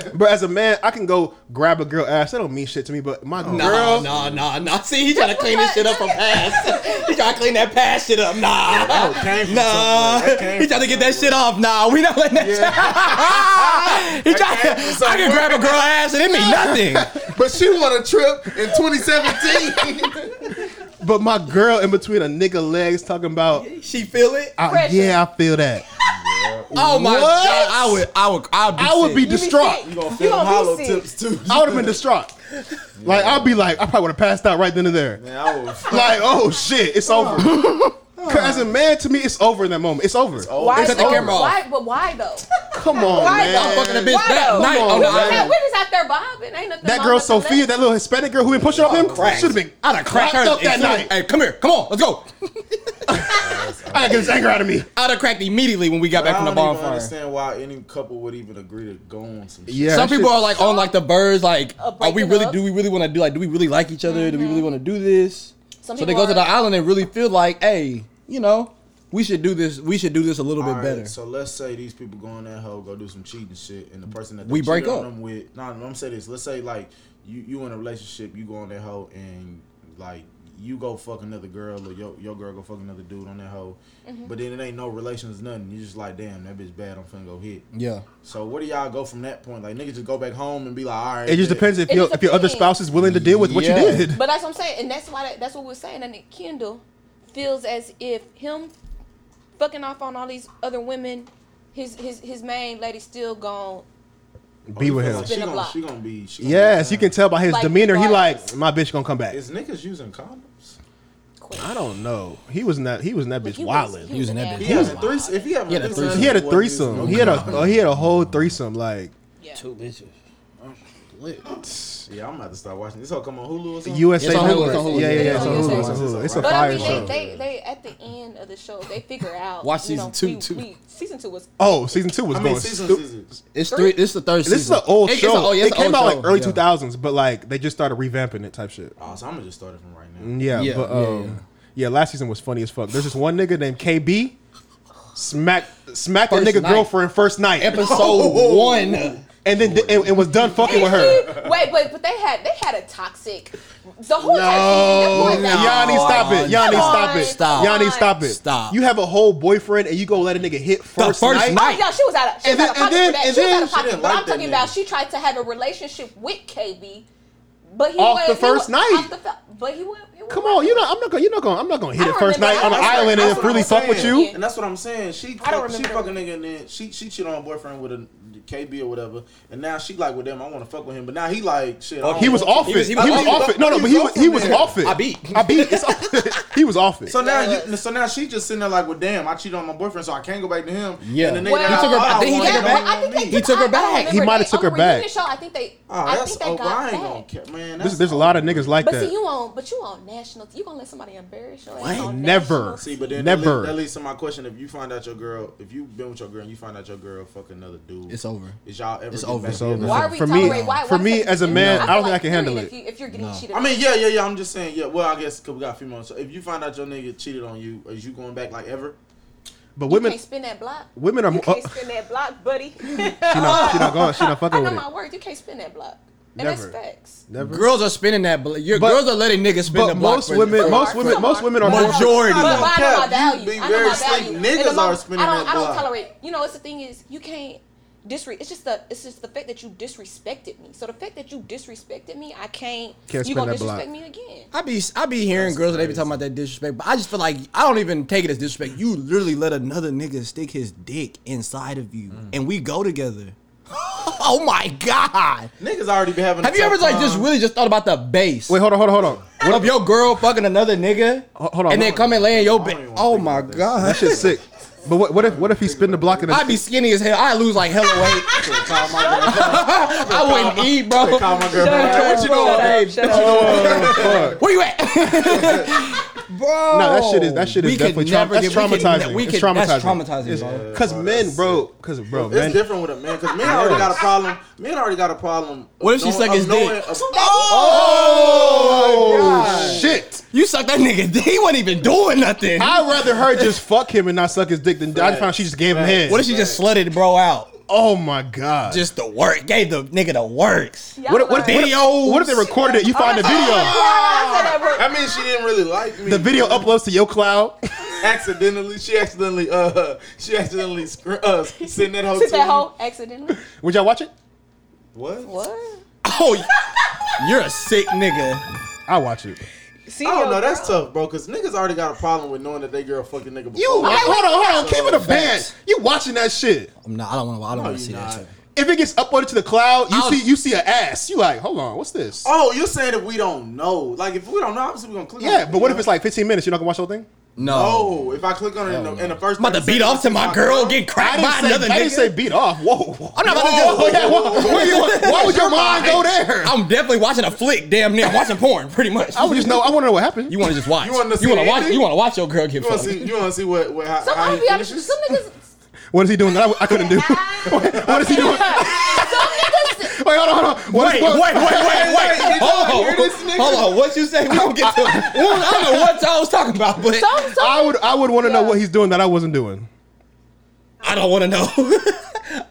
Speaker 8: feeling.
Speaker 11: bruh.
Speaker 3: But as a man, I can go grab a girl ass. That don't mean shit to me. But my
Speaker 12: No,
Speaker 3: girl,
Speaker 12: no, no, no. See, he trying to clean this shit up from past. he trying to clean that past shit up. Nah.
Speaker 11: came from somewhere. That
Speaker 12: Nah.
Speaker 11: came
Speaker 12: He trying to get that shit off. Nah, we not letting that shit He trying to, I can grab a girl ass and it mean nothing.
Speaker 11: But she won a trip in 2017.
Speaker 3: but my girl in between a nigga legs talking about,
Speaker 12: She feel it?
Speaker 3: I-
Speaker 8: Pressure.
Speaker 3: yeah, I feel that.
Speaker 12: Oh my
Speaker 3: What?
Speaker 12: god. I would I would I would be
Speaker 3: I would be
Speaker 12: sick.
Speaker 3: distraught.
Speaker 8: You
Speaker 11: gonna
Speaker 8: be
Speaker 11: film hollow
Speaker 8: sick.
Speaker 11: tips too.
Speaker 3: I would have been distraught. Like I'd be like, I probably would have passed out right then and there.
Speaker 11: Man, I was.
Speaker 3: Like, oh shit, it's over. 'Cause As a man, to me, it's over in that moment. It's over.
Speaker 8: Why?
Speaker 12: Shut the
Speaker 8: though?
Speaker 12: camera off.
Speaker 8: Why? But why though?
Speaker 3: Come on,
Speaker 8: Why
Speaker 3: man.
Speaker 8: though?
Speaker 12: I'm fucking a bitch
Speaker 8: Why
Speaker 12: that
Speaker 8: though?
Speaker 12: night Oh,
Speaker 3: Come
Speaker 12: on the
Speaker 3: on,
Speaker 8: We're not-
Speaker 12: island.
Speaker 8: we're just out there vibing. Ain't nothing.
Speaker 3: That
Speaker 8: wrong
Speaker 3: girl
Speaker 8: with nothing.
Speaker 3: Sophia, that little Hispanic girl who been pushing off him, should have been.
Speaker 12: I'd have cracked
Speaker 3: Cracked
Speaker 12: her
Speaker 3: up that night.
Speaker 12: Hey, come here. Come on. Let's go.
Speaker 3: I gotta get this anger out of me.
Speaker 12: I'd have cracked immediately when we got back
Speaker 2: I
Speaker 12: from the
Speaker 2: don't even
Speaker 12: bonfire.
Speaker 2: understand why any couple would even agree to go on some shit.
Speaker 3: Yeah.
Speaker 12: Some
Speaker 3: that
Speaker 12: people
Speaker 3: shit-
Speaker 12: are like on like the birds, like,
Speaker 8: Uh,
Speaker 12: are we
Speaker 8: breaking
Speaker 12: really?
Speaker 8: up. Mm-hmm.
Speaker 12: Do we really want to do? Like, do we really like each other? Do we really want to do this?
Speaker 8: Some
Speaker 12: so they
Speaker 8: people
Speaker 12: go to the
Speaker 8: are-
Speaker 12: island and really feel like, hey, you know, we should do this. We should do this a little bit
Speaker 2: All right,
Speaker 12: better.
Speaker 2: So let's say these people go on that hoe, go do some cheating shit, and the person that they
Speaker 12: We break
Speaker 2: cheated on
Speaker 12: up.
Speaker 2: them with. No, no, I'm saying this. Let's say like you you in a relationship, you go on that hoe, and like you go fuck another girl, or your your girl go fuck another dude on that hoe. But then it ain't no relations, nothing. You just like, damn, that bitch bad. I'm finna go hit.
Speaker 12: yeah.
Speaker 2: So where do y'all go from that point? Like niggas just go back home and be like, all right.
Speaker 3: It just
Speaker 2: bet.
Speaker 3: depends if
Speaker 8: It
Speaker 3: your
Speaker 8: just
Speaker 3: if your other
Speaker 8: depends.
Speaker 3: spouse is willing to deal with what you
Speaker 12: Yeah.
Speaker 3: did.
Speaker 8: But that's what I'm saying, and that's why that, that's what we're saying. And it Kendall feels as if him fucking off on all these other women, his his his main lady still gone.
Speaker 2: Oh,
Speaker 3: Be
Speaker 2: you
Speaker 3: with
Speaker 2: feel
Speaker 3: him.
Speaker 2: Like she,
Speaker 8: Spin a
Speaker 2: gonna,
Speaker 8: block.
Speaker 2: she gonna be. She gonna be
Speaker 3: Yes, you
Speaker 2: down.
Speaker 3: can tell by his
Speaker 8: Like,
Speaker 3: demeanor. He
Speaker 8: regardless.
Speaker 3: like my bitch gonna come back.
Speaker 2: Is niggas using condoms?
Speaker 3: I don't know. He was not. He was in that bitch wilding.
Speaker 12: Using that
Speaker 2: He
Speaker 12: Who's
Speaker 2: has a threesome. If he have
Speaker 12: He had a threesome.
Speaker 3: He had a
Speaker 2: what is no
Speaker 3: threesome. He had a uh, he had a whole threesome. Like
Speaker 12: Two bitches.
Speaker 2: Yeah, I'm about to start watching. This all come on Hulu or something.
Speaker 3: USA
Speaker 12: It's on Hulu, it's on
Speaker 3: Network.
Speaker 12: Hulu.
Speaker 3: Yeah, yeah, yeah. It's
Speaker 8: It's
Speaker 3: on
Speaker 8: on
Speaker 3: Hulu.
Speaker 8: USA.
Speaker 3: It's on Hulu. It's a
Speaker 8: But I
Speaker 3: fire
Speaker 8: mean, they,
Speaker 3: show.
Speaker 8: they they at the end of the show they figure out.
Speaker 12: Watch
Speaker 8: you know,
Speaker 12: season
Speaker 8: we-
Speaker 12: two, too.
Speaker 8: we- season two was
Speaker 3: Oh, season two was
Speaker 2: I
Speaker 3: going.
Speaker 2: mean, season
Speaker 3: stu-
Speaker 2: season.
Speaker 12: It's three. It's the third
Speaker 3: This is
Speaker 12: season.
Speaker 3: an old
Speaker 12: It- it's
Speaker 3: show.
Speaker 12: a- oh, yeah,
Speaker 3: it
Speaker 12: it's an
Speaker 3: came
Speaker 12: old
Speaker 3: out like
Speaker 12: show.
Speaker 3: early
Speaker 12: Yeah.
Speaker 3: two thousands, but like they just started revamping it type shit.
Speaker 2: Oh, so I'm gonna just start it from right now.
Speaker 3: Yeah,
Speaker 12: Yeah,
Speaker 3: but
Speaker 12: yeah,
Speaker 3: um, yeah,
Speaker 12: yeah.
Speaker 3: last season was funny as fuck. There's this one nigga named KB. Smack, smack a
Speaker 12: First
Speaker 3: nigga
Speaker 12: night.
Speaker 3: girlfriend first night,
Speaker 12: Episode
Speaker 3: Oh.
Speaker 12: one.
Speaker 3: and then and, and was done fucking with her.
Speaker 8: Wait, but but they had they had a toxic. The whole
Speaker 3: Oh,
Speaker 8: time.
Speaker 3: Yanni, stop it. Yanni,
Speaker 12: Come
Speaker 3: stop
Speaker 8: on.
Speaker 3: it.
Speaker 12: Stop.
Speaker 3: Yanni, stop it.
Speaker 12: Stop.
Speaker 3: You have a whole boyfriend and you go let a nigga hit first,
Speaker 12: first
Speaker 3: night.
Speaker 12: night.
Speaker 8: Oh, yeah, she was out of, she
Speaker 3: And
Speaker 8: was out of
Speaker 3: then-
Speaker 8: pocket
Speaker 3: and then-
Speaker 8: for that. She
Speaker 3: and
Speaker 8: was
Speaker 3: then-
Speaker 2: She
Speaker 8: out of pocket.
Speaker 2: didn't
Speaker 8: But
Speaker 2: like
Speaker 8: I'm talking
Speaker 2: that
Speaker 8: about
Speaker 2: nigga.
Speaker 8: she tried to have a relationship with KB, but he
Speaker 3: Off
Speaker 8: was,
Speaker 3: the
Speaker 8: he
Speaker 3: first
Speaker 8: was,
Speaker 3: night.
Speaker 8: Off the, fe- but he went. He went
Speaker 3: Come on, you know I'm not gonna you're not gonna I'm not gonna hit
Speaker 8: I
Speaker 3: it
Speaker 8: don't
Speaker 3: first
Speaker 8: remember.
Speaker 3: night on an
Speaker 8: That's what-
Speaker 3: island and
Speaker 2: That's
Speaker 3: then
Speaker 2: what
Speaker 3: really
Speaker 2: I'm
Speaker 3: fuck with
Speaker 2: saying.
Speaker 3: you.
Speaker 8: you.
Speaker 2: And that's what I'm saying. She
Speaker 8: I don't
Speaker 2: fuck, she
Speaker 8: remember.
Speaker 2: fuck a nigga and then she she cheat on a boyfriend with a KB or whatever. And now she like with them. I want to fuck with him, but now he like shit. I don't
Speaker 3: Oh, He was
Speaker 2: want to.
Speaker 3: off
Speaker 12: He
Speaker 3: it.
Speaker 12: was-
Speaker 3: He
Speaker 12: he
Speaker 3: was
Speaker 12: was off-
Speaker 3: off it. No, no, but he was he was off it.
Speaker 12: I beat.
Speaker 3: I beat. It's- He was off it.
Speaker 2: So now you, so now she just sitting there like, well, damn, I cheated on my boyfriend, so I can't go back to him.
Speaker 12: Yeah.
Speaker 2: and the nigga
Speaker 8: Well,
Speaker 2: that
Speaker 8: he took her-
Speaker 2: I,
Speaker 12: I think he
Speaker 2: want
Speaker 12: took her
Speaker 2: back
Speaker 12: back.
Speaker 2: on
Speaker 8: I think they
Speaker 2: me.
Speaker 12: He
Speaker 8: did-
Speaker 12: took her
Speaker 8: I- I don't
Speaker 12: back. He
Speaker 8: remember
Speaker 3: might have
Speaker 8: that.
Speaker 3: took
Speaker 8: On
Speaker 3: her
Speaker 8: the reunion
Speaker 3: back.
Speaker 8: Show, I think they.
Speaker 2: Oh,
Speaker 8: I
Speaker 2: that's
Speaker 8: think they
Speaker 2: oh,
Speaker 8: got
Speaker 2: well, I ain't
Speaker 8: back.
Speaker 2: gonna care, man.
Speaker 3: There's
Speaker 2: that's-
Speaker 3: there's a lot of niggas like
Speaker 8: But see,
Speaker 3: that.
Speaker 8: you on, but you on national. You gonna let somebody embarrass your ass
Speaker 3: What?
Speaker 8: on
Speaker 3: Never.
Speaker 8: national-
Speaker 2: See, but then That,
Speaker 3: Never.
Speaker 2: leads, that leads to my question: If you find out your girl, if you've been with your girl and you find out your girl fuck another dude,
Speaker 12: It's over.
Speaker 2: Is y'all ever?
Speaker 12: It's
Speaker 2: get
Speaker 12: over.
Speaker 2: back
Speaker 12: It's
Speaker 2: together?
Speaker 3: over.
Speaker 8: Why are we
Speaker 3: For me-
Speaker 8: tolerating? why, why
Speaker 3: for me
Speaker 8: take-
Speaker 3: as a
Speaker 8: you
Speaker 3: man,
Speaker 8: know,
Speaker 3: I don't think
Speaker 8: feel
Speaker 3: I can handle
Speaker 8: period,
Speaker 3: it.
Speaker 8: If, you, if you're getting
Speaker 12: No.
Speaker 8: cheated,
Speaker 2: I mean, yeah, yeah, yeah. I'm just saying, yeah. Well, I guess because we got females. So if you find out your nigga cheated on you, is you going back like ever?
Speaker 3: But
Speaker 8: women
Speaker 3: women
Speaker 8: can't spin that block.
Speaker 3: women are
Speaker 8: You
Speaker 3: more
Speaker 8: can't spin that block, buddy.
Speaker 3: she not she not going she not
Speaker 8: I
Speaker 3: fucking
Speaker 8: know
Speaker 3: with
Speaker 8: my
Speaker 3: it.
Speaker 8: worth. You can't spin that block. And
Speaker 3: Never.
Speaker 8: that's facts.
Speaker 3: Never.
Speaker 12: Girls are spinning that. Bl- your
Speaker 3: But-
Speaker 12: girls are letting niggas spin the
Speaker 3: But
Speaker 12: block.
Speaker 3: most
Speaker 12: for-
Speaker 3: women
Speaker 12: for-
Speaker 3: most women most women are more
Speaker 12: majority.
Speaker 8: But, but I know my
Speaker 2: Cap, you
Speaker 8: value.
Speaker 2: be
Speaker 8: I know
Speaker 2: very
Speaker 8: my value.
Speaker 2: slick.
Speaker 8: In the
Speaker 2: Niggas are
Speaker 8: moment,
Speaker 2: spinning
Speaker 8: I don't,
Speaker 2: that
Speaker 8: I don't
Speaker 2: block.
Speaker 8: tolerate. You know, it's the thing is, you can't disrespect. It's just the it's just the fact that you disrespected me. So the fact that you disrespected me, I can't.
Speaker 3: Can't spin
Speaker 8: you gonna
Speaker 3: that block.
Speaker 8: disrespect me again?
Speaker 12: I be I be hearing girls and they be talking about that disrespect, but I just feel like I don't even take it as disrespect. You literally let another nigga stick his dick inside of you,
Speaker 3: Mm.
Speaker 12: and we go together. oh my god!
Speaker 2: Niggas already be having. a
Speaker 12: Have you
Speaker 2: tough
Speaker 12: ever like just
Speaker 2: time.
Speaker 12: really just thought about the base?
Speaker 3: Wait, hold on, hold on, hold on.
Speaker 12: what if your girl fucking another nigga?
Speaker 3: Ho- hold on,
Speaker 12: and
Speaker 3: hold
Speaker 12: then
Speaker 3: on.
Speaker 12: come and lay in
Speaker 2: I
Speaker 12: your
Speaker 2: don't
Speaker 12: bed.
Speaker 2: even wanna
Speaker 12: Oh
Speaker 2: think
Speaker 12: my
Speaker 2: about this.
Speaker 12: god!
Speaker 3: That shit's sick. But what what if what if he spin the block and
Speaker 12: I'd be skinny as hell. I lose like hella weight.
Speaker 2: Call my girl.
Speaker 12: I wouldn't eat, bro.
Speaker 2: Call my girl.
Speaker 12: What you doing, babe?
Speaker 3: fuck.
Speaker 12: Where you at? bro.
Speaker 3: No, that shit is that shit is
Speaker 12: We could
Speaker 3: definitely traum-
Speaker 12: never
Speaker 3: that's
Speaker 12: get- we
Speaker 3: traumatizing. it's
Speaker 12: could- we could-
Speaker 3: traumatizing.
Speaker 12: That's traumatizing.
Speaker 3: It's-
Speaker 12: bro.
Speaker 3: Cause
Speaker 2: Oh,
Speaker 3: men,
Speaker 2: that's
Speaker 3: bro, cause bro,
Speaker 2: It's
Speaker 3: men.
Speaker 2: different with a man because men already got a problem. Men already got a problem.
Speaker 12: What if she suck his dick? Oh!
Speaker 3: Oh shit!
Speaker 12: You suck that nigga. dick. He wasn't even doing nothing.
Speaker 3: I'd rather her just fuck him and not suck his dick than I just found out she just gave him head.
Speaker 12: What if she just slutted bro out?
Speaker 3: Oh my god!
Speaker 12: Just the work. Gave the nigga the works.
Speaker 3: what, if- what, if- what, if-
Speaker 12: Videos.
Speaker 3: what if they recorded
Speaker 8: oh,
Speaker 3: it? You find the video.
Speaker 2: I mean, she didn't really like me.
Speaker 3: The video uploads to your cloud.
Speaker 2: accidentally, she accidentally, uh, she accidentally scr- uh, sent that whole.
Speaker 8: Took that hoe accidentally.
Speaker 3: Would y'all watch it?
Speaker 2: What?
Speaker 8: What?
Speaker 12: Oh, y- you're a sick nigga.
Speaker 3: I watch it. Oh,
Speaker 8: See,
Speaker 2: I
Speaker 8: your
Speaker 2: don't know. That's
Speaker 8: girl.
Speaker 2: tough, bro. Because niggas already got a problem with knowing that they girl fucking nigga. Before.
Speaker 3: You hold on, hold on. Keep it a band. You watching that shit?
Speaker 12: I'm not. I don't want to. I don't want
Speaker 2: you
Speaker 12: to see
Speaker 2: not.
Speaker 12: that shit.
Speaker 3: If it gets uploaded to the cloud, you
Speaker 12: I'll-
Speaker 3: see you see an ass. You like, hold on, what's this?
Speaker 2: Oh, you're saying that we don't know? Like if we don't know, obviously we gonna click. on
Speaker 3: Yeah,
Speaker 2: it,
Speaker 3: but what
Speaker 2: you
Speaker 3: if
Speaker 2: know?
Speaker 3: it's like 15 minutes? You're not gonna watch the whole thing?
Speaker 12: No.
Speaker 2: Oh, if I click on it in the, in the first,
Speaker 12: I'm about to
Speaker 2: 30
Speaker 12: beat
Speaker 2: seconds,
Speaker 12: off to
Speaker 2: I see
Speaker 12: my girl, get
Speaker 3: I
Speaker 12: cracked
Speaker 3: didn't,
Speaker 12: by
Speaker 3: say,
Speaker 12: another
Speaker 3: I didn't say
Speaker 12: nigga.
Speaker 3: beat off. Whoa.
Speaker 12: I'm not
Speaker 3: Whoa,
Speaker 12: about to do
Speaker 3: yeah, why, why you- why would your mind go there?
Speaker 12: I'm definitely watching a flick, damn near. I'm watching porn, pretty much.
Speaker 3: I would just know. I want to know what happened.
Speaker 12: You want to just watch.
Speaker 2: You
Speaker 12: You
Speaker 2: wanna
Speaker 12: want
Speaker 2: see
Speaker 12: to
Speaker 2: the
Speaker 12: watch.
Speaker 2: ending?
Speaker 12: You want to watch your girl get
Speaker 2: You want to
Speaker 12: fucked.
Speaker 2: see? You want to see what? what how,
Speaker 8: Some,
Speaker 2: how
Speaker 8: I'll
Speaker 2: he
Speaker 8: be honest,
Speaker 2: finishes?
Speaker 8: some niggas,
Speaker 3: what is he doing that I, I couldn't do? what what is he doing? Wait, hold on, hold on. What is-
Speaker 12: Wait, wait,
Speaker 3: what-
Speaker 12: wait, wait, wait, wait. Hold on.
Speaker 2: hear this nigga?
Speaker 12: Hold on. What you say? We don't get to. I don't know what y'all was talking about, but
Speaker 8: some, some,
Speaker 3: I would, I would want to know what he's doing that I wasn't doing.
Speaker 12: I don't want to know.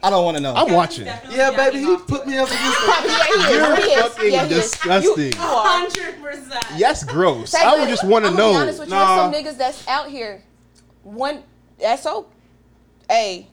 Speaker 12: I don't want to know.
Speaker 3: I'm watching.
Speaker 2: Yeah, baby, he put me up against the
Speaker 8: yeah, he is. Yeah, he is. Yeah, he is.
Speaker 3: disgusting.
Speaker 8: You, you are.
Speaker 3: That's gross. I would just want to
Speaker 8: I'm
Speaker 3: know.
Speaker 8: Be honest with you,
Speaker 2: Nah.
Speaker 8: there's some niggas that's out here. One, that's so. Hey,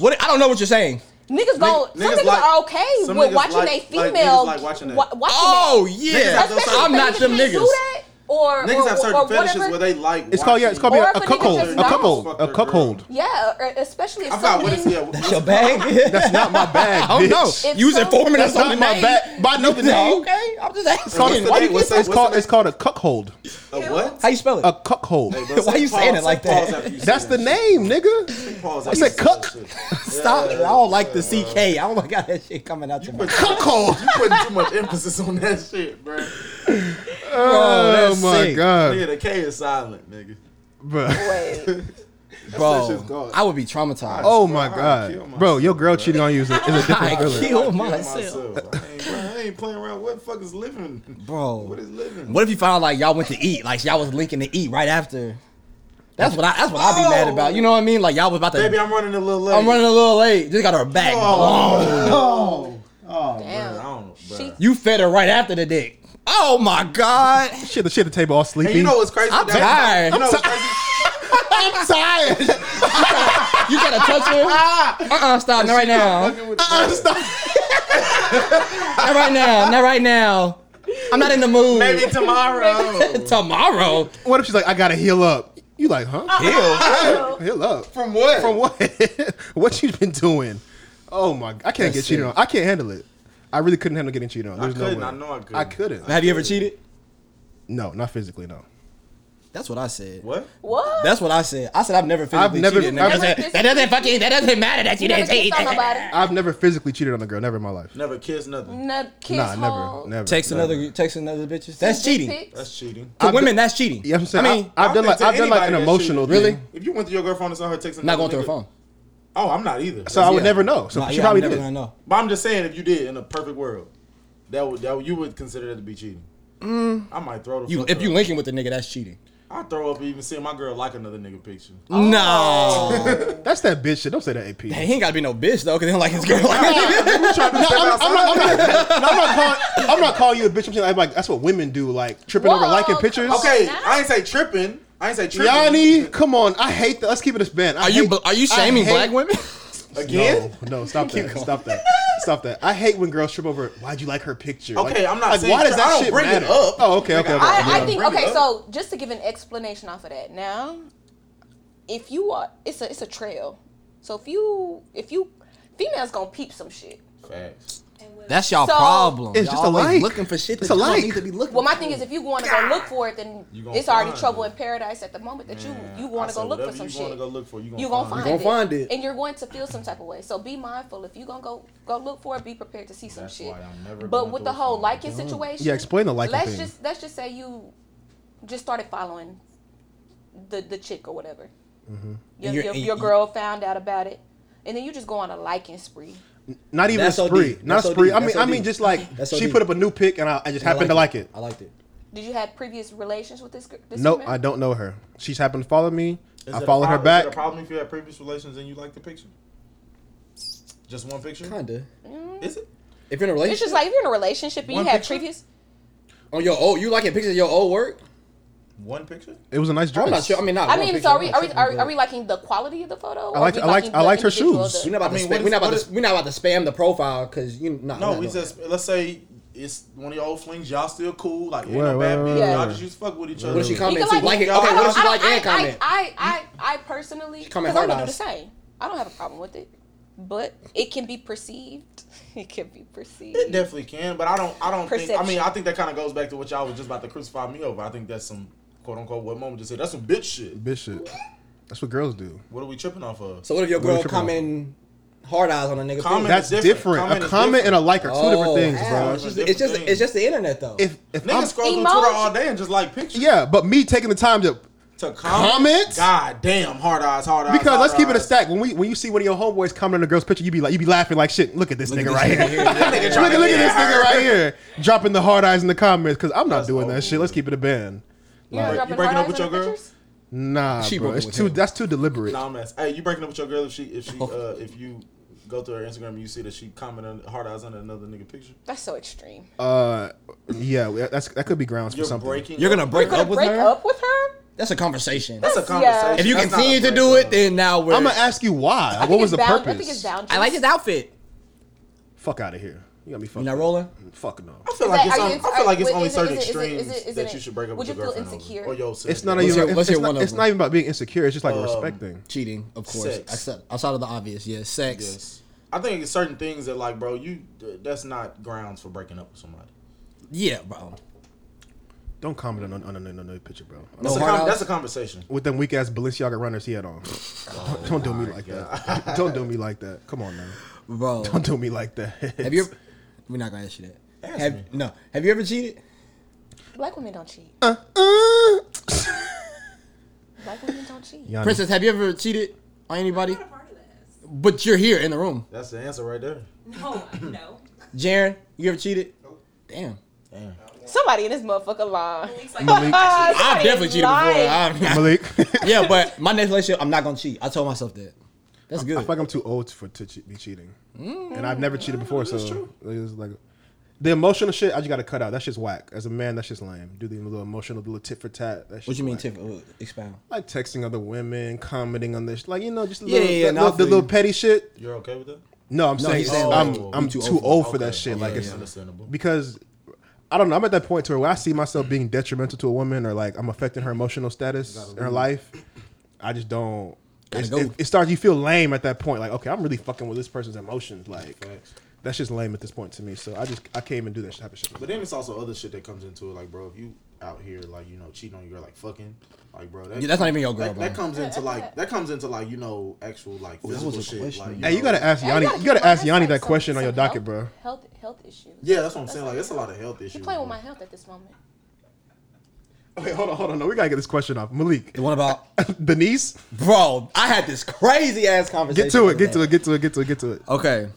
Speaker 12: What? I don't know what you're saying.
Speaker 8: niggas go. Some
Speaker 2: niggas
Speaker 8: niggas
Speaker 2: like-
Speaker 8: are okay
Speaker 2: some
Speaker 8: with
Speaker 2: niggas
Speaker 8: watching
Speaker 2: like-
Speaker 8: a
Speaker 2: like niggas
Speaker 8: female.
Speaker 2: like watching that.
Speaker 8: wa- watching
Speaker 12: Oh
Speaker 8: that.
Speaker 12: yeah.
Speaker 2: have those
Speaker 8: Especially
Speaker 12: I'm
Speaker 8: if
Speaker 12: not
Speaker 8: niggas
Speaker 12: them
Speaker 8: can't do
Speaker 12: niggas.
Speaker 8: that, Or
Speaker 2: Niggas
Speaker 8: or,
Speaker 2: have certain
Speaker 8: or
Speaker 2: fetishes
Speaker 8: whatever.
Speaker 2: where they like.
Speaker 3: It's called yeah. It's called being
Speaker 2: watching-
Speaker 8: Or
Speaker 3: a,
Speaker 8: if a
Speaker 3: a
Speaker 8: nigga
Speaker 3: cuckold.
Speaker 8: just
Speaker 3: A
Speaker 8: knows.
Speaker 3: cuckold.
Speaker 2: Fuck
Speaker 3: A
Speaker 2: their
Speaker 3: cuckold.
Speaker 8: Yeah, or especially if
Speaker 2: I forgot what
Speaker 8: some
Speaker 2: it's.
Speaker 8: men-
Speaker 2: Yeah,
Speaker 12: That's your bag.
Speaker 3: That's not my bag.
Speaker 8: Oh,
Speaker 12: I don't know.
Speaker 3: bitch.
Speaker 8: It's
Speaker 12: You was
Speaker 8: so-
Speaker 12: informing us
Speaker 3: That's
Speaker 12: on the
Speaker 3: not my
Speaker 12: name.
Speaker 3: bag. By no
Speaker 12: No,
Speaker 3: name.
Speaker 12: okay. I'm just
Speaker 3: Called
Speaker 12: asking.
Speaker 3: a-
Speaker 12: Why
Speaker 2: name?
Speaker 12: you get
Speaker 2: What's
Speaker 12: that?
Speaker 3: It's
Speaker 2: that?
Speaker 3: called it's called a cuckold.
Speaker 2: A what?
Speaker 12: How you spell it?
Speaker 3: A cuckold.
Speaker 2: But
Speaker 12: Why
Speaker 2: say
Speaker 12: you saying it like
Speaker 2: say
Speaker 12: that?
Speaker 2: pause after you say
Speaker 3: That's the
Speaker 2: that
Speaker 3: name,
Speaker 2: shit.
Speaker 3: nigga.
Speaker 2: Pause
Speaker 3: I
Speaker 2: after
Speaker 3: said
Speaker 2: you say that
Speaker 3: cuck.
Speaker 2: shit.
Speaker 12: Stop it. I don't like the CK. I don't got that shit coming out your mouth.
Speaker 3: Cuckold.
Speaker 2: You putting too much emphasis on that shit, bro.
Speaker 3: Oh
Speaker 12: that's
Speaker 3: my
Speaker 12: sick.
Speaker 3: god,
Speaker 2: Nigga, the K is silent, nigga.
Speaker 3: bro.
Speaker 8: Wait,
Speaker 2: That shit's
Speaker 12: Bro,
Speaker 2: gone.
Speaker 12: I would be traumatized.
Speaker 3: Oh my
Speaker 2: I'd kill
Speaker 3: god,
Speaker 2: myself,
Speaker 3: bro. Your girl cheating on you is a, is a
Speaker 12: I
Speaker 3: different feeling.
Speaker 12: kill
Speaker 2: I
Speaker 12: myself.
Speaker 2: ain't, I ain't playing around. What the fuck is living? What
Speaker 12: Bro,
Speaker 2: is living?
Speaker 12: what if you found out like y'all went to eat, like y'all was linking to eat right after? That's what I. That's what I'd be mad about. You know what I mean? Like y'all was about to.
Speaker 2: Baby, I'm running a little late.
Speaker 12: I'm running a little late. Just got her back.
Speaker 2: Oh, oh,
Speaker 8: damn.
Speaker 2: I don't know, bro.
Speaker 8: She-
Speaker 12: You fed her right after the dick. Oh my god.
Speaker 3: Shit, the shit, the table all sleepy.
Speaker 2: And you know what's crazy?
Speaker 12: I'm
Speaker 2: That-
Speaker 12: tired.
Speaker 2: You know what's crazy?
Speaker 3: I'm tired.
Speaker 12: You gotta touch her. Uh uh Stop. Not right now.
Speaker 2: Fucking with-
Speaker 12: Not right now. Not right now. I'm not in the mood.
Speaker 2: Maybe tomorrow.
Speaker 12: tomorrow.
Speaker 3: What if she's like, I gotta heal up? You like, huh? Heal, heal up.
Speaker 2: From what?
Speaker 3: From what? what you've been doing? Oh my! I can't get
Speaker 12: That's
Speaker 3: cheated
Speaker 12: it.
Speaker 3: on. I can't handle it. I really couldn't handle getting cheated on. There's
Speaker 2: couldn't.
Speaker 3: No way.
Speaker 2: I know I couldn't.
Speaker 3: I couldn't.
Speaker 12: Have you ever cheated?
Speaker 3: No, not physically. No.
Speaker 12: That's what I said.
Speaker 2: What?
Speaker 8: what?
Speaker 12: That's what I said. I said I've never physically
Speaker 3: I've never-
Speaker 12: cheated. And they
Speaker 3: I've-
Speaker 12: said, that doesn't fucking. That doesn't matter that you,
Speaker 8: You never
Speaker 12: didn't cheat.
Speaker 8: kissed on nobody.
Speaker 3: I've never physically cheated on a girl. Never in my life.
Speaker 2: Never kiss nothing.
Speaker 8: None kiss
Speaker 3: nah,
Speaker 8: hold.
Speaker 3: never, never.
Speaker 12: Text
Speaker 3: never.
Speaker 12: another. Text another bitches. That's
Speaker 8: Dick
Speaker 12: cheating.
Speaker 8: pics.
Speaker 2: That's cheating.
Speaker 12: To
Speaker 3: I've
Speaker 12: women, that's cheating.
Speaker 3: Yeah, I'm saying. I
Speaker 12: I mean,
Speaker 3: have done
Speaker 2: I don't
Speaker 3: like
Speaker 2: think
Speaker 3: I've
Speaker 2: to
Speaker 3: done like an
Speaker 2: anybody that's
Speaker 3: emotional.
Speaker 2: cheating.
Speaker 3: Really?
Speaker 2: If you went to your girlfriend and saw her texting,
Speaker 12: not going through her phone.
Speaker 2: Oh, I'm not either.
Speaker 3: So I would
Speaker 12: Yeah.
Speaker 3: never know. So
Speaker 12: Nah,
Speaker 3: she
Speaker 12: yeah,
Speaker 3: probably
Speaker 12: I'm never
Speaker 3: did.
Speaker 12: gonna know.
Speaker 2: But I'm just saying, if you did in a perfect world, that would that would- you would consider that to be cheating. I might throw the.
Speaker 12: Mm. You,
Speaker 2: fuck
Speaker 12: if
Speaker 3: Oh.
Speaker 12: you
Speaker 2: up.
Speaker 12: linking with the nigga, that's cheating.
Speaker 2: I throw up even seeing my girl like another nigga picture.
Speaker 12: No,
Speaker 3: That's that bitch shit. Don't say that AP.
Speaker 12: he ain't gotta be no bitch though, cause he don't like his girl. Like,
Speaker 3: No, I'm, I'm not. I'm not, no, I'm not calling. I'm not calling you a bitch. I'm saying like, like that's what women do. Like tripping over
Speaker 8: Whoa,
Speaker 3: liking
Speaker 8: come
Speaker 3: pictures.
Speaker 8: on.
Speaker 2: Okay, I ain't say tripping. I ain't say tripping.
Speaker 3: Yanni, come on. I hate that. Let's keep it as band.
Speaker 12: are you are you shaming black women?
Speaker 2: again.
Speaker 3: No, no, stop that. Stop that. Stop that. I hate when girls trip over. Why'd you like her picture? Like-
Speaker 2: Okay, I'm not
Speaker 3: Like,
Speaker 2: saying
Speaker 3: why does
Speaker 2: tri-
Speaker 3: that
Speaker 2: I don't
Speaker 3: shit
Speaker 2: bring it
Speaker 3: matter?
Speaker 2: up.
Speaker 3: Oh, okay,
Speaker 2: Nigga,
Speaker 3: okay, okay.
Speaker 2: I-
Speaker 3: okay.
Speaker 8: I, I think
Speaker 2: Bring it
Speaker 8: okay.
Speaker 2: up.
Speaker 8: So just to give an explanation off of that, now, if you are, it's a it's a trail. So if you if you females gonna peep some shit.
Speaker 2: Facts.
Speaker 12: That's y'all
Speaker 8: So-
Speaker 12: problem.
Speaker 3: It's just
Speaker 12: Y'all
Speaker 3: a like.
Speaker 12: always looking for shit.
Speaker 3: It's
Speaker 12: that
Speaker 3: a
Speaker 12: y'all
Speaker 3: like.
Speaker 12: Need to be looking.
Speaker 8: Well, my thing is, if you want to go look for it, then
Speaker 2: You gonna
Speaker 8: it's already
Speaker 2: find
Speaker 8: trouble
Speaker 2: it.
Speaker 8: in paradise at the moment that
Speaker 2: Man,
Speaker 8: you you
Speaker 2: I
Speaker 8: want to
Speaker 2: said
Speaker 8: go look for
Speaker 2: whatever
Speaker 8: some
Speaker 2: you
Speaker 8: shit.
Speaker 2: wanna go look for, you gonna
Speaker 8: You gonna
Speaker 2: find
Speaker 8: find,
Speaker 12: it. You gonna find
Speaker 8: it,
Speaker 12: it.
Speaker 8: and you're going to feel some type of way. So be mindful if you gonna go go look for it. Be prepared to see some
Speaker 2: That's
Speaker 8: shit.
Speaker 2: why I'm never
Speaker 8: but
Speaker 2: going
Speaker 8: with
Speaker 2: through
Speaker 8: the
Speaker 2: a
Speaker 8: whole
Speaker 2: phone.
Speaker 8: liking situation,
Speaker 3: Yeah, explain the liking
Speaker 8: Let's
Speaker 3: thing.
Speaker 8: just let's just say you just started following the the chick or whatever.
Speaker 3: Mm-hmm.
Speaker 8: Your,
Speaker 12: And you're-
Speaker 8: your,
Speaker 12: and
Speaker 8: your
Speaker 12: you-
Speaker 8: girl found out about it, and then you just go on a liking spree.
Speaker 3: Not even a
Speaker 12: That's OD.
Speaker 3: spree. Not
Speaker 12: That's
Speaker 3: a spree.
Speaker 12: OD.
Speaker 3: I mean,
Speaker 12: That's
Speaker 3: I mean,
Speaker 12: OD.
Speaker 3: just like
Speaker 12: That's
Speaker 3: she
Speaker 12: OD.
Speaker 3: put up a new pic and I, I just
Speaker 12: I
Speaker 3: happened to like it.
Speaker 12: I liked it.
Speaker 8: Did you have previous relations with this girl?
Speaker 3: No, I don't know her. She's happened to follow me.
Speaker 2: Is it
Speaker 3: I
Speaker 2: a
Speaker 3: followed her
Speaker 2: prob- Is
Speaker 3: back.
Speaker 2: it a problem if you had previous relations and you like the picture? Just one picture?
Speaker 12: Kinda.
Speaker 2: Is it?
Speaker 12: If you're in a
Speaker 8: It's
Speaker 12: relationship,
Speaker 8: just like if you're in a relationship and
Speaker 2: One
Speaker 8: you have
Speaker 2: picture?
Speaker 8: previous.
Speaker 12: on your old, you liking pictures of your old work.
Speaker 2: One picture?
Speaker 3: It was a nice dress.
Speaker 12: I'm not sure. I mean, not.
Speaker 8: I
Speaker 12: one
Speaker 8: mean,
Speaker 12: picture,
Speaker 8: so are we,
Speaker 12: not
Speaker 8: are, we,
Speaker 12: tripping,
Speaker 8: are, we-
Speaker 12: but-
Speaker 8: are we liking the quality of the photo?
Speaker 3: liked- I liked- I liked her shoes.
Speaker 12: We're not about
Speaker 2: I mean,
Speaker 12: to.
Speaker 2: what
Speaker 12: Spend,
Speaker 2: is-
Speaker 12: we're not about
Speaker 2: what
Speaker 12: to.
Speaker 2: is-
Speaker 12: we're not about to spam the profile because you. Nah,
Speaker 2: No,
Speaker 12: nah,
Speaker 2: we
Speaker 12: nah.
Speaker 2: just let's say it's one of your old flings. Y'all still cool, like ain't
Speaker 3: Wait,
Speaker 2: no
Speaker 3: wait,
Speaker 2: bad
Speaker 3: wait,
Speaker 2: bitch.
Speaker 3: wait,
Speaker 2: Y'all
Speaker 3: wait.
Speaker 2: just used to fuck with each other.
Speaker 12: What if she
Speaker 8: You
Speaker 12: comment
Speaker 8: can
Speaker 12: too? Like it. Okay,
Speaker 8: I
Speaker 12: what
Speaker 8: don't-
Speaker 12: if she
Speaker 8: I don't-
Speaker 12: like and
Speaker 8: I- I-
Speaker 12: comment?
Speaker 8: I, I, I, I personally,
Speaker 12: comment
Speaker 8: because I'm
Speaker 12: hard
Speaker 8: gonna do the
Speaker 12: eyes.
Speaker 8: same. I don't have a problem with it, but it can be perceived. It can be perceived.
Speaker 2: It definitely can, but I don't. I don't think. I mean,
Speaker 8: Perception.
Speaker 2: I think that kind of goes back to what y'all was just about to crucify me over. I think that's some quote unquote what moment just said. That's some bitch shit.
Speaker 3: Bitch shit. That's what girls do.
Speaker 2: What are we tripping off of?
Speaker 12: So what if your
Speaker 3: What
Speaker 12: girl
Speaker 3: if your girl-
Speaker 12: commenting hard eyes on a nigga?
Speaker 2: Comment-
Speaker 12: picture?
Speaker 3: That's different.
Speaker 2: different. Comment
Speaker 3: A
Speaker 2: is
Speaker 3: comment
Speaker 2: different.
Speaker 3: and a like are two different
Speaker 12: Oh,
Speaker 3: things,
Speaker 12: hell.
Speaker 3: bro.
Speaker 12: It's just, it's just it's just the internet though.
Speaker 3: If if
Speaker 2: Niggas
Speaker 3: I'm
Speaker 2: scroll through
Speaker 1: Emoji-
Speaker 2: Twitter all day and just like pictures.
Speaker 3: yeah, but me taking the time to
Speaker 2: To comment.
Speaker 3: comment
Speaker 2: God damn, hard eyes, hard eyes.
Speaker 3: because
Speaker 2: hard
Speaker 3: let's keep it a
Speaker 2: eyes.
Speaker 3: stack. When we when you see one of your homeboys commenting on a girl's picture, you be like you be laughing like shit. Look at this nigga right here.
Speaker 2: Nigga
Speaker 3: Look at look
Speaker 2: tryna
Speaker 3: at
Speaker 2: get
Speaker 3: this nigga
Speaker 2: her.
Speaker 3: right here dropping the hard eyes in the comments because I'm not doing that
Speaker 2: old.
Speaker 3: shit. Let's keep it a band.
Speaker 8: You
Speaker 2: Like,
Speaker 8: dropping
Speaker 2: you breaking
Speaker 8: hard
Speaker 2: up with
Speaker 8: eyes
Speaker 2: your
Speaker 8: on the
Speaker 2: girl?
Speaker 8: pictures?
Speaker 3: Nah,
Speaker 12: She
Speaker 3: bro,
Speaker 12: broke
Speaker 3: it's
Speaker 12: with
Speaker 3: too
Speaker 12: him.
Speaker 3: that's too deliberate.
Speaker 2: Nah, I'm asking. Hey, you breaking up with your girl if she if
Speaker 12: Oh.
Speaker 2: she uh, if you go through her Instagram and you see that she commented on hard eyes under another nigga picture?
Speaker 8: That's so extreme.
Speaker 3: Uh, yeah, that's that could be grounds for
Speaker 2: You're
Speaker 3: something.
Speaker 2: breaking.
Speaker 12: You're gonna
Speaker 2: up.
Speaker 12: break
Speaker 8: Gonna
Speaker 12: up with
Speaker 8: break
Speaker 12: her.
Speaker 8: up with her?
Speaker 12: That's a conversation.
Speaker 2: That's a conversation.
Speaker 12: if you
Speaker 2: That's not
Speaker 12: continue
Speaker 2: a
Speaker 12: to
Speaker 2: break
Speaker 12: do it,
Speaker 2: up.
Speaker 12: then now we're.
Speaker 3: I'm gonna ask you why.
Speaker 1: I
Speaker 3: what
Speaker 1: think
Speaker 3: was
Speaker 1: it's
Speaker 3: the
Speaker 1: bound-
Speaker 3: purpose?
Speaker 1: I think it's boundaries.
Speaker 12: I like this outfit.
Speaker 3: Fuck out of here. You got me
Speaker 12: You
Speaker 3: fucking.
Speaker 12: not rolling?
Speaker 3: Fuck no.
Speaker 2: I feel
Speaker 8: Is
Speaker 2: like
Speaker 8: that-
Speaker 2: it's
Speaker 8: are you
Speaker 2: on-
Speaker 8: into-
Speaker 2: I feel like
Speaker 8: are-
Speaker 2: it's
Speaker 8: wait,
Speaker 2: only
Speaker 8: is it-
Speaker 2: certain
Speaker 8: is it- is it-
Speaker 2: extremes
Speaker 8: is it-
Speaker 2: that you should break up
Speaker 8: would
Speaker 2: with
Speaker 8: you
Speaker 2: your
Speaker 8: feel
Speaker 2: girlfriend
Speaker 8: insecure?
Speaker 2: over. Or your
Speaker 3: It's not a,
Speaker 12: Let's
Speaker 3: it's,
Speaker 12: hear- let's hear
Speaker 3: not,
Speaker 12: one of
Speaker 3: it's
Speaker 12: them.
Speaker 3: not even about being insecure. It's just like a
Speaker 2: Um,
Speaker 3: respect thing.
Speaker 12: Cheating, of course.
Speaker 2: Sex.
Speaker 12: Except outside of the obvious, yeah, sex.
Speaker 2: Yes. I think it's certain things that like, bro, you that's not grounds for breaking up with somebody.
Speaker 12: Yeah, bro.
Speaker 3: Don't comment on on on another picture, bro.
Speaker 2: That's,
Speaker 8: Oh,
Speaker 2: a,
Speaker 12: hard
Speaker 2: con-
Speaker 12: eyes?
Speaker 2: that's a conversation.
Speaker 3: With them weak ass Balenciaga runners he had on.
Speaker 12: Oh
Speaker 3: Don't do me like that. Don't do me like that. Come on, man.
Speaker 12: Bro,
Speaker 3: Don't do me like that.
Speaker 12: have you? Ever, we're not gonna ask you that.
Speaker 2: Ask
Speaker 12: Have,
Speaker 2: me.
Speaker 12: No. Have you ever cheated?
Speaker 1: Black women don't cheat.
Speaker 12: Uh.
Speaker 1: Black women don't cheat.
Speaker 3: Yanni,
Speaker 12: Princess, have you ever cheated on anybody? But you're here in the room.
Speaker 2: That's the answer right there.
Speaker 13: No, no.
Speaker 12: Jaren, you ever cheated? Damn.
Speaker 8: Somebody in this motherfucker lying.
Speaker 13: It's like,
Speaker 12: I've definitely cheated before. I'm not-
Speaker 3: Malik.
Speaker 12: yeah, but my next relationship, I'm not gonna cheat. I told myself that. That's
Speaker 3: I
Speaker 12: good. Mm,
Speaker 3: feel like I'm too old for to che- be cheating, and I've never cheated before. So it's like the emotional shit, I just gotta cut out. That shit's whack. As a man, that's just lame. Do the little emotional, little tit for tat. That
Speaker 12: What
Speaker 3: shit's
Speaker 12: you mean,
Speaker 3: whack.
Speaker 12: Tiff? Uh, Expound.
Speaker 3: Like texting other women, commenting on this, like you know, just a
Speaker 12: Yeah,
Speaker 3: little,
Speaker 12: yeah, yeah,
Speaker 3: that
Speaker 12: no, I
Speaker 3: little- the
Speaker 12: feel you.
Speaker 3: little petty shit.
Speaker 2: You're okay with that?
Speaker 3: No, I'm saying,
Speaker 12: he's saying,
Speaker 3: I'm
Speaker 2: like,
Speaker 3: I'm
Speaker 12: you
Speaker 3: too,
Speaker 12: too
Speaker 3: old,
Speaker 12: old
Speaker 3: for,
Speaker 2: for-
Speaker 3: that
Speaker 2: okay,
Speaker 3: shit.
Speaker 2: okay,
Speaker 3: like
Speaker 2: yeah,
Speaker 3: it's
Speaker 2: yeah. Understandable.
Speaker 3: because I don't know. I'm at that point to where I see myself being detrimental to a woman or like I'm affecting her emotional status in her life. I just don't. It's,
Speaker 12: go.
Speaker 3: it, it starts. You feel lame at that point. Like okay, I'm really fucking with this person's emotions. Like that's just lame at this point to me. So I just I can't even do that type of shit.
Speaker 2: But then it's also other shit that comes into it, like bro, if you out here like you know cheating on your girl, like fucking, like bro, that,
Speaker 12: Yeah, that's not even your girl,
Speaker 2: that,
Speaker 12: bro.
Speaker 2: that comes into like that comes into like you know actual like
Speaker 12: that
Speaker 2: physical
Speaker 12: was a
Speaker 2: shit.
Speaker 12: question.
Speaker 2: Like,
Speaker 3: Hey, you gotta ask Yanni. You gotta ask Yanni that question on your docket, bro.
Speaker 1: Health health issues.
Speaker 2: Yeah, that's what I'm saying. Like that's a lot of health issues.
Speaker 1: You playing with
Speaker 2: bro.
Speaker 1: my health at this moment.
Speaker 3: Wait, hold on, hold on. No, we gotta get this question off. Malik,
Speaker 12: The one about,
Speaker 3: Denise,
Speaker 12: bro. I had this crazy ass conversation.
Speaker 3: get to it, get to it, get to it, get to it, get to it.
Speaker 12: Okay.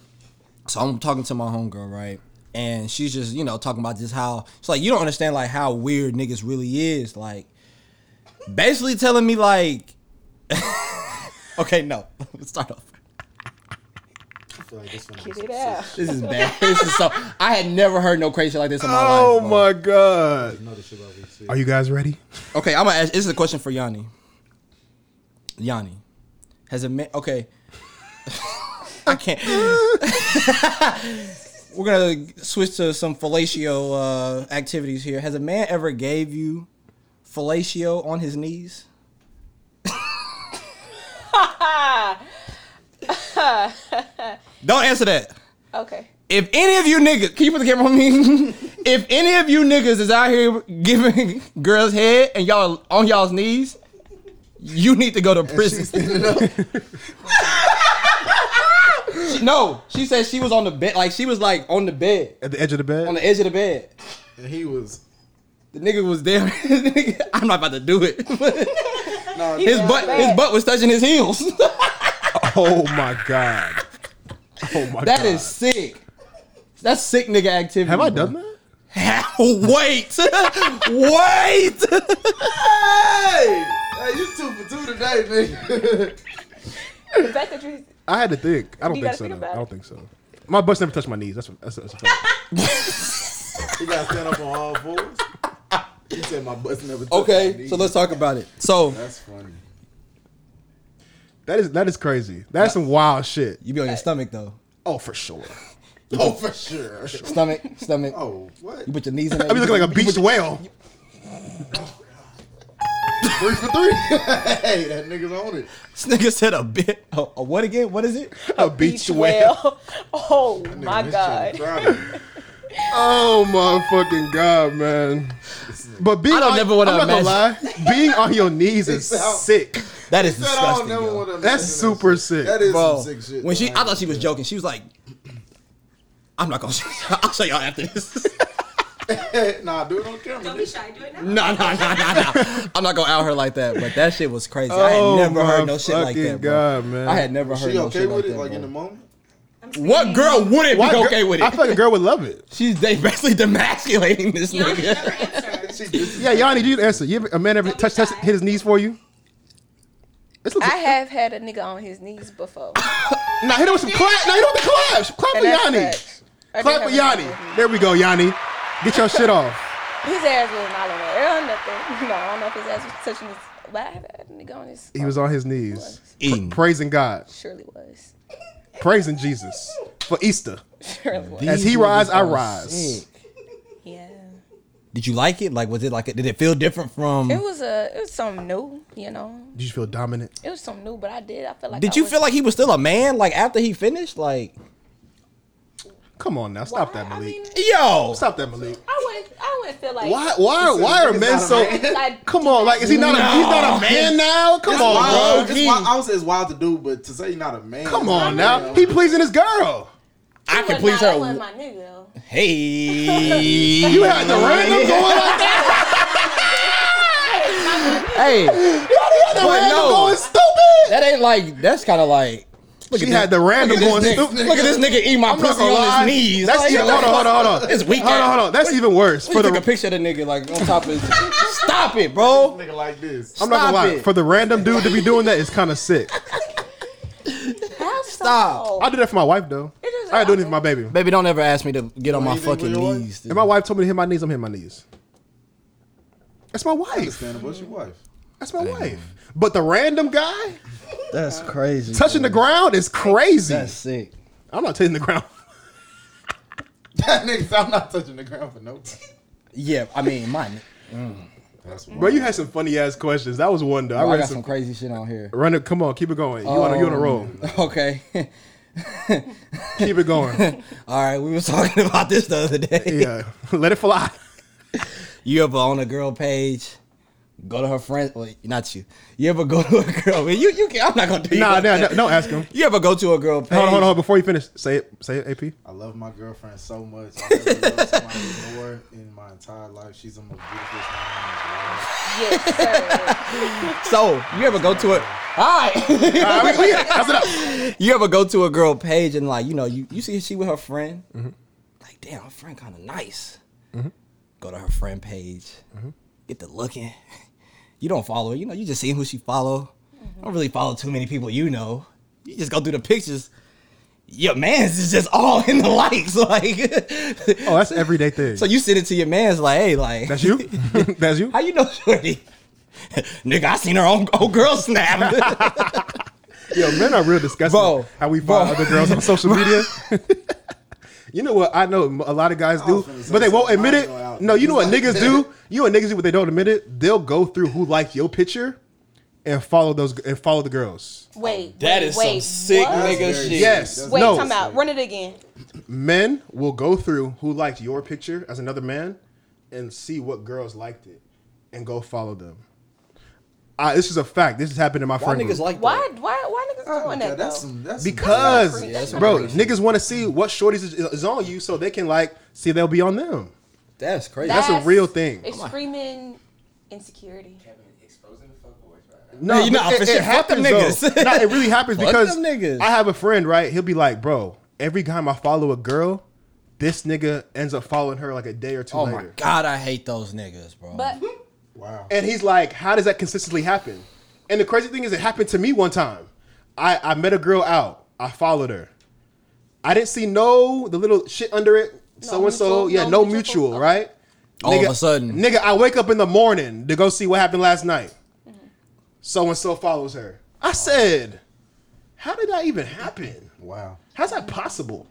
Speaker 12: So I'm talking to my homegirl, right? And she's just, you know, talking about just how it's like you don't understand like how weird niggas really is. Like basically telling me like Okay, no. Let's start off.
Speaker 2: I feel like this one
Speaker 8: Get
Speaker 2: is-
Speaker 8: it out.
Speaker 12: This is bad. this is so I had never heard no crazy shit like this in my
Speaker 3: Oh
Speaker 12: life. bro.
Speaker 3: my god.
Speaker 2: No, this shit about we see.
Speaker 3: Are you guys ready?
Speaker 12: Okay, I'm gonna ask this is a question for Yanni. Yanni. Has a man okay. I can't We're gonna switch to some fellatio uh, activities here. Has a man ever gave you fellatio on his knees? Don't answer that.
Speaker 8: Okay.
Speaker 12: If any of you niggas, can you put the camera on me? if any of you niggas is out here giving girls head and y'all on y'all's knees, you need to go to prison. She- no, she said she was on the bed, like she was like on the bed,
Speaker 3: At the edge of the
Speaker 12: on
Speaker 3: bed?
Speaker 12: the edge of the bed.
Speaker 2: And he was.
Speaker 12: The nigga was there. The nigga- I'm not about to do it.
Speaker 2: No,
Speaker 12: his butt, his butt was touching his heels.
Speaker 3: Oh my god. Oh my god.
Speaker 12: That is sick. That's sick, nigga activity.
Speaker 3: Have I
Speaker 12: bro.
Speaker 3: done that?
Speaker 12: Wait, wait.
Speaker 2: Hey, hey, you two for two today, nigga.
Speaker 8: The fact that you
Speaker 3: I had to think. I don't
Speaker 8: You
Speaker 3: think
Speaker 8: gotta
Speaker 3: so. though.
Speaker 8: think about
Speaker 3: I
Speaker 8: it.
Speaker 3: don't think so. My butts never touched my knees. That's that's, that's a fact.
Speaker 2: you gotta stand up on all fours. He said my butt's never. touched my
Speaker 12: okay,
Speaker 2: knee.
Speaker 12: so let's talk about it. So
Speaker 2: That's funny.
Speaker 3: that is that is crazy. That's some wild shit.
Speaker 12: you be on your stomach though.
Speaker 3: Oh, for sure.
Speaker 2: Oh, for sure.
Speaker 12: Stomach, stomach.
Speaker 2: Oh, what?
Speaker 12: You put your knees in there.
Speaker 3: I be looking like a beached whale.
Speaker 2: Three for three. hey, that nigga's on it.
Speaker 12: This nigga said a bit. A, a what again? What is it?
Speaker 3: A beached
Speaker 8: beach
Speaker 3: whale.
Speaker 8: well. Oh
Speaker 2: Nigga,
Speaker 8: my
Speaker 2: this shit
Speaker 8: god.
Speaker 2: is crowded.
Speaker 3: Oh my fucking god, man.
Speaker 2: This is
Speaker 3: but being
Speaker 1: I don't
Speaker 3: on,
Speaker 1: never wanna
Speaker 3: I'm not gonna lie, being on your knees is
Speaker 2: Sound-
Speaker 3: sick.
Speaker 1: That is
Speaker 2: Said I don't
Speaker 1: disgusting.
Speaker 2: never
Speaker 1: yo.
Speaker 2: wanna
Speaker 3: That's
Speaker 2: imagine that
Speaker 3: super
Speaker 2: shit.
Speaker 3: sick.
Speaker 2: That is
Speaker 1: Bro,
Speaker 2: some sick shit.
Speaker 1: Oh, when she,
Speaker 2: though.
Speaker 1: I thought she was joking. She was like, "I'm not gonna. Show you. I'll show y'all after this."
Speaker 2: nah, do it on camera.
Speaker 12: Don't be shy. Do it now.
Speaker 1: no, no, no, no, no. I'm not gonna out her like that. But that shit was crazy. I had never heard no shit like
Speaker 3: Oh, fucking
Speaker 1: that, bro.
Speaker 3: God, man.
Speaker 1: I had never heard
Speaker 2: She
Speaker 1: no
Speaker 2: okay
Speaker 1: shit
Speaker 2: with
Speaker 1: like
Speaker 2: it,
Speaker 1: that.
Speaker 2: like in
Speaker 1: bro.
Speaker 2: the moment.
Speaker 12: I'm
Speaker 1: What
Speaker 12: speaking.
Speaker 1: girl wouldn't
Speaker 3: Why
Speaker 1: be
Speaker 3: girl-
Speaker 1: okay with
Speaker 3: I
Speaker 1: it?
Speaker 3: feel like a girl would love it.
Speaker 1: She's they basically demasculating this
Speaker 12: Y'all
Speaker 1: nigga.
Speaker 12: never answer.
Speaker 3: Yeah, Yanni, you answer. You ever, a man ever
Speaker 12: Don't be
Speaker 3: touch, touch
Speaker 12: shy.
Speaker 3: hit his knees for you? It's
Speaker 8: I have had a nigga on his knees before.
Speaker 3: now hit him with some clap. Now hit him with the claps. Clap for
Speaker 8: And that's
Speaker 3: Yanni.
Speaker 8: facts. I did
Speaker 3: Clap
Speaker 8: have
Speaker 3: for
Speaker 8: a nigga
Speaker 3: Yanni.
Speaker 8: on his knees.
Speaker 3: There we go, Yanni. Get your shit off.
Speaker 8: His ass was not on the air or nothing. No, I don't know if his ass was touching his. But I have had a nigga on his.
Speaker 3: He was on his knees,
Speaker 1: Eating.
Speaker 3: praising God,
Speaker 8: Surely was.
Speaker 3: praising Jesus for Easter.
Speaker 8: Surely was.
Speaker 3: As he
Speaker 1: These
Speaker 3: rise,
Speaker 1: niggas
Speaker 3: I
Speaker 1: are
Speaker 3: rise.
Speaker 1: sick.
Speaker 8: Yeah.
Speaker 1: Did you like it? Like, was it like? A, did it feel different
Speaker 8: It
Speaker 1: from?
Speaker 8: was a. It was something new. You know.
Speaker 3: Did you feel dominant?
Speaker 8: It was something new, but I did. I felt like.
Speaker 1: Did
Speaker 8: I
Speaker 1: you
Speaker 8: was-
Speaker 1: feel like he was still a man? Like after he finished, like
Speaker 3: Come on now, stop that,
Speaker 8: I
Speaker 3: Malik.
Speaker 8: mean,
Speaker 1: yo,
Speaker 3: stop that, Malik.
Speaker 8: I wouldn't. I wouldn't feel like.
Speaker 3: Why? Why? Why are men so?
Speaker 8: Like,
Speaker 3: Come on, like is he not? A, he's not a man now. Come
Speaker 2: It's
Speaker 3: on,
Speaker 2: wild.
Speaker 3: bro.
Speaker 2: It's wild. I would say it's wild to do, but to say you're not a man.
Speaker 3: Come on now. He pleasing his girl.
Speaker 1: I can
Speaker 8: But
Speaker 1: please
Speaker 8: nah, that wasn't
Speaker 1: her.
Speaker 8: my nigga. though.
Speaker 1: Hey,
Speaker 3: You had the random going like that.
Speaker 1: hey,
Speaker 3: You had the
Speaker 1: But
Speaker 3: random
Speaker 1: no.
Speaker 3: going stupid.
Speaker 1: that ain't like. That's kind of like. Look
Speaker 3: She had the random
Speaker 1: Look
Speaker 3: going
Speaker 1: at, this
Speaker 3: stupid.
Speaker 1: nigga, look at this nigga eat my
Speaker 3: I'm not
Speaker 1: pussy
Speaker 3: gonna
Speaker 1: on
Speaker 3: lie.
Speaker 1: his knees.
Speaker 3: That's
Speaker 1: like,
Speaker 3: even, hold on, hold on, hold on.
Speaker 1: It's weak
Speaker 3: Hold on, hold on. That's even worse for
Speaker 1: He took a
Speaker 3: the
Speaker 1: picture of the nigga like on top of his. Stop it, bro.
Speaker 2: Nigga like this.
Speaker 3: I'm not gonna
Speaker 1: Stop
Speaker 3: lie.
Speaker 1: it.
Speaker 3: For the random dude to be doing that is kind of sick.
Speaker 8: How so? Oh,
Speaker 3: I do that for my wife though.
Speaker 8: just-
Speaker 3: I ain't doing it for my baby.
Speaker 1: Baby, don't ever ask me to get on my
Speaker 2: Anything with
Speaker 1: fucking
Speaker 2: your wife?
Speaker 1: knees.
Speaker 3: If my wife told me to hit my knees, I'm hitting my knees. That's my
Speaker 2: I
Speaker 3: wife.
Speaker 2: understand, but your wife.
Speaker 3: That's my wife. But the random guy
Speaker 1: That's crazy.
Speaker 3: touching the ground is crazy.
Speaker 1: That's sick.
Speaker 3: I'm not touching the ground.
Speaker 2: That nigga, said, I'm not touching the ground for nobody.
Speaker 1: Yeah, I mean, mine.
Speaker 2: That's
Speaker 3: Bro,
Speaker 2: wild.
Speaker 3: you had some funny ass questions. That was one though.
Speaker 1: I,
Speaker 3: Oh, I read
Speaker 1: got
Speaker 3: some.
Speaker 1: some crazy shit on here.
Speaker 3: Run it. Come on, keep it going. You on? a- You on a roll?
Speaker 1: Okay.
Speaker 3: Keep it going.
Speaker 1: All right, we was talking about this the other day.
Speaker 3: Yeah, let it fly.
Speaker 1: You ever on a girl page? Go to her friends. Well, not you. You ever go to a girl? You you. Can, I'm not gonna do you
Speaker 3: Nah,
Speaker 1: like
Speaker 3: nah, nah,
Speaker 1: that.
Speaker 3: don't ask him.
Speaker 1: You ever go to a girl page?
Speaker 3: Hold on, hold on, hold on. Before you finish, say it. Say it, AP.
Speaker 2: I love my girlfriend so much. I never loved somebody more in my entire life. She's the most beautiful woman
Speaker 8: Yes, sir.
Speaker 1: So you ever go to a? All right.
Speaker 3: All right, Ah, we, we, that's enough.
Speaker 1: you ever go to a girl page and like you know you, you see she with her friend like damn her friend kind of nice
Speaker 3: Mm-hmm.
Speaker 1: go to her friend page get to looking you don't follow her you know you just see who she follow I don't really follow too many people you know you just go through the pictures your man's is just all in the likes like
Speaker 3: Oh, that's everyday thing.
Speaker 1: so you send it to your man's like hey like
Speaker 3: that's you. that's you.
Speaker 1: how you know shorty nigga I seen her on old girl snap
Speaker 3: Yo, men are real disgusting.
Speaker 1: Bro,
Speaker 3: how we find
Speaker 1: bro.
Speaker 3: other girls on social media. you know what? I know a lot of guys
Speaker 2: was
Speaker 3: do,
Speaker 2: finna say
Speaker 3: but they won't
Speaker 2: something.
Speaker 3: admit
Speaker 2: I
Speaker 3: it.
Speaker 2: go out.
Speaker 3: No, you know what niggas do. You know what niggas do, but they don't admit it. They'll go through who liked your picture and follow those and follow the girls.
Speaker 8: Wait.
Speaker 1: That
Speaker 8: wait,
Speaker 1: is
Speaker 8: wait,
Speaker 1: some sick
Speaker 8: what?
Speaker 1: nigga
Speaker 2: That's
Speaker 1: shit.
Speaker 2: very
Speaker 3: Yes.
Speaker 2: That's
Speaker 8: Wait,
Speaker 3: no.
Speaker 8: come out. Run it again.
Speaker 3: Men will go through who liked your picture as another man and see what girls liked it and go follow them. Uh, this is a fact. This has happened in my
Speaker 1: Why
Speaker 3: friend
Speaker 1: niggas
Speaker 3: group.
Speaker 1: like
Speaker 8: Why?
Speaker 1: that?
Speaker 8: Why? Why niggas
Speaker 3: Oh,
Speaker 2: in
Speaker 8: doing
Speaker 2: the world.
Speaker 8: that
Speaker 2: that's
Speaker 8: though?
Speaker 2: some. That's some-
Speaker 3: because
Speaker 1: that's
Speaker 3: bro,
Speaker 1: crazy.
Speaker 3: niggas want to see what shorties is, is on you so they can like see they'll be on them.
Speaker 1: That's crazy.
Speaker 3: That's a real thing.
Speaker 8: Extreming insecurity.
Speaker 14: Exposing the fuckboys right now.
Speaker 3: No,
Speaker 1: Hey, nah,
Speaker 3: it,
Speaker 1: for
Speaker 3: it
Speaker 1: sure. Fuck
Speaker 3: happens
Speaker 1: them
Speaker 3: though.
Speaker 1: niggas.
Speaker 3: Nah, it really happens
Speaker 1: Fuck
Speaker 3: because
Speaker 1: them niggas.
Speaker 3: I have a friend, right? He'll be like, bro, every time I follow a girl, this nigga ends up following her like a day or two
Speaker 1: Oh my
Speaker 3: later.
Speaker 1: god, I hate those niggas, bro.
Speaker 8: But
Speaker 2: Wow.
Speaker 3: And he's like, how does that consistently happen? And the crazy thing is, it happened to me one time. I, I met a girl out. I followed her. I didn't see no the little shit under it. So and so,
Speaker 8: mutual,
Speaker 3: yeah,
Speaker 8: no
Speaker 3: no,
Speaker 8: mutual.
Speaker 3: mutual, right?
Speaker 1: All
Speaker 3: nigga,
Speaker 1: of a sudden.
Speaker 3: nigga, I wake up in the morning to go see what happened last night. So and so follows her. I said, how did that even happen?
Speaker 2: Wow.
Speaker 3: How's that possible,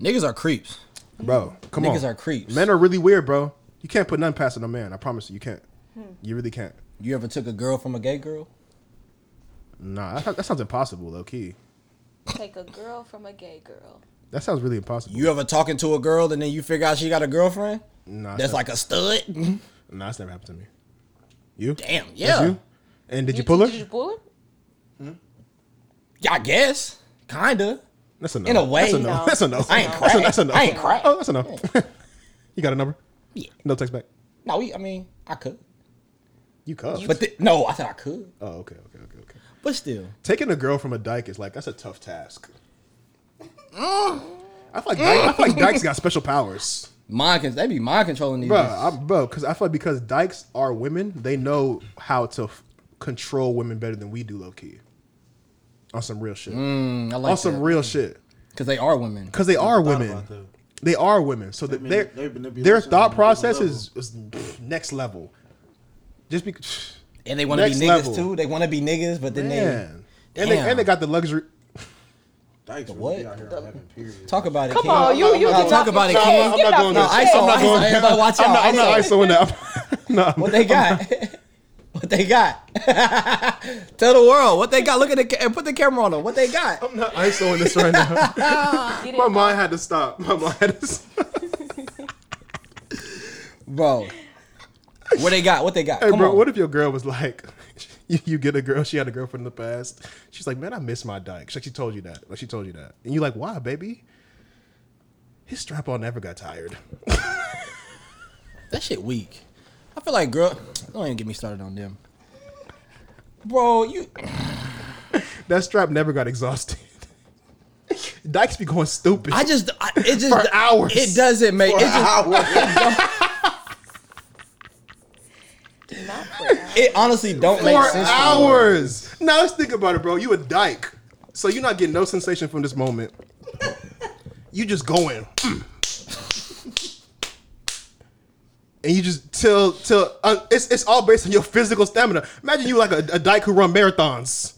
Speaker 1: niggas are creeps.
Speaker 3: bro? Come on,
Speaker 1: Niggas are creeps.
Speaker 3: Men are really weird, bro. You can't put nothing past a man. I promise you, you can't.
Speaker 8: Hmm.
Speaker 3: You really can't.
Speaker 1: You ever took a girl from a gay girl?
Speaker 3: Nah, that, that sounds impossible, low key.
Speaker 8: take a girl from a gay girl.
Speaker 3: That sounds really impossible.
Speaker 1: You ever talking to a girl and then you figure out she got a girlfriend?
Speaker 3: Nah, that's
Speaker 12: That's like a stud.
Speaker 3: nah, that's never happened to me. You?
Speaker 12: Damn,
Speaker 3: That's
Speaker 12: yeah.
Speaker 3: you? And did you, pull her?
Speaker 8: Did you pull her?
Speaker 12: I guess, kinda.
Speaker 3: That's a no.
Speaker 12: In a way,
Speaker 3: that's a no.
Speaker 12: no.
Speaker 3: That's a no.
Speaker 12: I ain't
Speaker 3: That's a, that's a
Speaker 12: crack.
Speaker 3: no.
Speaker 12: I ain't crack.
Speaker 3: Oh, that's a no. you got a number?
Speaker 12: Yeah.
Speaker 3: No text back.
Speaker 12: No, we, I mean, I could,
Speaker 3: You cuffed.
Speaker 12: but th- no, I said I could,
Speaker 3: oh, okay, okay, okay, okay.
Speaker 12: but still,
Speaker 3: Taking a girl from a dyke is like that's a tough task.
Speaker 12: Mm.
Speaker 3: I feel like dyke, I feel like dykes got special powers,
Speaker 12: mind can they be mind controlling these?
Speaker 3: bro.
Speaker 12: bitches.
Speaker 3: I, bro, because I feel like because dykes are women, they know how to f- control women better than we do, low key. On some real shit.
Speaker 12: Mm, I like
Speaker 3: on some real shit.
Speaker 12: because they are women.
Speaker 3: Because they are women.
Speaker 2: about that.
Speaker 3: They are women. So that
Speaker 2: mean,
Speaker 3: their
Speaker 2: they manipulation
Speaker 3: their
Speaker 2: on a
Speaker 3: thought
Speaker 2: different
Speaker 3: process is, is pff, next level. Just because,
Speaker 12: And they want to be
Speaker 3: Next
Speaker 12: niggas
Speaker 3: level.
Speaker 12: too. They want to be niggas, but then
Speaker 3: man. And they, and they got the luxury.
Speaker 2: Dykes really
Speaker 12: what?
Speaker 2: be out here having
Speaker 12: they
Speaker 2: periods.
Speaker 12: talk about it.
Speaker 8: Come
Speaker 12: King.
Speaker 3: Oh,
Speaker 8: on, Oh, you you
Speaker 12: No,
Speaker 8: just
Speaker 12: talk about it, King.
Speaker 3: I'm not going
Speaker 12: No,
Speaker 3: there.
Speaker 12: I saw.
Speaker 3: I'm not going there.
Speaker 12: Everybody watch out.
Speaker 3: I'm not, I'm not
Speaker 12: ISO.
Speaker 3: ISOing that. no, I'm-
Speaker 12: What they got? what they got? Tell the world what they got. Look at the ca- and put the camera on them. What they got?
Speaker 3: I'm not ISOing this right now. My mind had to stop. My mind had to stop.
Speaker 12: Bro. What they got? What they got?
Speaker 3: Hey,
Speaker 12: Come
Speaker 3: bro,
Speaker 12: on.
Speaker 3: what if your girl was like, you, you get a girl, she had a girlfriend in the past. She's like, man, I miss my dyke. Like, she told you that. Like, she told you that. And you're like, why, baby? His strap on never got tired.
Speaker 12: that shit weak. I feel like girl. Don't even get me started on them. Bro, you
Speaker 3: That strap never got exhausted. Dykes be going stupid.
Speaker 12: I just I, it just
Speaker 3: For hours.
Speaker 12: It doesn't make it just
Speaker 15: Not for that.
Speaker 12: it honestly don't make
Speaker 3: Four
Speaker 12: sense. to me.
Speaker 3: hours. Now let's think about it, bro. You a dyke, so you're not getting no sensation from this moment. you just going, and you just till till uh, it's it's all based on your physical stamina. Imagine you like a, a dyke who run marathons.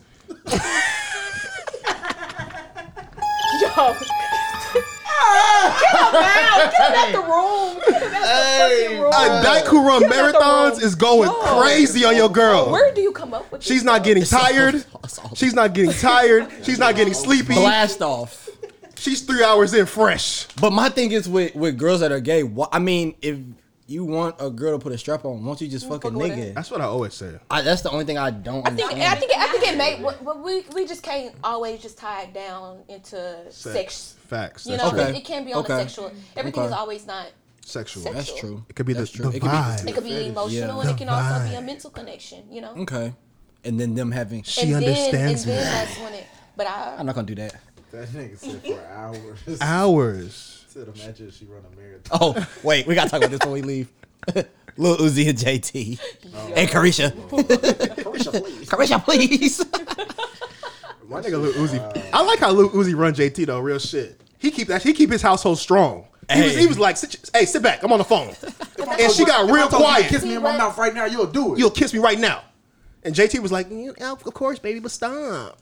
Speaker 8: the room. Hey,
Speaker 3: A dyke who run
Speaker 8: out the
Speaker 3: marathons
Speaker 8: room.
Speaker 3: is going
Speaker 8: No.
Speaker 3: crazy on your girl.
Speaker 8: Where do you come up with?
Speaker 3: She's
Speaker 8: this
Speaker 3: not
Speaker 8: stuff?
Speaker 3: getting
Speaker 12: It's all-
Speaker 3: tired.
Speaker 12: it's all-
Speaker 3: She's not getting tired. She's not getting sleepy.
Speaker 12: Blast off.
Speaker 3: She's three hours in fresh.
Speaker 12: But my thing is with with girls that are gay. Why, I mean, if you want a girl to put a strap on, won't you just fuck a
Speaker 8: fuck with
Speaker 12: nigga?
Speaker 3: That's what I always say.
Speaker 12: I, that's the only thing I don't.
Speaker 8: I think
Speaker 12: understand.
Speaker 8: I think I think it may, but- but we we just can't always just tie it down into sex.
Speaker 3: Facts.
Speaker 8: You
Speaker 3: That's
Speaker 8: know,
Speaker 3: true.
Speaker 12: Okay.
Speaker 8: it, it can be on
Speaker 12: Okay.
Speaker 8: the sexual. Everything
Speaker 12: Okay.
Speaker 8: is always not.
Speaker 3: Sexual.
Speaker 8: Sex-
Speaker 12: that's true.
Speaker 3: It could be the,
Speaker 12: That's true.
Speaker 3: the
Speaker 12: It could be-
Speaker 3: vibe.
Speaker 8: It could be emotional,
Speaker 12: yeah.
Speaker 8: and it can also be a
Speaker 3: Divide.
Speaker 8: mental connection. You know.
Speaker 12: Okay, and then them having.
Speaker 8: and
Speaker 3: she
Speaker 8: then,
Speaker 3: understands
Speaker 8: and
Speaker 3: me.
Speaker 8: then that's when it. But I,
Speaker 12: I'm not gonna do that.
Speaker 2: That nigga said for hours.
Speaker 3: Hours.
Speaker 2: Said imagine if she run a marathon.
Speaker 12: Oh wait, we gotta talk about this when we leave. Lil Uzi and JT and Carisha.
Speaker 3: Oh.
Speaker 12: Carisha, please.
Speaker 3: My nigga Lil Uzi. I like how Lil Uzi run JT though. Real shit. He keep that. He keep his household strong. He, was,
Speaker 12: Hey.
Speaker 3: he was like, sit, "Hey, sit back. I'm on the phone." and she got real quiet.
Speaker 2: Kiss me in my mouth right now, you'll do it.
Speaker 3: You'll kiss me right now. And JT was like, "Mm, "Yeah, "Of course, baby, but stop.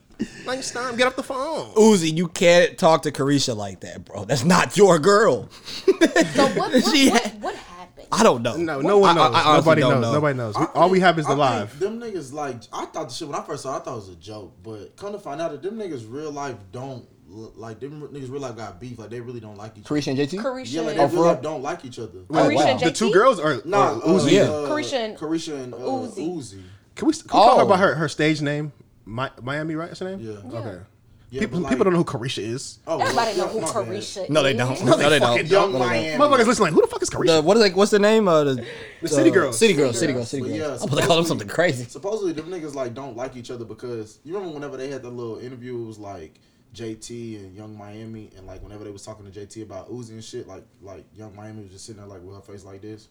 Speaker 3: Like, stop. Get off the phone."
Speaker 12: Uzi, you can't talk to Carisha like that, bro. That's not your girl.
Speaker 8: so what? What,
Speaker 12: She
Speaker 8: what,
Speaker 12: had-
Speaker 8: what happened?
Speaker 12: I don't know.
Speaker 3: No, no one
Speaker 12: I- I-
Speaker 3: knows.
Speaker 12: I honestly
Speaker 3: Nobody
Speaker 12: don't
Speaker 3: knows.
Speaker 12: know.
Speaker 3: Nobody knows. We-
Speaker 2: I
Speaker 3: all we
Speaker 2: think-
Speaker 3: have is the
Speaker 2: I
Speaker 3: live.
Speaker 2: think Them niggas like I thought the shit when I first saw. it, I thought it was a joke, but come to find out that them niggas real life don't l- like them r- niggas real life got beef. Like they really don't like each. other.
Speaker 12: Carisha and JT.
Speaker 8: Carisha.
Speaker 2: Yeah, like
Speaker 8: and-
Speaker 2: they
Speaker 12: Oh, for
Speaker 2: real
Speaker 12: real?
Speaker 2: life don't like each other.
Speaker 12: Oh,
Speaker 8: Carisha
Speaker 12: wow.
Speaker 8: and
Speaker 3: The
Speaker 8: JT?
Speaker 3: two girls are,
Speaker 2: Nah,
Speaker 3: are
Speaker 2: uh,
Speaker 3: Uzi.
Speaker 12: yeah.
Speaker 2: uh,
Speaker 8: Carisha and-
Speaker 2: Carisha and uh,
Speaker 8: Uzi.
Speaker 2: Uzi.
Speaker 3: Can we, can we talk
Speaker 12: Oh.
Speaker 3: about her her stage name? Mi- Miami, right? That's her name.
Speaker 2: Yeah. Yeah.
Speaker 3: Okay.
Speaker 2: Yeah,
Speaker 3: people,
Speaker 2: but, like-
Speaker 3: people don't know who Carisha is.
Speaker 2: Oh,
Speaker 8: Everybody
Speaker 2: yeah,
Speaker 8: know who
Speaker 2: my bad.
Speaker 8: Carisha.
Speaker 12: No, they
Speaker 8: is.
Speaker 12: don't. No, they don't.
Speaker 2: Young
Speaker 12: No, they don't.
Speaker 2: Miami.
Speaker 3: Motherfuckers, listen, like, who the fuck is Carisha?
Speaker 12: The, what is like? What's the name? Uh, the, the
Speaker 3: City Girls.
Speaker 12: City girls. City
Speaker 8: Girls.
Speaker 12: girls. City
Speaker 2: But
Speaker 12: girls.
Speaker 2: yeah,
Speaker 12: I'm about to call them
Speaker 2: supposedly-
Speaker 12: something crazy.
Speaker 2: Supposedly them niggas like don't like each other because you remember whenever they had that little interview it was like JT and Young Miami and like whenever they was talking to JT about Uzi and shit like like Young Miami was just sitting there like with her face like this.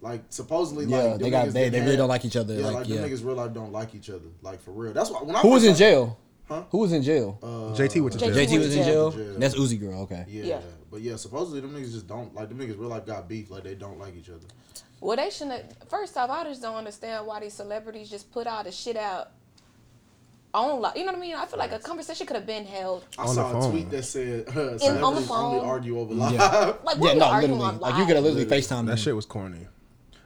Speaker 2: Like supposedly
Speaker 12: Yeah,
Speaker 2: like them
Speaker 12: they got-
Speaker 2: niggas
Speaker 12: they-
Speaker 2: didn't
Speaker 12: they really
Speaker 2: have-
Speaker 12: don't like each other,
Speaker 2: Yeah,
Speaker 12: like,
Speaker 2: like,
Speaker 12: yeah.
Speaker 2: them niggas real life don't like each other like for real. That's why when I
Speaker 12: Who was
Speaker 2: first
Speaker 12: in
Speaker 2: saw-
Speaker 12: jail?
Speaker 2: Huh?
Speaker 12: Who was in jail?
Speaker 3: JT went to jail.
Speaker 12: JT was in jail.
Speaker 2: jail.
Speaker 12: That's Uzi girl. Okay.
Speaker 2: Yeah,
Speaker 8: Yeah.
Speaker 2: but yeah, supposedly them niggas just don't like them niggas real life got beef like they don't like each other.
Speaker 8: Well, they shouldn't. First off, I just don't understand why these celebrities just put all the shit out on like you know what I mean. I feel like a conversation could have been held.
Speaker 2: I
Speaker 3: On the
Speaker 2: saw a
Speaker 3: phone.
Speaker 2: tweet that said uh, celebrities only
Speaker 8: phone.
Speaker 2: argue over live.
Speaker 8: Like
Speaker 12: Yeah,
Speaker 8: what
Speaker 12: no,
Speaker 8: are you
Speaker 12: literally.
Speaker 8: on
Speaker 12: Like you could have literally FaceTime
Speaker 3: That shit was corny.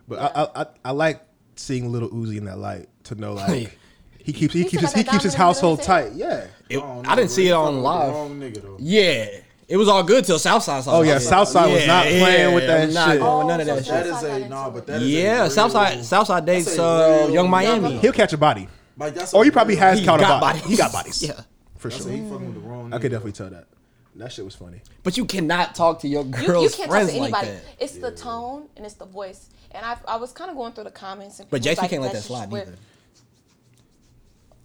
Speaker 3: But I, I, I, I like seeing little Uzi in that light to know like he keeps he
Speaker 8: He's
Speaker 3: keeps his,
Speaker 8: like
Speaker 3: he
Speaker 8: a
Speaker 3: keeps his
Speaker 8: dominant
Speaker 3: household
Speaker 8: villain.
Speaker 3: tight. Yeah.
Speaker 12: I didn't see it on live.
Speaker 2: Wrong nigga though.
Speaker 12: Yeah. It was all good till Southside saw
Speaker 3: Oh, yeah,
Speaker 12: Southside.
Speaker 3: Southside was not playing with that
Speaker 12: I'm not
Speaker 3: shit.
Speaker 12: going with none of
Speaker 16: Oh,
Speaker 12: that
Speaker 16: so
Speaker 12: shit.
Speaker 2: That is a no, but that is a
Speaker 12: Yeah,
Speaker 2: real-
Speaker 12: Southside Southside
Speaker 2: That's
Speaker 12: dates
Speaker 2: a
Speaker 12: uh,
Speaker 2: real-
Speaker 12: Young Miami.
Speaker 3: He'll catch a body.
Speaker 2: Like that's
Speaker 3: Or
Speaker 2: a
Speaker 3: Oh, he probably
Speaker 2: real-
Speaker 3: has caught a
Speaker 12: got
Speaker 3: body.
Speaker 12: bodies.
Speaker 3: He got bodies.
Speaker 12: Yeah.
Speaker 3: For
Speaker 2: That's
Speaker 3: sure.
Speaker 2: a, he fucking with the wrong.
Speaker 3: I
Speaker 2: nigga.
Speaker 3: could definitely tell that. That shit was funny.
Speaker 12: But you cannot talk to your
Speaker 8: You,
Speaker 12: girl's
Speaker 8: you can't talk
Speaker 12: friends
Speaker 8: to anybody.
Speaker 12: like that.
Speaker 8: It's the tone and it's the voice. And I, I was kind of going through the comments. And
Speaker 12: But
Speaker 8: people was
Speaker 12: JC
Speaker 8: like,
Speaker 12: can't let that
Speaker 8: "That's
Speaker 12: slide
Speaker 8: just where-
Speaker 12: either.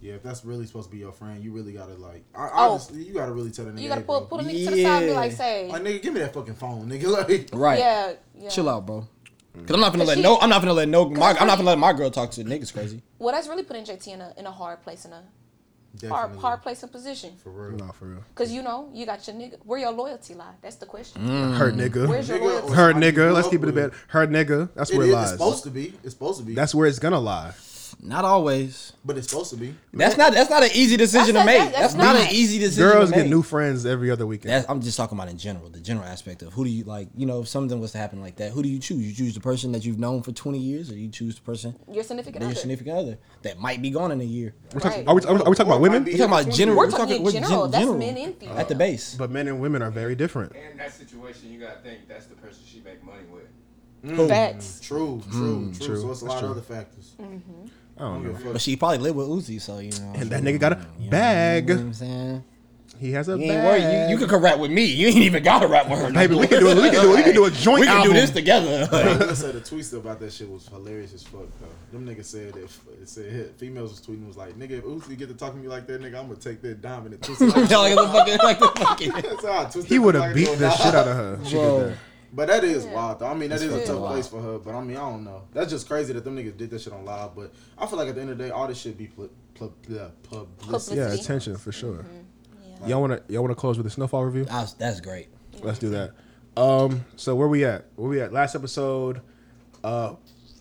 Speaker 2: Yeah, if that's really supposed to be your friend, you really gotta like. I,
Speaker 8: Oh.
Speaker 2: honestly, you gotta really tell the nigga.
Speaker 8: You gotta
Speaker 2: hey,
Speaker 8: pull,
Speaker 2: bro.
Speaker 8: pull the nigga to the side and be like,
Speaker 12: Yeah.
Speaker 8: "Say,
Speaker 2: Like nigga, give me that fucking phone, nigga. Like
Speaker 12: Right.
Speaker 8: yeah, yeah."
Speaker 12: Chill out, bro.
Speaker 3: Mm.
Speaker 12: Cause I'm not gonna
Speaker 8: But
Speaker 12: let
Speaker 8: she-
Speaker 12: no. I'm not gonna let no. My, I'm not gonna let my girl talk to niggas crazy.
Speaker 8: Well, that's really putting JT in a in a hard place in a hard
Speaker 2: definitely.
Speaker 8: hard place and position.
Speaker 2: For real.
Speaker 3: No, for real.
Speaker 8: Cause you know you got your nigga. Where your loyalty lie? That's the question.
Speaker 12: Mm.
Speaker 3: Her nigga.
Speaker 8: Where's your
Speaker 2: Nigga
Speaker 8: loyalty?
Speaker 2: or-
Speaker 3: Her
Speaker 2: Somebody you
Speaker 3: nigga. Let's
Speaker 2: up
Speaker 3: keep it a
Speaker 2: with.
Speaker 3: bit. Her nigga. That's
Speaker 2: It
Speaker 3: where it
Speaker 2: is, it's supposed
Speaker 3: lies.
Speaker 2: to be. It's supposed to be.
Speaker 3: That's where it's gonna lie.
Speaker 12: Not always.
Speaker 2: but it's supposed to
Speaker 3: Mm,
Speaker 2: be.
Speaker 12: That's not. That's not an easy decision to
Speaker 8: That's-
Speaker 12: make.
Speaker 8: that's-
Speaker 12: That's,
Speaker 8: that's
Speaker 12: not an
Speaker 8: not-
Speaker 12: easy decision.
Speaker 3: Girls
Speaker 12: to
Speaker 3: get
Speaker 12: make.
Speaker 3: new friends every other weekend.
Speaker 12: That's, I'm just talking about in general, the general aspect of who do you like. You know, if something was to happen like that, who do you choose? You choose the person that you've known for 20 years, or you choose the person
Speaker 8: Your significant
Speaker 12: that your
Speaker 8: other.
Speaker 12: significant other that might be gone in a year.
Speaker 3: We're talking-
Speaker 8: Right.
Speaker 3: are, we, are we- are we talking about women?
Speaker 12: We're talking about general.
Speaker 8: We're talking in
Speaker 12: gen-
Speaker 8: general. That's men and females.
Speaker 12: at the base.
Speaker 3: But men and women are very different.
Speaker 17: In that situation, you gotta think that's the person she make money with.
Speaker 8: Facts.
Speaker 2: True, true, true,
Speaker 3: true.
Speaker 2: So it's
Speaker 3: That's
Speaker 2: a lot
Speaker 3: true.
Speaker 2: of other factors.
Speaker 8: Mm.
Speaker 3: I don't know.
Speaker 12: But she probably lived with Uzi, so you know.
Speaker 3: And that nigga got a
Speaker 12: you know what
Speaker 3: bag.
Speaker 12: I'm saying?
Speaker 3: He has a
Speaker 12: You ain't worried.
Speaker 3: bag.
Speaker 12: You, you could come rap with me. You ain't even got to rap with her. no
Speaker 3: Baby, we
Speaker 12: more.
Speaker 3: can do it. We can do it. We can do a joint
Speaker 12: We can
Speaker 3: album.
Speaker 12: do this together.
Speaker 2: Let's say the tweets about that shit was hilarious as fuck though. Them niggas said that it said females was tweeting was like, nigga, if Uzi get to talking to me like that, nigga, I'm gonna take that diamond and twist it.
Speaker 12: Yeah, like the fucking, like the fucking.
Speaker 2: That's how I twisted
Speaker 3: He
Speaker 2: it
Speaker 3: would
Speaker 2: like
Speaker 3: have
Speaker 2: it
Speaker 3: beat
Speaker 2: was
Speaker 3: the
Speaker 2: wild.
Speaker 3: shit out of her. if She did
Speaker 8: Oh,
Speaker 3: that.
Speaker 2: But that is wild though. I mean, that is a
Speaker 12: fucking
Speaker 2: tough
Speaker 12: wild.
Speaker 2: place for her. But I mean, I don't know. That's just crazy that them niggas did that shit on live. But I feel like at the end of the day, all this shit be pl- pl- pl- publicity.
Speaker 3: Yeah, attention for sure. Y'all wanna y'all wanna close with a snowfall review?
Speaker 1: Ah.
Speaker 12: That's- That's great.
Speaker 3: Let's do that. Um, so where we at? Where we at? Last episode, uh,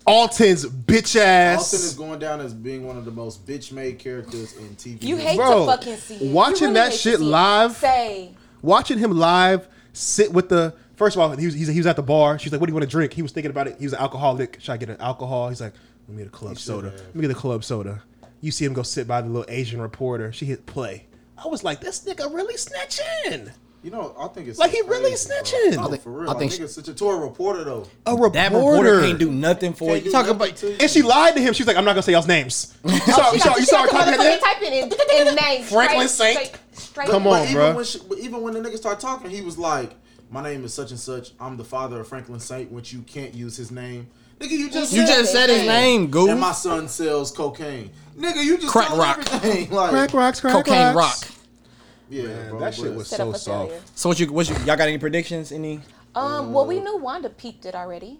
Speaker 3: Alton's bitch
Speaker 2: Austin is
Speaker 3: ass.
Speaker 2: going down as being one of the most bitch made characters in TV.
Speaker 8: You
Speaker 2: history.
Speaker 8: hate
Speaker 3: Bro,
Speaker 8: to fucking see it. You
Speaker 3: watching
Speaker 8: really
Speaker 3: that
Speaker 8: hate to
Speaker 3: shit
Speaker 8: see it.
Speaker 3: live-
Speaker 8: Say,
Speaker 3: Watching him live, sit with the first of all, he was he's, he was at the bar. She's like, "What do you want to drink?" He was thinking about it. He was an alcoholic. Should I get an alcohol? He's like, "Let me get a club soda. Let me get a club soda." You see him go sit by the little Asian reporter. She hit play. I was like, "This nigga really snitching."
Speaker 2: You know, I think it's
Speaker 3: Like,
Speaker 2: so
Speaker 3: he really
Speaker 2: crazy,
Speaker 3: snitching.
Speaker 2: Bro.
Speaker 3: I
Speaker 2: No,
Speaker 3: think-
Speaker 2: for real.
Speaker 12: I
Speaker 2: I
Speaker 12: think
Speaker 2: think
Speaker 12: she-
Speaker 2: it's such a tour reporter though.
Speaker 3: A reporter.
Speaker 12: That reporter can't do nothing Oh, for
Speaker 2: Can't
Speaker 12: you.
Speaker 2: do
Speaker 12: Talk
Speaker 2: nothing
Speaker 12: about
Speaker 2: to you.
Speaker 3: And she lied to him. She was like, "I'm not gonna say y'all's names." You saw, you saw, you
Speaker 8: she
Speaker 3: saw her copy
Speaker 8: got the
Speaker 3: of that?
Speaker 8: motherfucking typing in, in names.
Speaker 12: Franklin
Speaker 8: straight-
Speaker 12: Saint.
Speaker 8: straight- straight-
Speaker 3: Come
Speaker 2: But
Speaker 3: on,
Speaker 2: even
Speaker 3: bruh.
Speaker 2: when she, but even when the nigga started talking, he was like, "My name is such and such. I'm the father of Franklin Saint, which you can't use his name." Nigga, you just
Speaker 12: You just said his name, goo.
Speaker 2: And my son sells cocaine. Nigga, you just
Speaker 12: Crack
Speaker 2: told
Speaker 12: rock.
Speaker 2: everything. Like,
Speaker 3: Crack rocks, crack
Speaker 12: Cocaine rock.
Speaker 3: rocks.
Speaker 2: Yeah,
Speaker 3: Man,
Speaker 2: bro,
Speaker 3: that shit
Speaker 2: but-
Speaker 3: was
Speaker 8: Set up
Speaker 3: so
Speaker 8: for
Speaker 3: soft.
Speaker 8: failure.
Speaker 12: So what you what you y'all got any predictions? Any?
Speaker 8: Um, well, we knew Wanda peaked it already.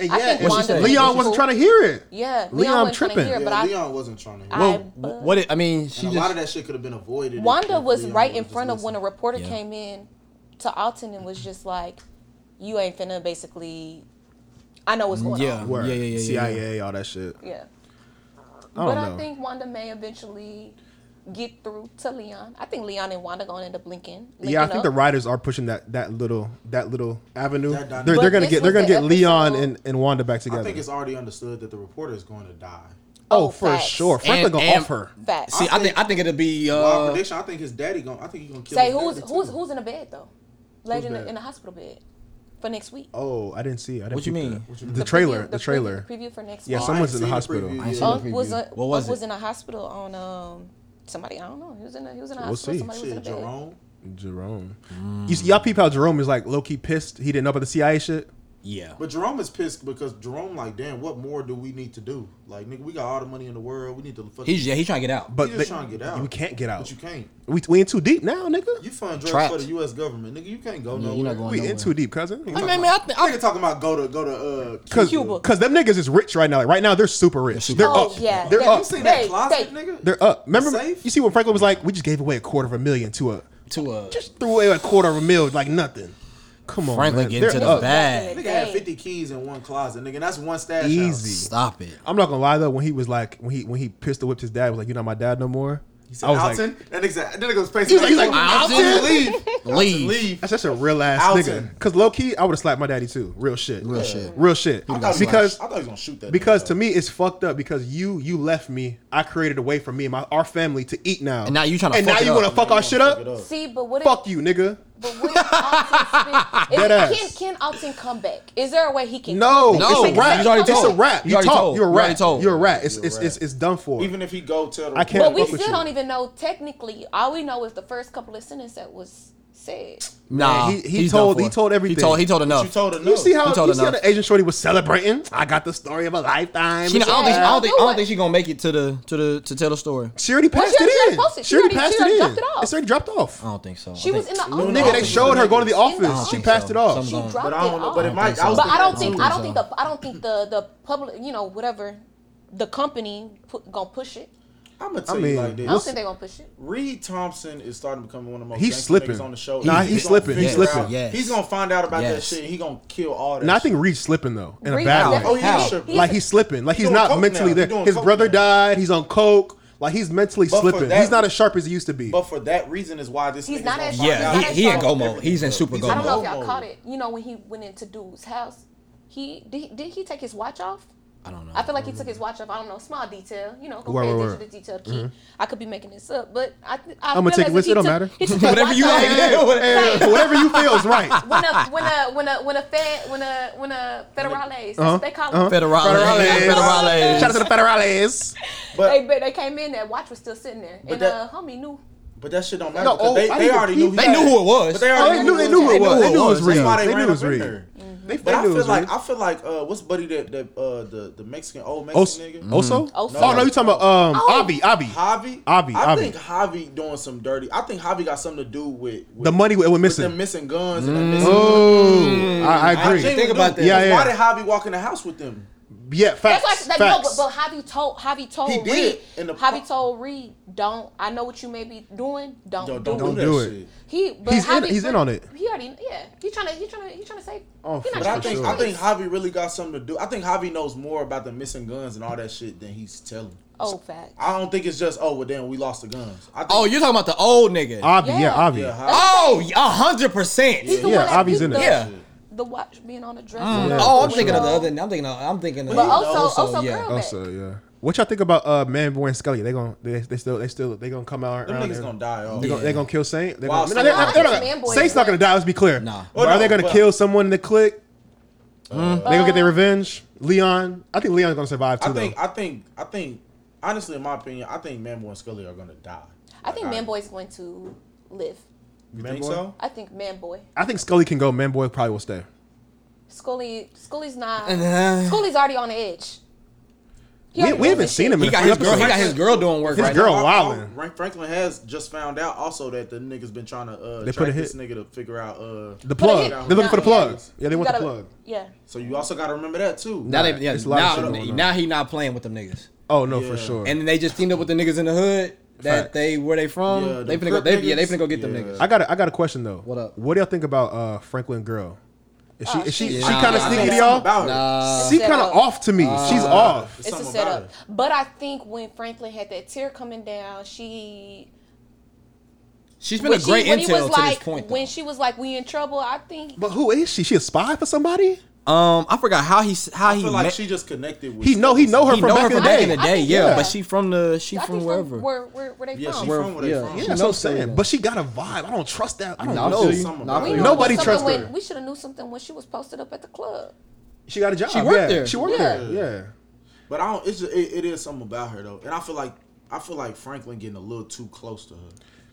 Speaker 3: And
Speaker 8: I think
Speaker 3: and
Speaker 12: Wanda
Speaker 3: she-
Speaker 12: did.
Speaker 3: Leon wasn't trying to hear it.
Speaker 8: Yeah,
Speaker 3: Leon
Speaker 8: wasn't trying to
Speaker 3: tripping.
Speaker 8: hear,
Speaker 2: Yeah,
Speaker 8: but I-
Speaker 2: Leon wasn't trying to. Hear.
Speaker 8: I,
Speaker 12: Well, what it, I mean, she
Speaker 2: and a
Speaker 12: just
Speaker 2: lot of that shit could have been avoided. if-
Speaker 8: Wanda
Speaker 2: if
Speaker 8: was
Speaker 2: Leon
Speaker 8: right
Speaker 2: would've
Speaker 8: in
Speaker 2: just
Speaker 8: front of when a
Speaker 2: listened.
Speaker 8: reporter
Speaker 12: Yeah.
Speaker 8: came in to Alton and was just like, "You ain't finna basically." I know what's going
Speaker 12: yeah,
Speaker 8: on.
Speaker 3: Word.
Speaker 12: yeah, yeah, yeah, yeah, yeah.
Speaker 3: CIA, all that shit.
Speaker 8: Yeah.
Speaker 3: I don't
Speaker 8: but
Speaker 3: know.
Speaker 8: I think Wanda may eventually get through to Leon. I think Leon and Wanda gonna end up linking. linking
Speaker 3: yeah, I think
Speaker 8: up.
Speaker 3: the writers are pushing that that little that little avenue.
Speaker 2: That dynamic.
Speaker 3: they're they're
Speaker 2: But
Speaker 3: gonna
Speaker 8: this
Speaker 3: get they're
Speaker 8: was
Speaker 3: gonna
Speaker 8: the
Speaker 3: get Leon
Speaker 8: episode-
Speaker 3: and, and Wanda back together.
Speaker 2: I think it's already understood that the reporter is going to die.
Speaker 3: oh,
Speaker 8: Oh,
Speaker 3: for
Speaker 8: facts.
Speaker 3: sure. Franklin
Speaker 12: And-
Speaker 3: gonna
Speaker 12: and-
Speaker 3: off her.
Speaker 8: Facts.
Speaker 12: See, I think I think it'll be
Speaker 2: Wild
Speaker 12: uh,
Speaker 2: prediction. I think his daddy going. to I think he's going to kill.
Speaker 8: Say
Speaker 2: his
Speaker 8: who's
Speaker 2: daddy, too.
Speaker 8: who's who's in the bed though? Laid in, the,
Speaker 2: bed?
Speaker 8: in the hospital bed for next week.
Speaker 3: Oh, I didn't see. I didn't
Speaker 12: What you
Speaker 3: peep
Speaker 12: mean?
Speaker 3: that.
Speaker 12: What
Speaker 3: The trailer. The trailer.
Speaker 8: Preview, for next
Speaker 3: Yeah,
Speaker 8: week.
Speaker 2: I ain't
Speaker 3: someone's in the
Speaker 2: seen
Speaker 3: hospital.
Speaker 2: preview
Speaker 12: I ain't
Speaker 2: yet.
Speaker 12: seen
Speaker 8: Unc was
Speaker 12: preview.
Speaker 8: a,
Speaker 12: What was
Speaker 8: Unc was
Speaker 12: it?
Speaker 8: in a hospital on um somebody I don't know. He was in a he was in a
Speaker 3: We'll
Speaker 8: hospital.
Speaker 3: see.
Speaker 8: Somebody was in a
Speaker 2: Shit,
Speaker 8: bed.
Speaker 2: Jerome.
Speaker 3: Jerome. You see, y'all peep how Jerome is like low key pissed. He didn't know about the CIA shit.
Speaker 12: yeah.
Speaker 2: But Jerome is pissed because Jerome, like, damn, what more do we need to do? Like, nigga, we got all the money in the world. We need to fucking.
Speaker 12: He's yeah, he's trying to get out.
Speaker 3: But
Speaker 2: just
Speaker 3: they-
Speaker 2: trying to get out.
Speaker 3: You can't get out.
Speaker 2: but you can't.
Speaker 3: We we in too deep now, nigga.
Speaker 2: You fund drugs
Speaker 12: Trapped.
Speaker 2: for the U.S. government, nigga. You can't go
Speaker 12: Yeah,
Speaker 2: nowhere.
Speaker 12: you're not going
Speaker 3: we
Speaker 12: nowhere.
Speaker 3: in too deep, cousin.
Speaker 12: I mean, I mean, I think
Speaker 2: Nigga talking about go to go to uh.
Speaker 3: Cause,
Speaker 8: Cuba.
Speaker 3: Cause them niggas is rich right now. Like right now, they're super rich. They're,
Speaker 12: super
Speaker 8: Oh
Speaker 3: up.
Speaker 8: yeah,
Speaker 3: They're
Speaker 8: yeah,
Speaker 3: up.
Speaker 2: See that
Speaker 8: They-
Speaker 2: closet,
Speaker 8: they-
Speaker 2: nigga.
Speaker 3: They're up. Remember,
Speaker 2: Safe?
Speaker 3: you see when Franklin was like, "We just gave away a quarter of a million to a
Speaker 12: to a
Speaker 3: just threw away a quarter of a mil like nothing." Come on, Oh,
Speaker 12: Franklin
Speaker 3: man.
Speaker 12: get
Speaker 3: They're
Speaker 12: into the
Speaker 3: up.
Speaker 12: bag.
Speaker 2: Nigga had fifty keys in one closet, nigga. and That's one stash house.
Speaker 3: Easy.
Speaker 12: Stop it.
Speaker 3: I'm not gonna lie though. When he was like, when he when he pistol whipped his dad, was like, "You're not my dad no more."
Speaker 2: He said,
Speaker 3: I was
Speaker 2: Alton.
Speaker 3: like,
Speaker 2: that nigga said, that nigga was facing.
Speaker 3: he was like, he's like,
Speaker 12: Alton?
Speaker 3: Alton, leave.
Speaker 12: Leave.
Speaker 2: leave.
Speaker 3: That's such a real ass
Speaker 2: Alton.
Speaker 3: nigga. Cause low key, I would have slapped my daddy too. Real shit. Real
Speaker 12: shit.
Speaker 3: Real shit. Because
Speaker 2: I thought he was gonna shoot that.
Speaker 3: Because
Speaker 2: nigga,
Speaker 3: to me, it's fucked up. Because you you left me. I created a way for me and my our family to eat now.
Speaker 12: And now you tryna
Speaker 3: and
Speaker 12: fuck
Speaker 3: now
Speaker 12: it
Speaker 3: you
Speaker 12: up.
Speaker 3: wanna fuck our shit
Speaker 2: though. Fuck
Speaker 3: up?
Speaker 2: it up.
Speaker 8: See, but what?
Speaker 3: Fuck you, nigga.
Speaker 8: If, but what? Alton spin-
Speaker 3: Dead
Speaker 8: is- Can, can Alton come back? Is there a way he can?
Speaker 3: No,
Speaker 8: come back?
Speaker 3: it's a rap.
Speaker 12: You already
Speaker 3: It's a
Speaker 12: told.
Speaker 3: rap.
Speaker 12: You
Speaker 3: You
Speaker 12: already
Speaker 3: talk.
Speaker 12: told.
Speaker 3: You're a
Speaker 12: You already
Speaker 3: rat.
Speaker 12: told.
Speaker 3: You're a rat. It's it's it's it's done for.
Speaker 2: Even if he go tell the
Speaker 3: I can't
Speaker 8: But we
Speaker 3: fuck with
Speaker 8: still
Speaker 3: you.
Speaker 8: don't even know technically. All we know is the first couple of sentences that was said.
Speaker 12: Nah,
Speaker 3: Man, he- he
Speaker 12: he's done
Speaker 3: told-
Speaker 12: for.
Speaker 3: he told everything.
Speaker 12: He told he told
Speaker 2: you
Speaker 12: enough.
Speaker 2: told her no.
Speaker 3: You see how
Speaker 12: You told
Speaker 3: you see how
Speaker 12: enough.
Speaker 3: the Asian shorty was celebrating? I got the story of a lifetime.
Speaker 12: She, oh. I
Speaker 3: and
Speaker 12: don't
Speaker 3: shit.
Speaker 12: think I don't
Speaker 8: Yeah.
Speaker 12: think I don't think she gonna make it to the to the to tell the story.
Speaker 3: She already passed
Speaker 8: she already
Speaker 3: it
Speaker 8: posted.
Speaker 3: in.
Speaker 8: She
Speaker 3: She already
Speaker 8: already-
Speaker 3: passed
Speaker 8: she
Speaker 3: it
Speaker 8: already
Speaker 3: in.
Speaker 8: dropped it off.
Speaker 3: It's already dropped off.
Speaker 12: I don't think so.
Speaker 8: She was in the office.
Speaker 3: Nigga, they showed her going to the office. She
Speaker 12: think
Speaker 3: passed
Speaker 12: so.
Speaker 3: it off.
Speaker 12: Some-
Speaker 8: She dropped
Speaker 2: But I don't
Speaker 8: it
Speaker 2: know.
Speaker 8: off.
Speaker 2: But it might. I was
Speaker 8: But
Speaker 2: thinking
Speaker 8: I don't
Speaker 2: that
Speaker 8: think
Speaker 2: too.
Speaker 8: I don't
Speaker 12: so.
Speaker 8: think the I don't think the the public you know whatever the company put, gonna push it.
Speaker 2: I'm gonna tell
Speaker 3: mean,
Speaker 2: you like
Speaker 8: I don't
Speaker 2: this.
Speaker 8: think they're gonna push it.
Speaker 2: Reed Thompson is starting to become one of the most
Speaker 3: He's
Speaker 2: gangster
Speaker 3: slipping.
Speaker 2: niggas on the show.
Speaker 3: Nah,
Speaker 2: And
Speaker 3: he's
Speaker 2: gonna
Speaker 3: slipping. He's
Speaker 2: figure
Speaker 3: slipping.
Speaker 2: out-
Speaker 12: Yes.
Speaker 2: He's gonna find out about that
Speaker 12: Yes.
Speaker 2: shit. He gonna kill all that.
Speaker 3: And I think
Speaker 2: shit.
Speaker 3: Reed's slipping though in a
Speaker 8: Reed-
Speaker 3: bad way.
Speaker 8: How?
Speaker 2: Oh yeah,
Speaker 12: How?
Speaker 2: sure.
Speaker 3: Like he's slipping. Like
Speaker 2: He's
Speaker 3: he's,
Speaker 2: on
Speaker 3: not
Speaker 2: coke
Speaker 3: mentally
Speaker 2: now. He
Speaker 3: there.
Speaker 2: doing
Speaker 3: His
Speaker 2: coke
Speaker 3: brother
Speaker 2: now.
Speaker 3: died. He's on coke. Like he's mentally
Speaker 2: But for
Speaker 3: slipping.
Speaker 2: that-
Speaker 3: he's not as sharp as he used to be.
Speaker 2: But for that reason is why this.
Speaker 8: He's
Speaker 2: nigga's
Speaker 8: not
Speaker 2: gonna
Speaker 8: as-
Speaker 2: find
Speaker 12: Yeah,
Speaker 2: out
Speaker 12: he, he in
Speaker 8: Yeah.
Speaker 12: go mode. He's in
Speaker 2: He's
Speaker 12: super go
Speaker 2: on
Speaker 8: I don't know
Speaker 12: mode.
Speaker 8: if y'all
Speaker 2: Momo.
Speaker 8: caught it. You know when he went into dude's house, he did. He, did he take his watch off?
Speaker 12: I don't know.
Speaker 8: I feel like he took his watch off. I don't know, small detail. You know, go
Speaker 3: Word,
Speaker 8: pay
Speaker 3: word,
Speaker 8: attention to detail key. I could be making this up, but I. th- I
Speaker 3: I'm gonna
Speaker 8: feel
Speaker 3: take
Speaker 8: as
Speaker 3: it with you,
Speaker 8: if he
Speaker 3: it don't
Speaker 8: took-
Speaker 3: matter.
Speaker 8: he took his
Speaker 12: Whatever
Speaker 8: watch
Speaker 12: you
Speaker 8: off.
Speaker 12: like. Yeah, whatever.
Speaker 3: Hey, whatever you feel is right.
Speaker 8: When a when a when a when a fed when a when a
Speaker 3: Uh-huh.
Speaker 8: federales that's what they call them.
Speaker 12: Federales.
Speaker 3: Federales.
Speaker 12: Federales.
Speaker 3: Shout out to the Federales.
Speaker 8: They
Speaker 2: But
Speaker 8: but they came in that watch was still sitting there, and
Speaker 2: that-
Speaker 8: uh, homie knew.
Speaker 2: but that shit don't matter.
Speaker 3: No,
Speaker 2: because
Speaker 3: oh,
Speaker 2: they,
Speaker 3: I
Speaker 2: they
Speaker 3: didn't-
Speaker 2: already knew. he
Speaker 12: They
Speaker 2: had
Speaker 12: knew who it was.
Speaker 2: But they
Speaker 3: Oh,
Speaker 2: already
Speaker 3: they knew, they knew it was. They knew it was
Speaker 12: That's
Speaker 3: real.
Speaker 12: why
Speaker 2: they
Speaker 3: They knew
Speaker 2: ran
Speaker 3: it was
Speaker 2: up in
Speaker 3: real.
Speaker 2: there.
Speaker 3: They
Speaker 2: But I
Speaker 3: they knew it
Speaker 2: feel
Speaker 3: was
Speaker 2: like
Speaker 3: real.
Speaker 2: I feel like uh, what's buddy that that uh, the the Mexican old
Speaker 3: Also,
Speaker 2: Mexican nigga
Speaker 3: also, oh
Speaker 8: Oso.
Speaker 3: no, you talking about um Avi, Avi,
Speaker 2: Javi.
Speaker 3: Javi,
Speaker 2: I
Speaker 3: Javi.
Speaker 2: think Javi doing some dirty. I think Javi got something to do with, with
Speaker 3: the money went went
Speaker 2: with
Speaker 3: missing.
Speaker 2: them missing guns and them missing.
Speaker 3: Oh, I, I agree.
Speaker 2: genuinely
Speaker 12: Think about
Speaker 2: do.
Speaker 12: that.
Speaker 3: Yeah, yeah.
Speaker 2: Why did Javi walk in the house with them?
Speaker 3: yeah, facts.
Speaker 8: That's why, like, no, but,
Speaker 3: facts.
Speaker 8: but Javi told Javi told
Speaker 2: He did
Speaker 8: Reed,
Speaker 2: in the-
Speaker 8: Javi told Reed, don't. I know what you may be doing. Don't
Speaker 2: Don't,
Speaker 8: do
Speaker 2: don't, do,
Speaker 8: it.
Speaker 3: do
Speaker 2: that
Speaker 3: it.
Speaker 2: shit.
Speaker 8: He, but
Speaker 3: He's in-
Speaker 8: Javi-
Speaker 3: he's in on it.
Speaker 8: He already, yeah. He trying to, he trying to, he trying to say.
Speaker 3: Oh,
Speaker 8: he
Speaker 3: for
Speaker 2: But
Speaker 8: not trying
Speaker 2: I
Speaker 8: to
Speaker 2: think
Speaker 3: sure.
Speaker 2: I
Speaker 8: do
Speaker 2: think
Speaker 8: it.
Speaker 2: Javi really got something to do. I think Javi knows more about the missing guns and all that shit than he's telling.
Speaker 8: Oh, fact.
Speaker 2: I don't think it's just oh well damn we lost the guns. I think
Speaker 12: Oh, you're talking about the old nigga.
Speaker 3: Avi, yeah,
Speaker 8: Yeah.
Speaker 3: Avi.
Speaker 2: yeah, Javi-
Speaker 12: Oh, a hundred percent.
Speaker 8: He's the
Speaker 3: Uh, Yeah,
Speaker 8: one that
Speaker 3: Javi's
Speaker 8: did
Speaker 3: in it.
Speaker 8: the,
Speaker 12: Yeah.
Speaker 8: The watch being on the dresser.
Speaker 3: Yeah,
Speaker 12: Oh, I'm
Speaker 3: for
Speaker 12: thinking of the
Speaker 3: sure.
Speaker 12: other. I'm thinking. Of, I'm thinking of.
Speaker 8: But
Speaker 12: the-
Speaker 8: also- also
Speaker 12: yeah.
Speaker 8: girl.
Speaker 3: Also, yeah. What y'all think about uh Man Boy and Scully? They gon' they, they still they still they gonna come out
Speaker 2: them
Speaker 3: around
Speaker 2: niggas
Speaker 3: there.
Speaker 2: gonna die off.
Speaker 3: They gonna, they gonna kill Saint. They
Speaker 2: Wow,
Speaker 3: gonna,
Speaker 2: Saint-
Speaker 3: they're,
Speaker 8: I
Speaker 3: not-
Speaker 8: think
Speaker 3: they're not-
Speaker 8: Man Boy
Speaker 3: Saint's
Speaker 8: is
Speaker 3: not gonna
Speaker 8: like-
Speaker 3: die. Let's be clear.
Speaker 12: Nah.
Speaker 3: But
Speaker 2: Well,
Speaker 3: are they
Speaker 2: no,
Speaker 3: gonna
Speaker 2: but-
Speaker 3: kill someone in the clique? they gonna get their revenge. Leon, I think Leon's gonna survive too.
Speaker 2: I think
Speaker 3: though.
Speaker 2: I think I think honestly in my opinion I think Mambo and Scully are gonna die.
Speaker 8: I think
Speaker 2: Like,
Speaker 8: Man Boy's going to live.
Speaker 2: You
Speaker 3: Man
Speaker 2: think
Speaker 3: Boy?
Speaker 2: so?
Speaker 8: I think Man Boy.
Speaker 3: I think Scully can go. Man Boy probably will stay.
Speaker 8: Scully, Scully's not.
Speaker 12: Uh-huh.
Speaker 8: Scully's already on the edge.
Speaker 3: We,
Speaker 8: He already
Speaker 3: we
Speaker 8: knows
Speaker 3: haven't
Speaker 8: his
Speaker 3: seen
Speaker 8: shit.
Speaker 3: him. In
Speaker 12: He
Speaker 3: a
Speaker 12: got
Speaker 3: few
Speaker 12: his girl. He
Speaker 3: episodes.
Speaker 12: got his girl doing work
Speaker 3: His
Speaker 12: right
Speaker 3: girl
Speaker 12: now.
Speaker 3: wildin'.
Speaker 2: Frank Franklin has just found out also that the niggas been trying to uh
Speaker 3: They
Speaker 2: they
Speaker 3: put a
Speaker 2: this
Speaker 3: hit.
Speaker 2: nigga to figure out uh
Speaker 3: The
Speaker 8: But
Speaker 3: plug.
Speaker 8: he-
Speaker 3: They're looking for the
Speaker 8: yeah.
Speaker 3: plug. Yeah, they
Speaker 8: You
Speaker 3: want the
Speaker 8: gotta-
Speaker 3: plug.
Speaker 8: Yeah.
Speaker 2: so you also gotta remember that too.
Speaker 12: Now they, yeah,
Speaker 3: It's a lot of
Speaker 12: now,
Speaker 3: shit going on.
Speaker 12: now he not playing with them niggas,
Speaker 3: Oh no,
Speaker 2: Yeah.
Speaker 3: for sure.
Speaker 12: and then they just teamed up with the niggas in the hood that
Speaker 3: Facts.
Speaker 12: they where they from.
Speaker 2: Yeah,
Speaker 12: they
Speaker 2: the
Speaker 12: finna go.
Speaker 2: Crip
Speaker 12: They, yeah, they
Speaker 2: niggas.
Speaker 12: finna go get them
Speaker 2: Yeah.
Speaker 12: niggas.
Speaker 3: I got a, I got a question though.
Speaker 12: What up?
Speaker 3: What do y'all think about uh, Franklin Girl? Is she is she,
Speaker 12: she-
Speaker 3: she
Speaker 12: nah,
Speaker 3: kind of
Speaker 12: nah,
Speaker 3: sneaky to
Speaker 2: Something
Speaker 3: y'all?
Speaker 2: about her.
Speaker 3: she
Speaker 8: Set
Speaker 3: kind of
Speaker 8: up.
Speaker 3: off to me. She's
Speaker 12: Uh,
Speaker 3: off.
Speaker 2: It's
Speaker 8: It's a
Speaker 2: something about
Speaker 8: setup. But I think when Franklin had that tear coming down, she
Speaker 12: She's been
Speaker 8: when
Speaker 12: a great
Speaker 8: she, when he
Speaker 12: intel
Speaker 8: was
Speaker 12: to
Speaker 8: like,
Speaker 12: this point. Though.
Speaker 8: When she was like, "We in trouble," I think.
Speaker 3: But who is she? She a spy for somebody?
Speaker 12: um, I forgot how he s- how
Speaker 2: I
Speaker 12: he
Speaker 2: feel like
Speaker 12: met-
Speaker 2: she just connected with
Speaker 3: He know he know Oh, her
Speaker 12: he
Speaker 3: from
Speaker 12: know
Speaker 3: back
Speaker 12: her
Speaker 3: in
Speaker 12: from
Speaker 3: the
Speaker 12: back
Speaker 3: day.
Speaker 12: in the
Speaker 8: I
Speaker 12: day.
Speaker 8: think-
Speaker 12: Yeah,
Speaker 8: yeah.
Speaker 12: but she from the she
Speaker 8: I
Speaker 12: from
Speaker 8: think
Speaker 12: wherever.
Speaker 8: where, where where they
Speaker 2: Yeah,
Speaker 8: from.
Speaker 2: she from where they
Speaker 12: yeah.
Speaker 2: from.
Speaker 12: Yeah.
Speaker 3: Yeah, that's
Speaker 12: No
Speaker 3: what I'm saying.
Speaker 12: shame.
Speaker 3: But she got a vibe. I don't trust that. I don't
Speaker 12: Nah, I
Speaker 3: know.
Speaker 12: feel you.
Speaker 2: Something
Speaker 12: Nah, I
Speaker 2: about
Speaker 12: feel
Speaker 2: her.
Speaker 12: you.
Speaker 3: Nobody
Speaker 8: Something
Speaker 3: trusts
Speaker 8: when-
Speaker 3: her.
Speaker 8: We should have knew something when she was posted up at the club.
Speaker 3: She got a job.
Speaker 12: She worked
Speaker 3: yeah.
Speaker 12: there.
Speaker 3: She worked
Speaker 8: Yeah.
Speaker 3: there. Yeah.
Speaker 2: But I don't. It's just, it, it is something about her though, and I feel like I feel like Franklin getting a little too close to her.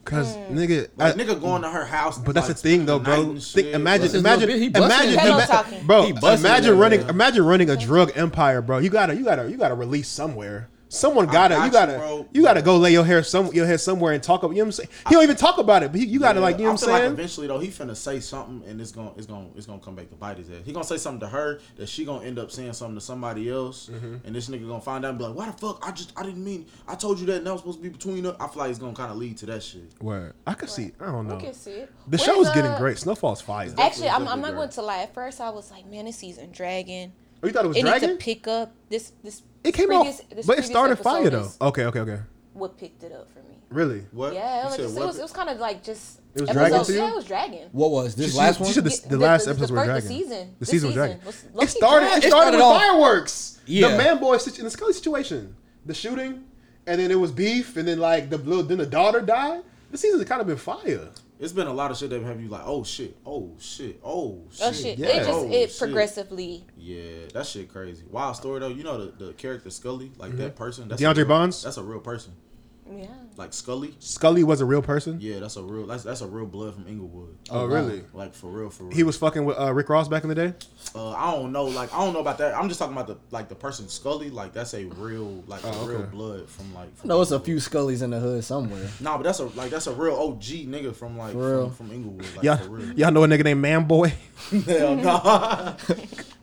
Speaker 3: Cause nigga,
Speaker 2: Like
Speaker 3: I-
Speaker 2: nigga going to her house.
Speaker 3: But that's
Speaker 2: like,
Speaker 3: the thing, though,
Speaker 2: spending the night
Speaker 3: bro.
Speaker 2: and
Speaker 3: Think,
Speaker 2: shit.
Speaker 3: imagine,
Speaker 12: That's
Speaker 3: imagine,
Speaker 12: his little bit. He
Speaker 3: imagine,
Speaker 12: busting
Speaker 8: Pillow
Speaker 3: ima-
Speaker 8: talking.
Speaker 3: bro.
Speaker 12: He busting
Speaker 3: imagine
Speaker 12: it,
Speaker 3: running,
Speaker 12: yeah.
Speaker 3: imagine running a drug empire, bro. You gotta, you gotta, you gotta release somewhere. Someone gotta,
Speaker 2: got
Speaker 3: you
Speaker 2: you,
Speaker 3: gotta, you,
Speaker 2: bro.
Speaker 3: gotta go lay your hair some, your head somewhere and talk. About, you know what I'm saying? He don't even talk about it, but he, you gotta,
Speaker 2: Yeah,
Speaker 3: like, you know
Speaker 2: I
Speaker 3: what
Speaker 2: feel
Speaker 3: I'm
Speaker 2: like
Speaker 3: saying?
Speaker 2: eventually though, he finna say something, and it's gonna it's gonna it's gonna come back to bite his ass. He gonna say something to her that she gonna end up saying something to somebody else,
Speaker 3: Mm-hmm.
Speaker 2: and this nigga gonna find out and be like, "Why the fuck? I just I didn't mean. I told you that, and that was supposed to be between us." I feel like it's gonna kind of lead to that shit.
Speaker 3: Word. I could see. I don't know.
Speaker 8: We can see it.
Speaker 3: The
Speaker 8: Where's,
Speaker 3: show's getting
Speaker 8: uh,
Speaker 3: great. Snowfall's fire.
Speaker 8: Actually, I'm,
Speaker 2: Definitely
Speaker 8: I'm not
Speaker 2: good.
Speaker 8: going to lie. At first, I was like, "Man, this season dragging.
Speaker 3: oh, you thought it was
Speaker 8: It needs to
Speaker 3: Dragon?
Speaker 8: pick up this this."
Speaker 3: It came
Speaker 8: previous,
Speaker 3: off,
Speaker 8: this
Speaker 3: but it
Speaker 8: previous
Speaker 3: started fire
Speaker 8: episode
Speaker 3: though.
Speaker 8: is
Speaker 3: Okay, okay, okay.
Speaker 8: What picked it up for me?
Speaker 3: Really?
Speaker 2: What?
Speaker 8: Yeah,
Speaker 2: You
Speaker 8: it was,
Speaker 2: said
Speaker 8: just, it
Speaker 2: what?
Speaker 8: was it was kind of like just
Speaker 3: It was dragging to you?
Speaker 8: Yeah, it was dragging.
Speaker 12: What was
Speaker 3: She-
Speaker 12: this
Speaker 3: she-
Speaker 12: last
Speaker 3: she
Speaker 12: one?
Speaker 3: said the,
Speaker 8: Yeah,
Speaker 3: the
Speaker 8: the-
Speaker 3: last
Speaker 8: the-
Speaker 3: episode
Speaker 8: the
Speaker 3: was
Speaker 8: first-
Speaker 3: Dragon.
Speaker 8: the season.
Speaker 3: The
Speaker 8: The
Speaker 3: season was
Speaker 8: season
Speaker 3: Dragon.
Speaker 8: was low-key
Speaker 3: It started. It
Speaker 12: dragging.
Speaker 3: started with
Speaker 12: It started off-
Speaker 3: fireworks. The
Speaker 12: Yeah.
Speaker 3: man boy situ- in the Scully situation, the shooting, and then it was beef, and then like the little, then the daughter died. This season's kind of been fire.
Speaker 2: It's been a lot of shit that have you like, oh shit, oh shit, oh shit.
Speaker 8: Oh shit! It just
Speaker 2: oh, shit.
Speaker 8: it progressively.
Speaker 2: Yeah, that shit crazy. Wild story though. You know the, the character Scully, like that person. That's a
Speaker 3: Mm-hmm. DeAndre
Speaker 2: real-
Speaker 3: Bonds?
Speaker 2: That's a real person.
Speaker 8: Yeah.
Speaker 2: Like Scully.
Speaker 3: Scully was a real person.
Speaker 2: Yeah, that's a real. That's that's a real blood from Inglewood.
Speaker 3: Oh, Oh, really? wow.
Speaker 2: Like for real, for real.
Speaker 3: He was fucking with uh, Rick Ross back in the day.
Speaker 2: Uh, I don't know. Like I don't know about that. I'm just talking about the like the person Scully. Like that's a real like a
Speaker 3: Oh,
Speaker 2: real
Speaker 3: okay.
Speaker 2: blood from like. From
Speaker 12: No, it's a few Scullies in the hood somewhere.
Speaker 2: Nah, but that's a like that's a real OG nigga from like
Speaker 12: For real.
Speaker 2: from, from Inglewood. Like,
Speaker 3: y'all,
Speaker 2: for real.
Speaker 3: y'all know a nigga named Manboy?
Speaker 2: Hell no.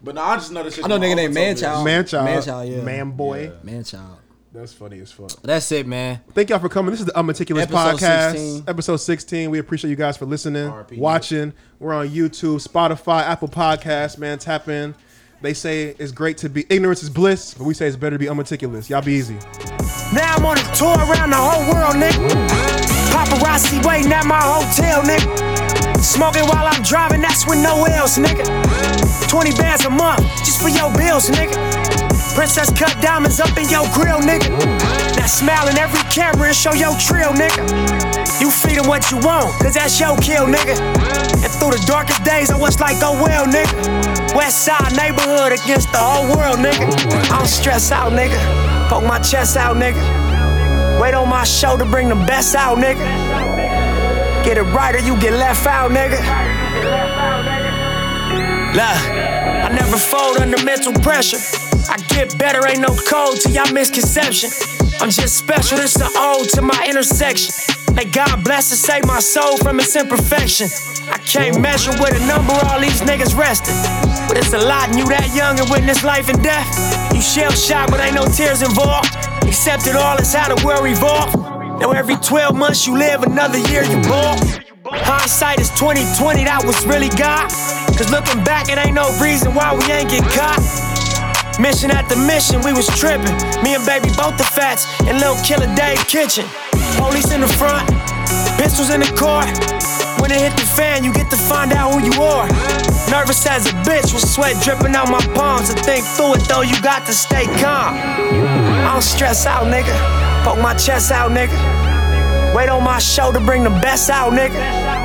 Speaker 2: but no, I just know this shit.
Speaker 12: I know a
Speaker 2: from
Speaker 12: nigga
Speaker 2: my
Speaker 12: named
Speaker 2: own television.
Speaker 12: Manchild.
Speaker 3: Manchild.
Speaker 12: Manchild, yeah.
Speaker 3: Manboy.
Speaker 12: Manchild.
Speaker 3: That's funny as fuck.
Speaker 12: That's it, man.
Speaker 3: Thank y'all for coming. This is the Unmeticulous
Speaker 12: Episode
Speaker 3: Podcast,
Speaker 12: 16.
Speaker 3: episode 16. We appreciate you guys for listening,
Speaker 2: RIP.
Speaker 3: watching. We're on YouTube, Spotify, Apple Podcasts, man. Tap in. They say it's great to be ignorance is bliss, but we say it's better to be unmeticulous. Y'all be easy.
Speaker 17: Now I'm on a tour around the whole world, nigga. Paparazzi waiting at my hotel, nigga. Smoking while I'm driving, that's with no else, nigga. 20 bands a month, just for your bills, nigga. Princess cut diamonds up in your grill, nigga. Now smile in every camera and show your trill, nigga. You feed 'em what you want, cause that's your kill, nigga. And through the darkest days, I was like, oh well, nigga. West side neighborhood against the whole world, nigga. I don't stress out, nigga. Poke my chest out, nigga. Wait on my show to bring the best out, nigga. Get it right or you get left out, nigga. Look, I never fold under mental pressure. I get better, ain't no code to y'all misconception. I'm just special, this an ode to my intersection. May God bless and save my soul from its imperfection. I can't measure with a number all these niggas resting. But it's a lot, and you that young and witness life and death. You shell shocked, but ain't no tears involved. Except it all is how the world revolve. Now every 12 months you live, another year you born. Hindsight is 2020, that was really God. Cause looking back, it ain't no reason why we ain't get caught. Mission after mission, we was tripping. Me and baby both the fats and Lil Killer Dave Kitchen. Police in the front, pistols in the car. When it hit the fan, you get to find out who you are. Nervous as a bitch with sweat dripping out my palms. To think through it though, you got to stay calm. I don't stress out, nigga. Poke my chest out, nigga. Wait on my show to bring the best out, nigga.